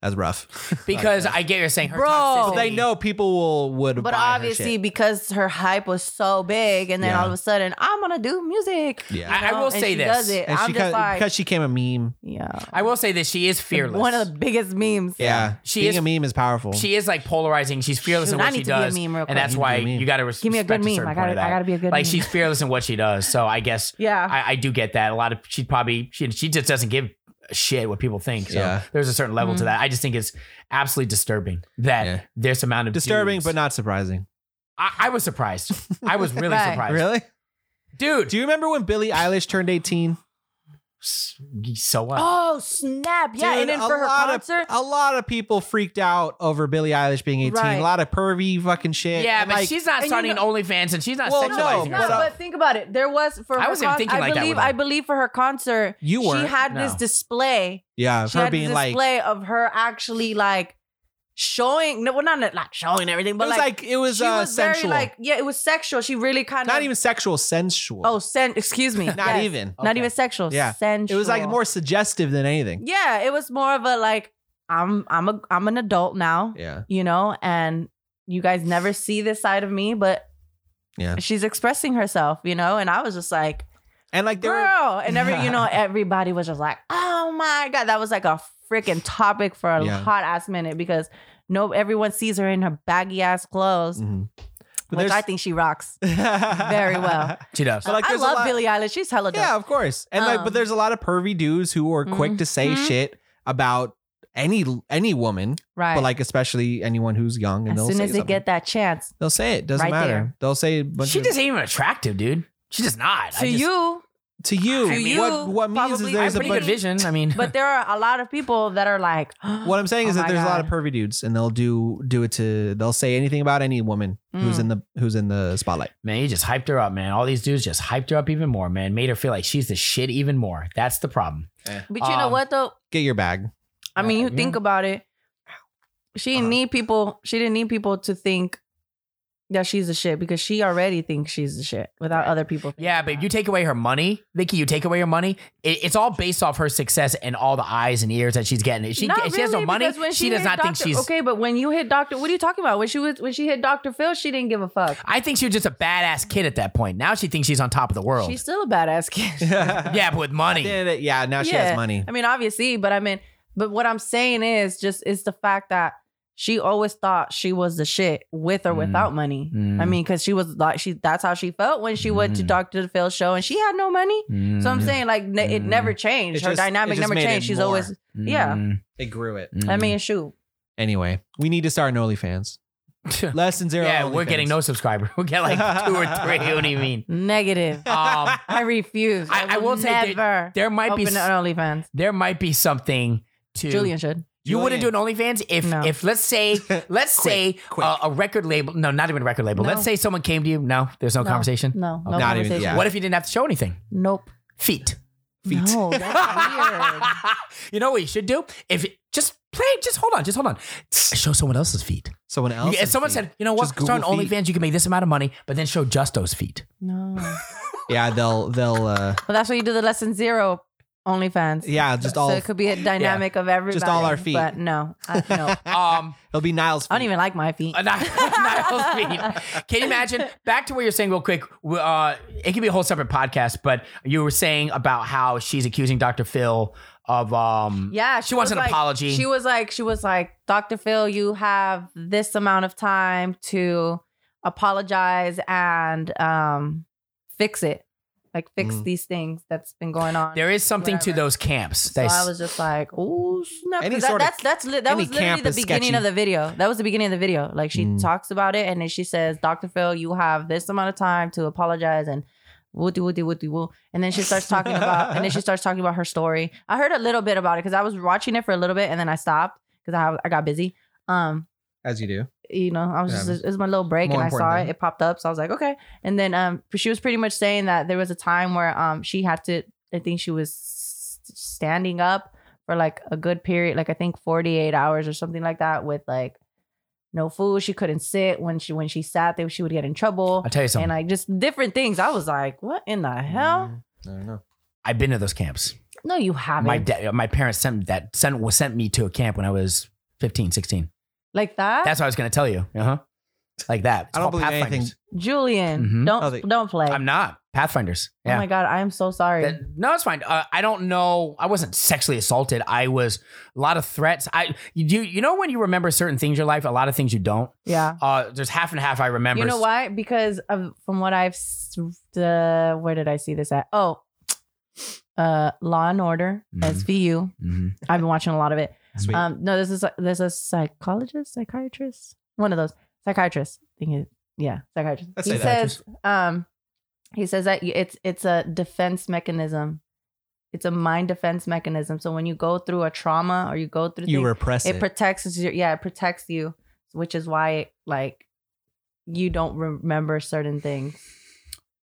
Speaker 3: that's rough.
Speaker 2: because
Speaker 3: Like,
Speaker 2: I get you're saying her
Speaker 4: Bro.
Speaker 2: toxicity-
Speaker 3: they know people will would.
Speaker 4: but
Speaker 3: buy her
Speaker 4: obviously
Speaker 3: shit.
Speaker 4: because her hype was so big, and then
Speaker 3: Yeah.
Speaker 4: all of a sudden, I'm gonna do music.
Speaker 3: yeah.
Speaker 2: I- I will
Speaker 4: and
Speaker 2: say
Speaker 4: she
Speaker 2: this.
Speaker 4: does it.
Speaker 3: And
Speaker 4: I'm
Speaker 3: she
Speaker 4: just
Speaker 3: ca-
Speaker 4: like,
Speaker 3: because she came a meme.
Speaker 4: yeah,
Speaker 2: I will say this: she is fearless.
Speaker 4: One of the biggest memes.
Speaker 3: Yeah,
Speaker 2: She
Speaker 3: being
Speaker 2: is-
Speaker 3: a meme is powerful.
Speaker 2: she is like polarizing. She's fearless
Speaker 4: Shoot,
Speaker 2: in
Speaker 4: I
Speaker 2: what
Speaker 4: need
Speaker 2: she
Speaker 4: to be a
Speaker 2: does,
Speaker 4: meme real quick.
Speaker 2: and that's
Speaker 3: You
Speaker 2: why
Speaker 3: need to be a meme.
Speaker 2: you got to respect
Speaker 4: Give me a good
Speaker 2: to
Speaker 4: meme.
Speaker 2: certain
Speaker 4: I
Speaker 2: point
Speaker 4: gotta,
Speaker 2: of
Speaker 4: I
Speaker 2: that.
Speaker 4: gotta be a good.
Speaker 2: like
Speaker 4: meme.
Speaker 2: she's fearless in what she does. So I guess
Speaker 4: yeah.
Speaker 2: I, I do get that. A lot of she probably she she just doesn't give a shit what people think. So
Speaker 3: Yeah.
Speaker 2: there's a certain level
Speaker 4: Mhm.
Speaker 2: to that. I just think it's absolutely disturbing that
Speaker 3: Yeah.
Speaker 2: this amount of
Speaker 3: Disturbing,
Speaker 2: dudes-
Speaker 3: but not surprising.
Speaker 2: I, I was surprised. I was really
Speaker 4: Right.
Speaker 2: surprised,
Speaker 3: Really?
Speaker 2: dude.
Speaker 3: Do you remember when Billie Eilish turned eighteen?
Speaker 2: S- So what?
Speaker 4: Oh snap! Yeah,
Speaker 3: Dude,
Speaker 4: and then
Speaker 3: a
Speaker 4: for her
Speaker 3: lot
Speaker 4: concert,
Speaker 3: Of, a lot of people freaked out over Billie Eilish being 18.
Speaker 4: Right.
Speaker 3: A lot of pervy fucking shit.
Speaker 2: yeah,
Speaker 3: And,
Speaker 2: but
Speaker 3: like,
Speaker 2: she's not
Speaker 4: and you
Speaker 2: starting
Speaker 4: know-
Speaker 2: OnlyFans and she's not
Speaker 3: Well, no,
Speaker 2: sexualizing
Speaker 4: Oh, No,
Speaker 3: but, uh,
Speaker 2: herself.
Speaker 4: but think about it. There was for
Speaker 2: I
Speaker 4: her
Speaker 2: wasn't
Speaker 4: con-
Speaker 2: thinking
Speaker 4: I
Speaker 2: like that
Speaker 4: believe
Speaker 2: with her.
Speaker 4: I believe for her concert,
Speaker 3: You
Speaker 4: she
Speaker 3: weren't,
Speaker 4: had this
Speaker 2: no.
Speaker 4: display.
Speaker 3: yeah, of
Speaker 4: She
Speaker 3: her
Speaker 4: had
Speaker 3: being
Speaker 4: this
Speaker 3: like
Speaker 4: display of her actually like showing. No, well, not not showing everything,
Speaker 3: it
Speaker 4: but
Speaker 3: was like,
Speaker 4: like,
Speaker 3: it was,
Speaker 4: she
Speaker 3: uh,
Speaker 4: was very
Speaker 3: sensual.
Speaker 4: like yeah, it was sexual. She really kind
Speaker 3: not
Speaker 4: of
Speaker 3: even sexual, sensual.
Speaker 4: oh, sen- excuse me,
Speaker 3: not
Speaker 4: Yes.
Speaker 3: even.
Speaker 4: not
Speaker 2: Okay.
Speaker 4: even sexual,
Speaker 3: Yeah.
Speaker 4: sensual.
Speaker 3: It was like more suggestive than anything.
Speaker 4: Yeah, it was more of a like I'm I'm a I'm an adult now.
Speaker 3: Yeah.
Speaker 4: you know, and you guys never see this side of me, but
Speaker 3: Yeah.
Speaker 4: she's expressing herself, you know, and I was just like,
Speaker 3: And like there were
Speaker 4: girl, and every you know, everybody was just like, oh my god, that was like a freaking topic for a
Speaker 3: Yeah.
Speaker 4: hot ass minute because no, everyone sees her in her baggy ass clothes,
Speaker 3: Mhm. But
Speaker 4: which
Speaker 3: there's-
Speaker 4: I think she rocks. very well.
Speaker 2: She does.
Speaker 3: But, like,
Speaker 4: I
Speaker 3: there's a
Speaker 4: love
Speaker 3: lot-
Speaker 4: Billie Eilish; she's hella dope.
Speaker 3: Yeah, of course. And like,
Speaker 4: Um,
Speaker 3: but there's a lot of pervy dudes who are quick to say
Speaker 4: Mhm.
Speaker 3: shit about any any woman,
Speaker 4: right.
Speaker 3: but like especially anyone who's young.
Speaker 4: as
Speaker 3: And they'll
Speaker 4: soon
Speaker 3: say
Speaker 4: as they
Speaker 3: something.
Speaker 4: get that chance
Speaker 3: they'll say it. Doesn't
Speaker 4: right
Speaker 3: matter.
Speaker 4: there.
Speaker 3: They'll say a bunch
Speaker 2: She
Speaker 3: of,
Speaker 2: just ain't even attractive, dude. She just not. I
Speaker 4: to
Speaker 2: just-
Speaker 4: you,
Speaker 3: to you.
Speaker 2: To you,
Speaker 3: what what means is
Speaker 4: probably.
Speaker 2: I have
Speaker 3: there's a
Speaker 2: pretty
Speaker 3: bunch.
Speaker 2: good vision. I mean,
Speaker 4: but there are a lot of people that are like,
Speaker 3: What I'm saying
Speaker 4: Oh
Speaker 3: is that
Speaker 4: my
Speaker 3: there's a lot
Speaker 4: God.
Speaker 3: of pervy dudes, and they'll do do it to. They'll say anything about any woman who's
Speaker 4: Mm.
Speaker 3: in the who's in the spotlight.
Speaker 2: man, you just hyped her up, man. All these dudes just hyped her up even more, man. Made her feel like she's the shit even more. That's the problem.
Speaker 4: but you know
Speaker 2: Um, Mm-hmm.
Speaker 4: what though?
Speaker 3: Eh. Get your bag.
Speaker 4: I mean, you
Speaker 2: Yeah.
Speaker 4: think about it. She didn't
Speaker 3: Uh-huh.
Speaker 4: need people. She didn't need people to think that she's the shit because she already thinks she's the shit without other people. thinking
Speaker 2: Yeah, but if
Speaker 4: that.
Speaker 2: you take away her money, Vicky, you take away her money. It, it's all based off her success and all the eyes and ears that she's getting. If she,
Speaker 4: Not
Speaker 2: if she has no
Speaker 4: really,
Speaker 2: money,
Speaker 4: because when
Speaker 2: she, does
Speaker 4: hit
Speaker 2: not think
Speaker 4: Dr.
Speaker 2: she's.
Speaker 4: okay. But when you hit Doctor, what are you talking about? When she was when she hit Doctor Phil, she didn't give a fuck.
Speaker 2: I think she was just a badass kid at that point. Now she thinks she's on top of the world.
Speaker 4: She's still a badass kid.
Speaker 3: yeah.
Speaker 2: yeah, but with money.
Speaker 3: Yeah. Now she
Speaker 4: Yeah.
Speaker 3: has money.
Speaker 4: I mean, obviously, but I mean, but what I'm saying is just it's the fact that she always thought she was the shit with or
Speaker 2: Mm.
Speaker 4: without money. I
Speaker 2: Mm.
Speaker 4: mean, because she was like she that's how she felt when she went to
Speaker 2: Mm.
Speaker 4: Doctor Phil's show and she had no money. So I'm
Speaker 2: Mm.
Speaker 4: saying like ne- it
Speaker 2: Mm.
Speaker 4: never changed.
Speaker 3: It
Speaker 4: Her
Speaker 3: just- it
Speaker 4: dynamic
Speaker 3: just
Speaker 4: never
Speaker 3: made it
Speaker 4: changed. She's
Speaker 3: more.
Speaker 4: always. yeah.
Speaker 2: Mm.
Speaker 3: They grew it.
Speaker 4: I mean, shoot.
Speaker 3: Anyway, we need to start an OnlyFans. Less than zero.
Speaker 2: yeah, we're getting no subscriber. We'll get like two or three. What do you mean?
Speaker 4: Negative.
Speaker 2: Um,
Speaker 4: I refuse.
Speaker 2: I-
Speaker 4: I,
Speaker 2: I will
Speaker 4: will
Speaker 2: say that
Speaker 4: never
Speaker 2: there might
Speaker 4: open
Speaker 2: be
Speaker 4: an
Speaker 2: s-
Speaker 4: OnlyFans.
Speaker 2: there might be something to
Speaker 4: Julian should.
Speaker 2: You wouldn't do an OnlyFans if
Speaker 4: No.
Speaker 2: if let's say let's say
Speaker 3: quick.
Speaker 2: uh, a record label. No, not even a record label.
Speaker 4: No.
Speaker 2: Let's say someone came to you. No, there's no,
Speaker 4: No.
Speaker 2: conversation.
Speaker 4: No, no
Speaker 2: Okay.
Speaker 3: Not even-
Speaker 4: conversation.
Speaker 3: yeah.
Speaker 2: What if you didn't have to show anything?
Speaker 4: Nope.
Speaker 2: Feet.
Speaker 3: Feet.
Speaker 4: No, that's weird.
Speaker 2: you know what you should do? If just play, just hold on, just hold on. Show someone else's feet.
Speaker 3: Someone
Speaker 2: You-
Speaker 3: else.
Speaker 2: if someone said, you know what,
Speaker 3: Just Google
Speaker 2: start on
Speaker 3: feet.
Speaker 2: OnlyFans, you can make this amount of money, but then show just those feet.
Speaker 4: No. Well,
Speaker 3: "Yeah, they'll they'll uh,
Speaker 4: that's why you do the lesson zero OnlyFans.
Speaker 3: yeah, just all
Speaker 4: so it could be a dynamic of everybody.
Speaker 3: all our feet.
Speaker 4: But no, I, no. I
Speaker 2: Um,
Speaker 3: it'll be Niles.
Speaker 4: don't even like my feet.
Speaker 2: Uh, Ni- Niles Feet. Can you imagine? Back to what you're saying, real quick. w- Uh, it could be a whole separate podcast, but you were saying about how she's accusing Dr. Phil of um.
Speaker 4: Yeah,
Speaker 2: She wants
Speaker 4: was
Speaker 2: an
Speaker 4: like-
Speaker 2: apology.
Speaker 4: She was like, she was like, Doctor Phil, you have this amount of time to apologize and um fix it, like fix
Speaker 3: Mm.
Speaker 4: these things that's been going on.
Speaker 2: There is something to
Speaker 4: Whatever.
Speaker 2: those camps.
Speaker 4: so
Speaker 2: They
Speaker 4: I
Speaker 2: s-
Speaker 4: was just like, oh snap! 'Cause
Speaker 3: Any
Speaker 4: That,
Speaker 3: sort of-
Speaker 4: that's that's li- that
Speaker 3: any
Speaker 4: was literally
Speaker 3: camp
Speaker 4: the
Speaker 3: is
Speaker 4: beginning
Speaker 3: sketchy.
Speaker 4: of the video. That was the beginning of the video. Like she
Speaker 3: Mm.
Speaker 4: talks about it, and then she says, "Doctor Phil, you have this amount of time to apologize and woody woody woody woo." And then she starts talking about, and then she starts talking about her story. I heard a little bit about it because I was watching it for a little bit, and then I stopped because I I got busy. Um,
Speaker 3: as you do.
Speaker 4: you know, I was
Speaker 3: Yeah.
Speaker 4: just it was my little break
Speaker 3: More
Speaker 4: and I
Speaker 3: important
Speaker 4: saw
Speaker 3: than-
Speaker 4: it. It popped up, so I was like, okay. And then um, she was pretty much saying that there was a time where um she had to. I think she was s- standing up for like a good period, like I think forty eight hours or something like that, with like no food. She couldn't sit when she when she sat there, she would get in trouble
Speaker 2: I'll tell you
Speaker 4: and
Speaker 2: something.
Speaker 4: like just different things. I was like, what in the
Speaker 3: Mm.
Speaker 4: hell?
Speaker 3: I don't know.
Speaker 2: I, have been to those camps.
Speaker 4: No, you haven't.
Speaker 2: my da- my parents sent that sent was sent me to a camp when I was 15, 16.
Speaker 4: like that,
Speaker 2: That's what I was going to tell you. Uh huh. Like that. It's
Speaker 3: I don't
Speaker 2: called
Speaker 3: believe anything.
Speaker 2: Pathfinders.
Speaker 4: Julian.
Speaker 2: Mhm.
Speaker 4: Don't
Speaker 3: Oh, they-
Speaker 4: don't play.
Speaker 2: I'm not Pathfinders.
Speaker 4: Oh
Speaker 2: Yeah.
Speaker 4: my god, I am so sorry.
Speaker 2: That- no, it's fine. Uh, I don't know. I wasn't sexually assaulted. I was a lot of threats. I you do you know when you remember certain things in your life, a lot of things you don't.
Speaker 4: yeah.
Speaker 2: Uh, there's half and half I remember.
Speaker 4: You know why? Because of from what I've s- the where did I see this at? Oh, uh, Law and Order,
Speaker 2: Mhm.
Speaker 4: SVU.
Speaker 3: Mm-hmm.
Speaker 2: Mhm.
Speaker 4: I've been watching a lot of it.
Speaker 2: Uh,
Speaker 3: Sweet.
Speaker 4: Um, no, this is there's a psychologist, psychiatrist, one of those psychiatrist. I think it, yeah, psychiatrist.
Speaker 3: Let's
Speaker 4: he
Speaker 3: say
Speaker 4: says, um, he says that you- it's it's a defense mechanism. it's a mind defense mechanism. So when you go through a trauma or you go through
Speaker 3: you
Speaker 4: things,
Speaker 3: repress
Speaker 4: it,
Speaker 3: it.
Speaker 4: protects your yeah it protects you which is why like you don't remember certain things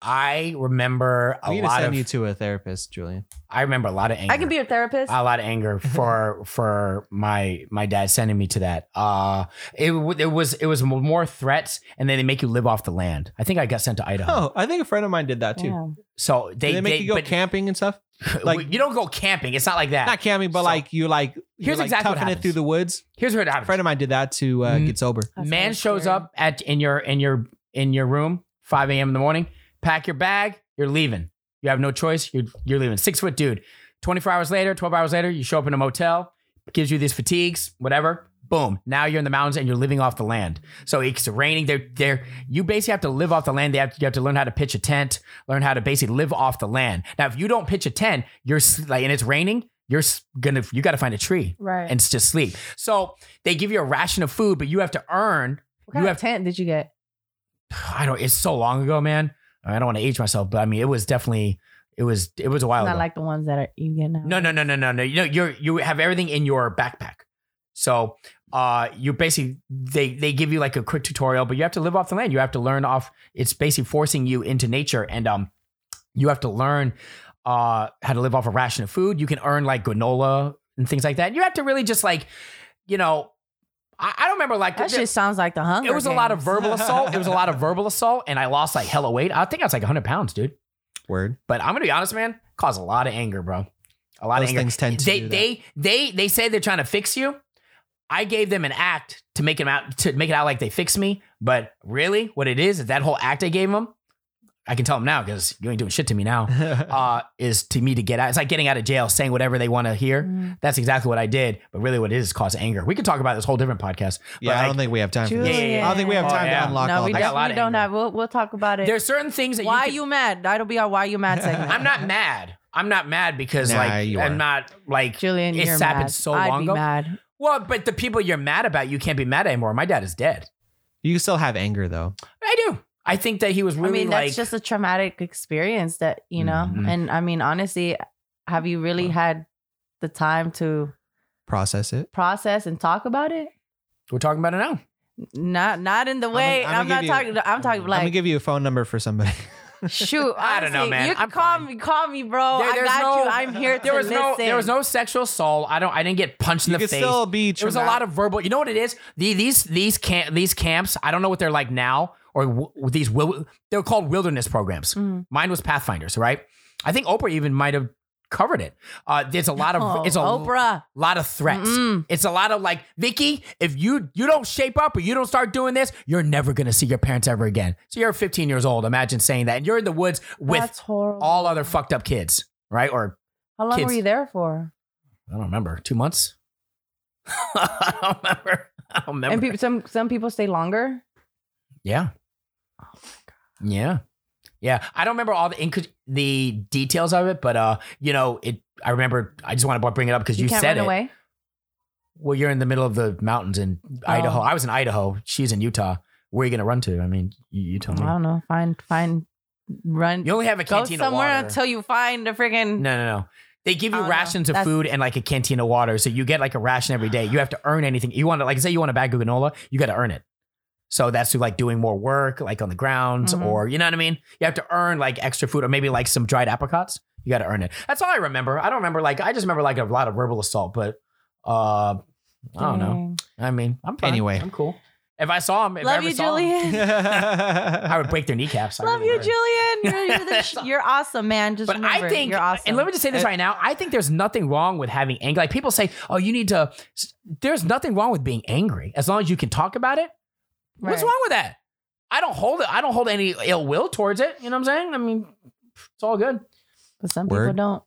Speaker 2: I remember a
Speaker 3: we need to
Speaker 2: lot
Speaker 3: send
Speaker 2: of.
Speaker 3: you to a therapist, Julian.
Speaker 2: I remember a lot of anger.
Speaker 4: i can be a therapist
Speaker 2: a lot of anger for for my my dad sending me to that. Uh it w- it was it was more threats, and then they make you live off the land. I think I got sent to Idaho.
Speaker 3: Oh, I think a friend of mine did that too.
Speaker 4: Yeah.
Speaker 2: So
Speaker 3: Did
Speaker 2: they,
Speaker 3: they, make you go
Speaker 2: but
Speaker 3: camping and stuff. like-
Speaker 2: you don't go camping. It's not like that.
Speaker 3: Not camping, but
Speaker 2: So-
Speaker 3: like you like
Speaker 2: Here's
Speaker 3: you're like
Speaker 2: exactly what
Speaker 3: toughing it
Speaker 2: happens.
Speaker 3: through the woods.
Speaker 2: Here's what
Speaker 3: A
Speaker 2: happens.
Speaker 3: friend of mine did that to uh,
Speaker 2: Mm.
Speaker 3: get sober.
Speaker 4: That's
Speaker 2: Man
Speaker 4: kinda
Speaker 2: shows
Speaker 4: scary.
Speaker 2: up at in your in your in your room, 5 a.m. in the morning. Pack your bag. You're leaving. You have no choice. You're you're leaving. Six foot dude. 24 hours later, 12 hours later, you show up in a motel. Gives you these fatigues, whatever. Boom. Now you're in the mountains and you're living off the land. So it's raining. They're, they're, you basically have to live off the land. They have, you have to learn how to pitch a tent, learn how to basically live off the land. Now, if you don't pitch a tent, you're s- like, and it's raining, you're s- gonna, you gotta find a tree
Speaker 4: right
Speaker 2: and s- just sleep. So they give you a ration of food, but you have to earn.
Speaker 4: what kind
Speaker 2: you
Speaker 4: of tent did you get
Speaker 2: I don't. It's so long ago, man. I don't want to age myself, but I mean, it was definitely. It was. It was a while
Speaker 4: not
Speaker 2: ago.
Speaker 4: like the ones that are you get now
Speaker 2: no, no, no, no, no, no. You know, you're you have everything in your backpack. So, uh, you basically they they give you like a quick tutorial, but you have to live off the land. You have to learn off. It's basically forcing you into nature, and um, you have to learn uh how to live off a ration of food. You can earn like granola and things like that. You have to really just like, you know, I, I don't remember like
Speaker 4: that shit sounds like the hunger
Speaker 2: it was a lot of
Speaker 4: Games.
Speaker 2: verbal assault. It was a lot of verbal assault, and I lost like hella weight. I think I was like 100 pounds, dude.
Speaker 3: Word.
Speaker 2: But I'm gonna be honest, man, caused a lot of anger, bro. A lot of
Speaker 3: Those
Speaker 2: anger.
Speaker 3: things tend to
Speaker 2: they
Speaker 3: do that.
Speaker 2: they they they say they're trying to fix you. I gave them an act to make them out to make it out like they fixed me, but really, what it is is that whole act I gave them. I can tell them now because you ain't doing shit to me now. Uh, is to me to get out. It's like getting out of jail, saying whatever they want to hear.
Speaker 4: Mm.
Speaker 2: That's exactly what I did. But really, what it is is cause anger. We could talk about this whole different podcast.
Speaker 3: yeah, I
Speaker 2: like-
Speaker 3: don't think we have time for
Speaker 4: Julian.
Speaker 3: this.
Speaker 2: Yeah, yeah, yeah.
Speaker 3: I don't think we have
Speaker 2: Oh,
Speaker 3: time
Speaker 2: yeah.
Speaker 3: to unlock
Speaker 4: no
Speaker 3: all
Speaker 4: we
Speaker 2: I
Speaker 3: that.
Speaker 2: got a lot
Speaker 4: definitely
Speaker 2: of
Speaker 4: don't
Speaker 2: anger.
Speaker 4: have we'll, we'll talk about it
Speaker 2: There's certain things that
Speaker 4: why
Speaker 2: you, can-
Speaker 4: you mad that'll be our why you mad segment
Speaker 2: I'm not mad. I'm not mad because
Speaker 3: Nah,
Speaker 2: like
Speaker 3: you
Speaker 2: I'm
Speaker 3: are.
Speaker 2: not like
Speaker 4: Julian,
Speaker 2: It's
Speaker 4: you're
Speaker 2: happened
Speaker 4: mad.
Speaker 2: so
Speaker 4: I'd
Speaker 2: long
Speaker 4: be
Speaker 2: ago.
Speaker 4: mad.
Speaker 2: well, but the people you're mad about, you can't be mad anymore. My dad is dead.
Speaker 3: You can still have anger though.
Speaker 2: I do. I think that he was
Speaker 4: I
Speaker 2: really
Speaker 4: mean,
Speaker 2: like
Speaker 4: that's just a traumatic experience that, you know,
Speaker 2: Mhm.
Speaker 4: and I mean, honestly, have you really had the time to
Speaker 3: Process it.
Speaker 4: process and talk about it?
Speaker 2: we're talking about it now.
Speaker 4: Not not in the
Speaker 3: gonna-
Speaker 4: way.
Speaker 3: I'm
Speaker 4: I'm,
Speaker 3: gonna
Speaker 4: not
Speaker 3: give you-
Speaker 4: talking I'm talking
Speaker 3: I'm gonna
Speaker 4: like
Speaker 3: give you a phone number for somebody.
Speaker 4: shoot.
Speaker 2: I don't know,
Speaker 4: honestly,
Speaker 2: man.
Speaker 4: You can
Speaker 2: I'm
Speaker 4: call
Speaker 2: fine.
Speaker 4: me, call me, bro.
Speaker 2: There-
Speaker 4: Oh, I
Speaker 2: there's
Speaker 4: got
Speaker 2: no-
Speaker 4: you. I'm here to
Speaker 2: There was
Speaker 4: listen.
Speaker 2: no there was no sexual assault. I don't I didn't get punched in
Speaker 3: you
Speaker 2: the
Speaker 3: could
Speaker 2: face.
Speaker 3: still be.
Speaker 2: there was a lot of verbal. You know what it is? The, these these camp these camps. I don't know what they're like now or w- these will they're called wilderness programs.
Speaker 4: Mhm.
Speaker 2: Mine was Pathfinders, right? I think Oprah even might have covered it. Uh, there's a lot of
Speaker 4: Oh,
Speaker 2: it's a
Speaker 4: Oprah. Mm.
Speaker 2: lot of threats.
Speaker 4: Mm-mm.
Speaker 2: It's a lot of like, Vicky, if you you don't shape up or you don't start doing this, you're never gonna see your parents ever again. So you're 15 years old. Imagine saying that, and you're in the woods with
Speaker 4: That's horrible.
Speaker 2: all other fucked up kids, right? Or
Speaker 4: How long
Speaker 2: kids.
Speaker 4: were you there for?
Speaker 2: I don't remember, two months. I don't remember. I don't remember.
Speaker 4: And people, some some people stay longer.
Speaker 2: yeah.
Speaker 4: Oh
Speaker 2: Yeah. Yeah, I don't remember all the inc- the details of it, but uh, you know, it. I remember. I just want to bring it up because
Speaker 4: You,
Speaker 2: you,
Speaker 4: can't
Speaker 2: said
Speaker 4: run
Speaker 2: it.
Speaker 4: away.
Speaker 2: Well, you're in the middle of the mountains in
Speaker 4: Oh.
Speaker 2: Idaho. I was in Idaho. She's in Utah. Where are you going to run to? I mean, you, you tell
Speaker 4: I
Speaker 2: me.
Speaker 4: don't know. Find find run
Speaker 2: You only have a
Speaker 4: go
Speaker 2: canteen of
Speaker 4: somewhere
Speaker 2: water.
Speaker 4: until you find a friggin'
Speaker 2: no, no, no. They give
Speaker 4: I
Speaker 2: you
Speaker 4: don't know.
Speaker 2: rations of
Speaker 4: Oh, That's-
Speaker 2: food and like a canteen of water. So you get like a ration every day. You have to earn anything. You want to, like, say you want a bag of granola, you got to earn it. So that's through like doing more work, like on the grounds,
Speaker 4: Mhm.
Speaker 2: or you know what I mean? You have to earn like extra food or maybe like some dried apricots. You got to earn it. That's all I remember. I don't remember, like, I just remember like a lot of verbal assault, but uh, I don't know.
Speaker 4: Dang.
Speaker 2: I mean, I'm fine.
Speaker 3: Anyway.
Speaker 2: I'm cool. If I saw him, if I
Speaker 4: Love
Speaker 2: ever
Speaker 4: you,
Speaker 2: saw him,
Speaker 4: Julian.
Speaker 2: I would break their kneacaps. I
Speaker 4: Love
Speaker 2: really
Speaker 4: you,
Speaker 2: would.
Speaker 4: Julian. You're, you're, the sh- you're awesome, man. Just
Speaker 2: But
Speaker 4: remember,
Speaker 2: I think,
Speaker 4: you're awesome.
Speaker 2: and let me just say this right now. I think there's nothing wrong with having anger. Like people say, oh, you need to. There's nothing wrong with being angry as long as you can talk about it. What's
Speaker 4: Right.
Speaker 2: wrong with that? I don't hold it. I don't hold any ill will towards it. You know what I'm saying? I mean, it's all good.
Speaker 4: But some people
Speaker 3: Word.
Speaker 4: don't.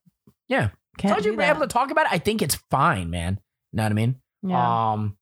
Speaker 2: Yeah. As long
Speaker 4: Can't
Speaker 2: as you're
Speaker 4: do that.
Speaker 2: able to talk about it, I think it's fine, man. You know what I mean?
Speaker 4: yeah.
Speaker 2: Um.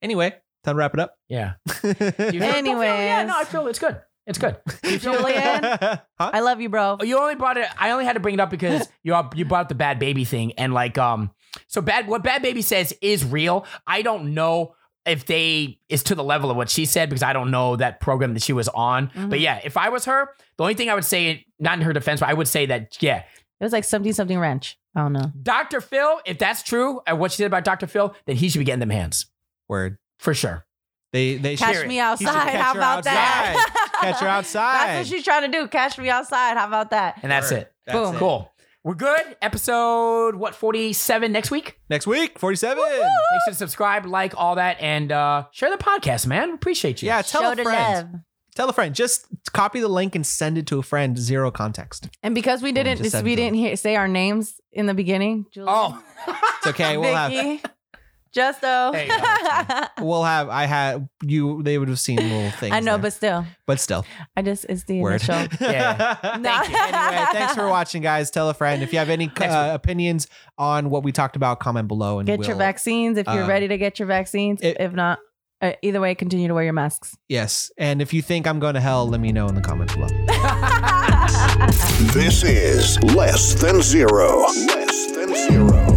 Speaker 3: anyway, time to wrap it up.
Speaker 2: Yeah. You
Speaker 3: Julian,
Speaker 2: feel- don't feel- yeah.
Speaker 4: Anyways.
Speaker 2: No, I feel it's good. It's good.
Speaker 3: huh?
Speaker 4: I love you, bro.
Speaker 2: Oh, you only brought it. I only had to bring it up because you all, you brought up the bad baby thing and like um. So bad. What bad baby says is real. I don't know if they is to the level of what she said because I don't know that program that she was on.
Speaker 4: Mhm.
Speaker 2: But yeah, if I was her, the only thing I would say, not in her defense, but I would say that yeah,
Speaker 4: It was like something something wrench. I don't know.
Speaker 2: Dr. Phil, if that's true, and what she said about Dr. Phil, then he should be getting them hands
Speaker 3: Word.
Speaker 2: for sure.
Speaker 3: They they
Speaker 4: Catch
Speaker 2: Period.
Speaker 4: me
Speaker 3: should
Speaker 4: outside.
Speaker 3: catch
Speaker 4: How
Speaker 3: her
Speaker 4: about that?
Speaker 3: Catch her outside.
Speaker 4: That's what she's trying to do. Catch me outside. How about that?
Speaker 2: And that's
Speaker 3: Word.
Speaker 2: it.
Speaker 3: That's
Speaker 4: Boom.
Speaker 3: it.
Speaker 2: Cool. We're good. Episode what 47 next week.
Speaker 3: Next week, 47.
Speaker 2: Make sure to subscribe, like all that, and uh, share the podcast, man. Appreciate you.
Speaker 3: Yeah, tell
Speaker 4: Show
Speaker 3: a
Speaker 4: the
Speaker 3: friend.
Speaker 4: love.
Speaker 3: Tell a friend. Just copy the link and send it to a friend. Zero context.
Speaker 4: And because we didn't
Speaker 3: just said
Speaker 4: we
Speaker 3: that.
Speaker 4: didn't hear, say our names in the beginning. Julia,
Speaker 2: Oh,
Speaker 3: It's okay. We'll have
Speaker 4: Vicky, Justo.
Speaker 2: Hey, yeah,
Speaker 3: we'll have I had you they would have seen little things.
Speaker 4: I know,
Speaker 3: there.
Speaker 4: but still,
Speaker 3: but still.
Speaker 4: I just it's the
Speaker 3: Word.
Speaker 4: initial.
Speaker 2: Yeah.
Speaker 4: Thank you.
Speaker 3: anyway, thanks for watching, guys. Tell a friend. If you have any uh, opinions on what we talked about, comment below and
Speaker 4: Get
Speaker 3: we'll,
Speaker 4: your vaccines if you're
Speaker 3: um,
Speaker 4: ready to get your vaccines.
Speaker 3: it-
Speaker 4: if not, uh, either way, continue to wear your masks.
Speaker 3: Yes. And if you think I'm going to hell, let me know in the comments below.
Speaker 1: This is Less Than Zero. Less Than Zero.